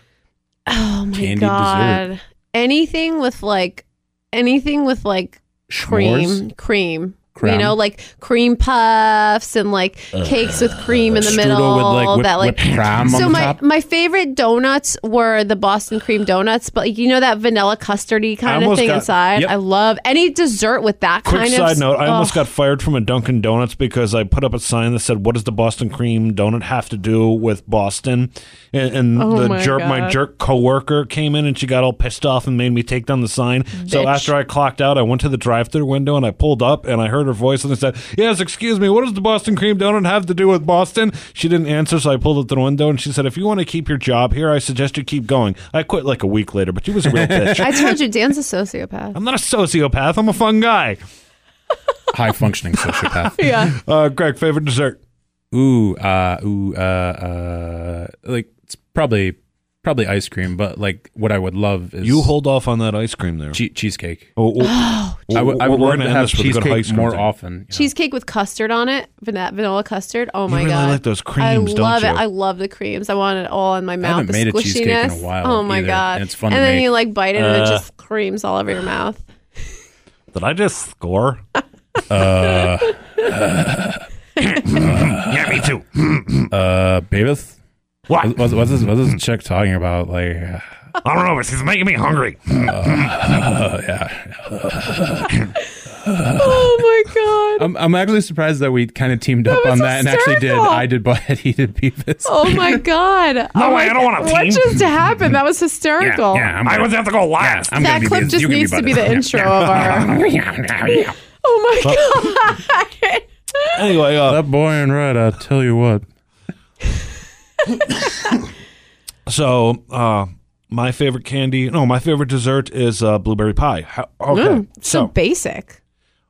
Speaker 2: Oh my
Speaker 3: Candied
Speaker 2: God. Anything with like, anything with like cream,
Speaker 3: S'mores?
Speaker 2: cream. You
Speaker 3: Creme.
Speaker 2: know, like cream puffs and like cakes with cream in the
Speaker 3: Strudel
Speaker 2: middle.
Speaker 3: with like, whip,
Speaker 2: that like
Speaker 3: whipped crème
Speaker 2: so
Speaker 3: on
Speaker 2: my
Speaker 3: top.
Speaker 2: my favorite donuts were the Boston cream donuts, but like, you know that vanilla custardy kind of
Speaker 1: almost
Speaker 2: thing
Speaker 1: got-
Speaker 2: inside.
Speaker 1: Yep.
Speaker 2: I love any dessert with that
Speaker 1: Quick
Speaker 2: kind
Speaker 1: side
Speaker 2: of.
Speaker 1: note: I almost
Speaker 2: oh,
Speaker 1: got fired from a Dunkin' Donuts because I put up a sign that said, "What does the Boston cream donut have to do with Boston?" And, and
Speaker 2: Oh
Speaker 1: the
Speaker 2: my
Speaker 1: jerk, my
Speaker 2: God.
Speaker 1: jerk coworker came in and she got all pissed off and made me take down the sign. So
Speaker 2: Bitch.
Speaker 1: after I clocked out, I went to the drive-through window and I pulled up and I heard her voice and I said, "Yes, excuse me, what does the Boston cream donut have to do with Boston?" She didn't answer, so I pulled up the window and she said, "If you want to keep your job here, I suggest you keep going." I quit like a week later, but she was a real bitch.
Speaker 2: I told you, Dan's a sociopath.
Speaker 1: I'm not a sociopath. I'm a fun guy.
Speaker 3: High functioning sociopath.
Speaker 2: yeah.
Speaker 1: Uh, Greg, favorite dessert.
Speaker 3: Ooh, uh, ooh, uh, uh, like it's probably probably ice cream, but like what I would love is
Speaker 1: You hold off on that ice cream there.
Speaker 3: che- cheesecake.
Speaker 1: Oh, oh,
Speaker 3: I would, I would
Speaker 1: we're
Speaker 3: love
Speaker 1: gonna
Speaker 3: to
Speaker 1: end
Speaker 3: have
Speaker 1: this with a good ice
Speaker 3: cheesecake
Speaker 1: cream
Speaker 3: more
Speaker 1: thing.
Speaker 3: often. you know.
Speaker 2: Cheesecake with custard on it, vanilla, vanilla custard. Oh my
Speaker 1: really
Speaker 2: god!
Speaker 1: like those
Speaker 2: I
Speaker 1: creams, don't
Speaker 2: love
Speaker 1: you?
Speaker 2: it. I love the creams. I want it all in my mouth.
Speaker 3: haven't
Speaker 2: the
Speaker 3: made a
Speaker 2: squishiness.
Speaker 3: cheesecake in a while
Speaker 2: Oh my
Speaker 3: either,
Speaker 2: god!
Speaker 3: and it's fun
Speaker 2: And
Speaker 3: to
Speaker 2: then
Speaker 3: make.
Speaker 2: you like bite it, and
Speaker 1: Uh,
Speaker 2: it just creams all over your mouth.
Speaker 1: Did I just score? yeah, me too.
Speaker 3: Uh, Babeth?
Speaker 1: What?
Speaker 3: What- What's, what's, this, what's this chick talking about? Like, uh,
Speaker 1: I don't know, but she's making me hungry.
Speaker 2: oh my god!
Speaker 3: I'm, I'm actually surprised that we kind of teamed up
Speaker 2: was
Speaker 3: on that and actually did.
Speaker 2: hysterical.
Speaker 3: I did Butthead, he did Beavis.
Speaker 2: Oh my god! No
Speaker 1: way, I don't want a
Speaker 2: What
Speaker 1: team.
Speaker 2: just happened? That was hysterical.
Speaker 3: I'm gonna-
Speaker 1: have to go last.
Speaker 3: I'm
Speaker 2: That
Speaker 3: gonna
Speaker 2: clip
Speaker 3: Beavis.
Speaker 2: just
Speaker 3: You can
Speaker 2: needs to be
Speaker 3: Butthead.
Speaker 2: the intro of our. uh, Oh my god!
Speaker 1: anyway, uh,
Speaker 3: That boy in red, I tell you what.
Speaker 1: so uh, my favorite candy, no, my favorite dessert is uh, blueberry pie. How, okay,
Speaker 2: so
Speaker 1: so
Speaker 2: Hmm, basic.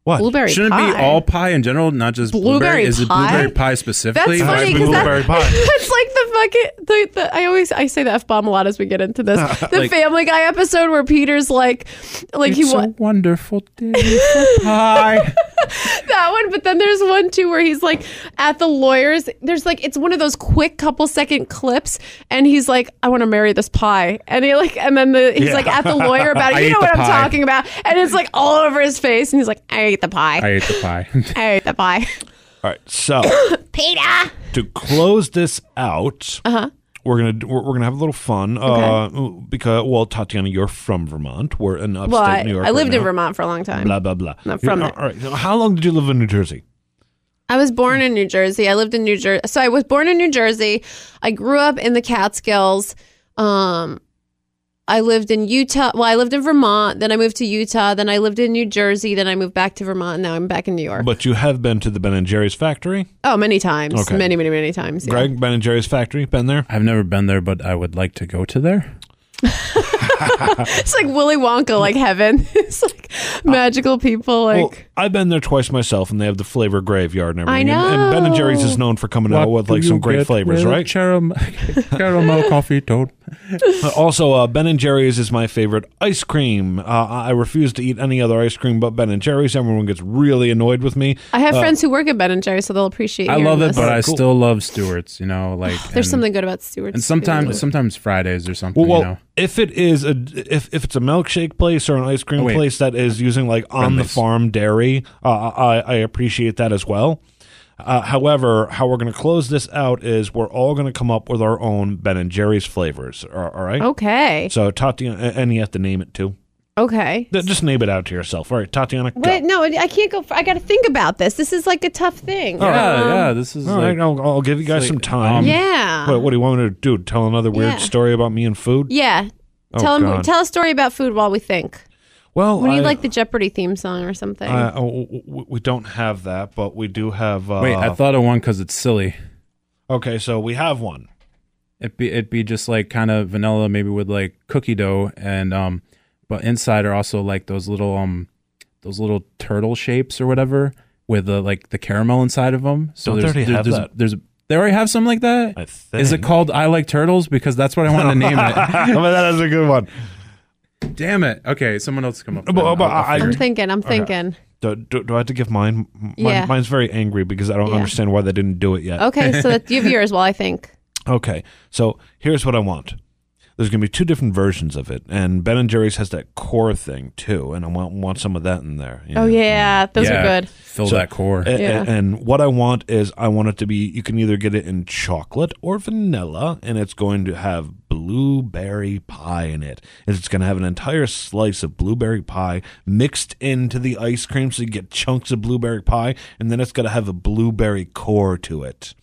Speaker 1: what?
Speaker 2: Blueberry
Speaker 3: Shouldn't it
Speaker 2: pie.
Speaker 3: be all pie in general, not just
Speaker 2: Blueberry
Speaker 3: blueberry? Is it
Speaker 2: pie?
Speaker 3: blueberry pie specifically?
Speaker 2: That's funny
Speaker 1: I've been
Speaker 2: 'cause
Speaker 1: blueberry
Speaker 2: that-
Speaker 1: pie.
Speaker 2: That's like the fucking. The, the, I always I say the f bomb a lot as we get into this. The Family Guy episode where Peter's like, like he
Speaker 3: It's a
Speaker 2: wa-
Speaker 3: wonderful day for pie.
Speaker 2: that one, but then there's one too where he's like at the lawyers. There's like it's one of those quick couple second clips, and he's like, I want to marry this pie, and he like, and then the, he's
Speaker 1: Yeah.
Speaker 2: like at the lawyer about
Speaker 3: I
Speaker 2: it. You
Speaker 3: ate
Speaker 2: know
Speaker 3: the
Speaker 2: what I'm
Speaker 3: pie.
Speaker 2: talking about, and it's like all over his face, and he's like, I ate the pie.
Speaker 3: I ate the pie.
Speaker 2: I, ate the pie.
Speaker 1: All right, so
Speaker 2: Peter.
Speaker 1: to close this out, we're gonna we're, we're gonna have a little fun uh, because well, Tatiana, you're from Vermont. We're in upstate
Speaker 2: Well, I,
Speaker 1: New York.
Speaker 2: I lived
Speaker 1: right
Speaker 2: in
Speaker 1: now.
Speaker 2: Vermont for a long time.
Speaker 1: Blah blah blah.
Speaker 2: Not from
Speaker 1: You're-
Speaker 2: there.
Speaker 1: all right. so How long did you live in New Jersey?
Speaker 2: I was born in New Jersey. I lived in New Jersey. So I was born in New Jersey. I grew up in the Catskills. Um, I lived in Utah. Well, I lived in Vermont. Then I moved to Utah. Then I lived in New Jersey. Then I moved back to Vermont. And now I'm back in New York.
Speaker 1: But you have been to the Ben and Jerry's factory,
Speaker 2: oh, many times.
Speaker 1: Okay.
Speaker 2: Many, many, many times. yeah.
Speaker 1: Greg. Ben and Jerry's factory. Been there.
Speaker 3: I've never been there, but I would like to go to there.
Speaker 2: It's like Willy Wonka, like heaven. it's like
Speaker 3: Uh,
Speaker 2: magical people. Like,
Speaker 1: Well, I've been there twice myself, and they have the flavor graveyard and
Speaker 2: I
Speaker 1: everything. And- And Ben and Jerry's is
Speaker 2: know.
Speaker 1: known for coming out with like some great flavors, right?
Speaker 3: Caramel, caramel coffee toad.
Speaker 1: Uh, also, uh, Ben and Jerry's is my favorite ice cream. Uh, I I refuse to eat any other ice cream but Ben and Jerry's. Everyone gets really annoyed with me.
Speaker 2: I have friends who work at Ben and Jerry's, so they'll appreciate.
Speaker 3: uh, I
Speaker 2: hearing
Speaker 3: love it,
Speaker 2: this.
Speaker 3: but I
Speaker 1: Cool.
Speaker 3: still love Stewart's. You know, like
Speaker 2: there's
Speaker 3: and-
Speaker 2: something good about Stewart's.
Speaker 3: And
Speaker 2: food.
Speaker 3: sometimes, sometimes Fridays or something.
Speaker 1: Well, well
Speaker 3: you know,
Speaker 1: if it is a if, if it's a milkshake place or an ice cream
Speaker 3: Oh, wait.
Speaker 1: place that is using like on the
Speaker 3: Friendlies.
Speaker 1: farm dairy, uh, I, I appreciate that as well. Uh, however, how we're going to close this out is we're all going to come up with our own Ben and Jerry's flavors. a- All right.
Speaker 2: Okay.
Speaker 1: So Tatiana, and you have to name it too.
Speaker 2: Okay.
Speaker 1: Th- Just name it out to yourself. All right, Tatiana. Go.
Speaker 2: Wait, no, I can't go. For, I got to think about this. This is like a tough thing.
Speaker 1: Oh,
Speaker 3: yeah,
Speaker 2: Um,
Speaker 3: yeah. This is
Speaker 1: All
Speaker 3: like,
Speaker 1: right, I'll, I'll give you guys
Speaker 3: like,
Speaker 1: some time.
Speaker 3: um,
Speaker 2: Yeah.
Speaker 1: What, what do you want me to do? Tell another weird
Speaker 2: Yeah.
Speaker 1: story about me and food?
Speaker 2: yeah.
Speaker 1: Oh,
Speaker 2: tell 'em-
Speaker 1: God.
Speaker 2: tell a story about food while we think.
Speaker 1: Well,
Speaker 2: When
Speaker 1: I,
Speaker 2: you like the Jeopardy theme song or something.
Speaker 1: I- oh, w- w- we don't have that, but we do have. Uh,
Speaker 3: wait, I thought of one because it's silly.
Speaker 1: Okay, so we have one.
Speaker 3: It be it be just like kind of vanilla, maybe with like cookie dough, and um, but inside are also like those little um, those little turtle shapes or whatever with the like the caramel inside of them. So
Speaker 1: Don't they
Speaker 3: there's,
Speaker 1: already
Speaker 3: there's,
Speaker 1: have
Speaker 3: there's,
Speaker 1: that?
Speaker 3: there's- they already have something like that.
Speaker 1: I
Speaker 3: Is
Speaker 1: think. Oh,
Speaker 3: it called I like turtles? Because that's what I want to name it.
Speaker 1: but that is a good one.
Speaker 3: Damn it. Okay, someone else come up.
Speaker 1: But-
Speaker 3: I'll-
Speaker 1: but
Speaker 3: I'll
Speaker 1: I-
Speaker 3: figure
Speaker 2: I'm
Speaker 3: it.
Speaker 2: thinking. I'm thinking.
Speaker 1: Do, do, do I have to give mine? Mine-
Speaker 2: Yeah.
Speaker 1: Mine's very angry because I don't
Speaker 2: Yeah.
Speaker 1: understand why they didn't do it yet.
Speaker 2: Okay, so that you have yours while I think.
Speaker 1: Okay, so here's what I want. There's going to be two different versions of it, and Ben and Jerry's has that core thing too, and I want want some of that in there. you
Speaker 2: Oh
Speaker 1: know?
Speaker 2: yeah, those
Speaker 3: Yeah,
Speaker 2: are good.
Speaker 3: Fill
Speaker 1: So-
Speaker 3: that core.
Speaker 1: A- a-
Speaker 2: Yeah.
Speaker 1: And what I want is I want it to be you can either get it in chocolate or vanilla and it's going to have blueberry pie in it. And It's going to have an entire slice of blueberry pie mixed into the ice cream so you get chunks of blueberry pie and then it's going to have a blueberry core to it.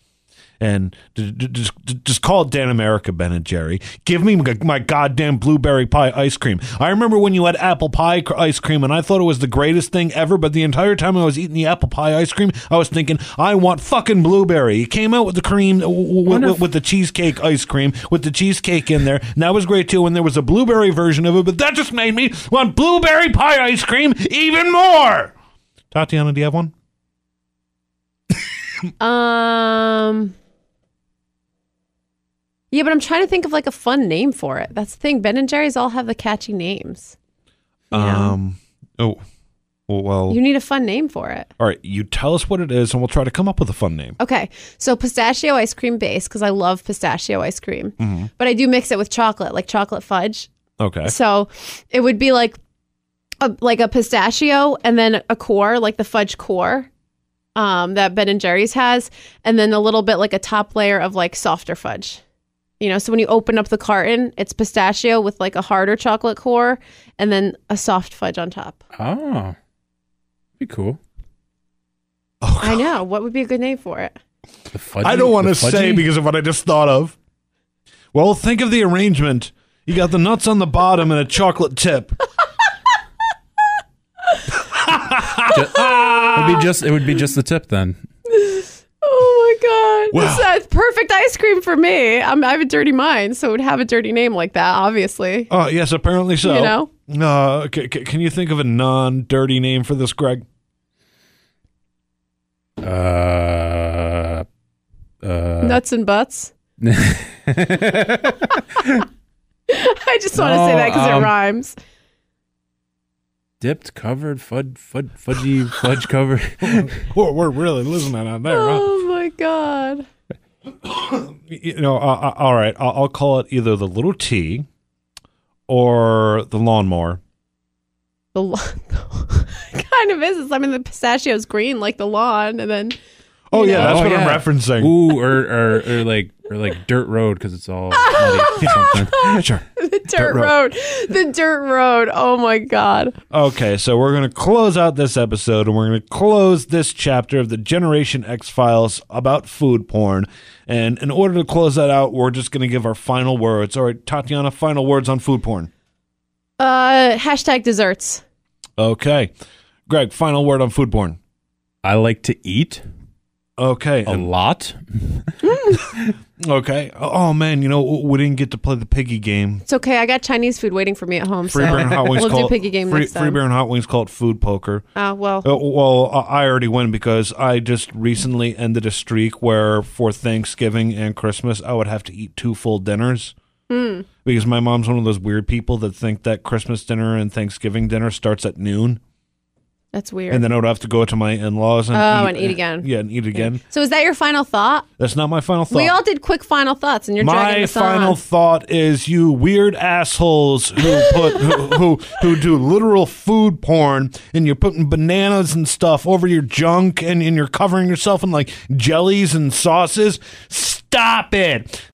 Speaker 1: And d- d- just d- just call it Dan America Ben and Jerry. Give me my- my goddamn blueberry pie ice cream. I remember when you had apple pie cr- ice cream, and I thought it was the greatest thing ever. But the entire time I was eating the apple pie ice cream, I was thinking, I want fucking blueberry. You came out with the cream w- w- with, with the cheesecake ice cream with the cheesecake in there, and that was great too. And there was a blueberry version of it, but that just made me want blueberry pie ice cream even more. Tatiana, do you have one?
Speaker 2: Um. Yeah, but I'm trying to think of like a fun name for it. That's the thing. Ben and Jerry's all have the catchy names. Yeah.
Speaker 1: Um. Oh. Well,
Speaker 2: You need a fun name for it.
Speaker 1: All right, you tell us what it is, and we'll try to come up with a fun name.
Speaker 2: Okay, so pistachio ice cream base because I love pistachio ice cream, but I do mix it with chocolate, like chocolate fudge.
Speaker 1: Okay.
Speaker 2: So it would be like a, like a pistachio and then a core, like the fudge core um, that Ben and Jerry's has, and then a little bit like a top layer of like softer fudge. You know, so when you open up the carton, it's pistachio with like a harder chocolate core and then a soft fudge on top.
Speaker 3: Oh, be cool.
Speaker 2: I know. What would be a good name for it?
Speaker 3: The fudgy,
Speaker 1: I don't want to
Speaker 3: the fudgy?
Speaker 1: say because of what I just thought of. Well, think of the arrangement. You got the nuts on the bottom and a chocolate tip.
Speaker 3: It'd be just it would be just the tip then.
Speaker 2: Oh my god!
Speaker 1: Wow.
Speaker 2: This is perfect ice cream for me. I'm, I have a dirty mind, so it would have a dirty name like that, obviously.
Speaker 1: Oh, yes, apparently so.
Speaker 2: You know?
Speaker 1: Uh, c- c- can you think of a non-dirty name for this, Greg?
Speaker 3: Uh, uh,
Speaker 2: Nuts and butts. I just want to say
Speaker 3: No,
Speaker 2: that because
Speaker 3: um,
Speaker 2: it rhymes.
Speaker 3: dipped, covered, fud, fud, fudgy, fudge covered.
Speaker 1: We're, we're really losing that out there, huh?
Speaker 3: Uh.
Speaker 2: Oh my god!
Speaker 1: Y- You know, uh, uh, all right, I'll, I'll call it either the little T or the lawnmower.
Speaker 2: The lawn kind of is. It's, I mean, the pistachio's green like the lawn, and then
Speaker 1: Oh, yeah, that's
Speaker 3: Oh,
Speaker 1: what
Speaker 3: yeah.
Speaker 1: I'm referencing.
Speaker 3: Ooh, or, or or like or like dirt road because it's all muddy or something.
Speaker 1: Sure.
Speaker 2: the dirt road. The dirt road. Oh my God.
Speaker 1: Okay, so we're going to close out this episode and we're going to close this chapter of the Generation X Files about food porn. And in order to close that out, we're just going to give our final words. All right, Tatiana, final words on food porn.
Speaker 2: Uh, hashtag desserts.
Speaker 1: Okay. Greg, final word on food porn.
Speaker 3: I like to eat
Speaker 1: Okay.
Speaker 3: a
Speaker 1: and-
Speaker 3: lot.
Speaker 1: okay. Oh, man, you know, we didn't get to play the piggy game.
Speaker 2: It's okay. I got Chinese food waiting for me at home.
Speaker 1: Free
Speaker 2: so
Speaker 1: Bear and Hot Wings
Speaker 2: we'll
Speaker 1: call
Speaker 2: do
Speaker 1: it-
Speaker 2: piggy game
Speaker 1: Free,
Speaker 2: next
Speaker 1: Free
Speaker 2: time.
Speaker 1: Bear and Hot Wings called food poker.
Speaker 2: Uh, well,
Speaker 1: Uh, well, I I already win because I just recently ended a streak where for Thanksgiving and Christmas I would have to eat two full dinners.
Speaker 2: Hmm.
Speaker 1: Because my mom's one of those weird people that think that Christmas dinner and Thanksgiving dinner starts at noon,
Speaker 2: that's weird.
Speaker 1: and then I would have to go to my in-laws and
Speaker 2: Oh,
Speaker 1: eat,
Speaker 2: and eat again.
Speaker 1: Yeah, and eat again.
Speaker 2: so is that your final thought?
Speaker 1: That's not my final thought.
Speaker 2: We all did quick final thoughts, and you're dragging
Speaker 1: my
Speaker 2: this
Speaker 1: final
Speaker 2: on.
Speaker 1: thought is you weird assholes who put who, who who do literal food porn and you're putting bananas and stuff over your junk and, and you're covering yourself in like jellies and sauces. Stop it.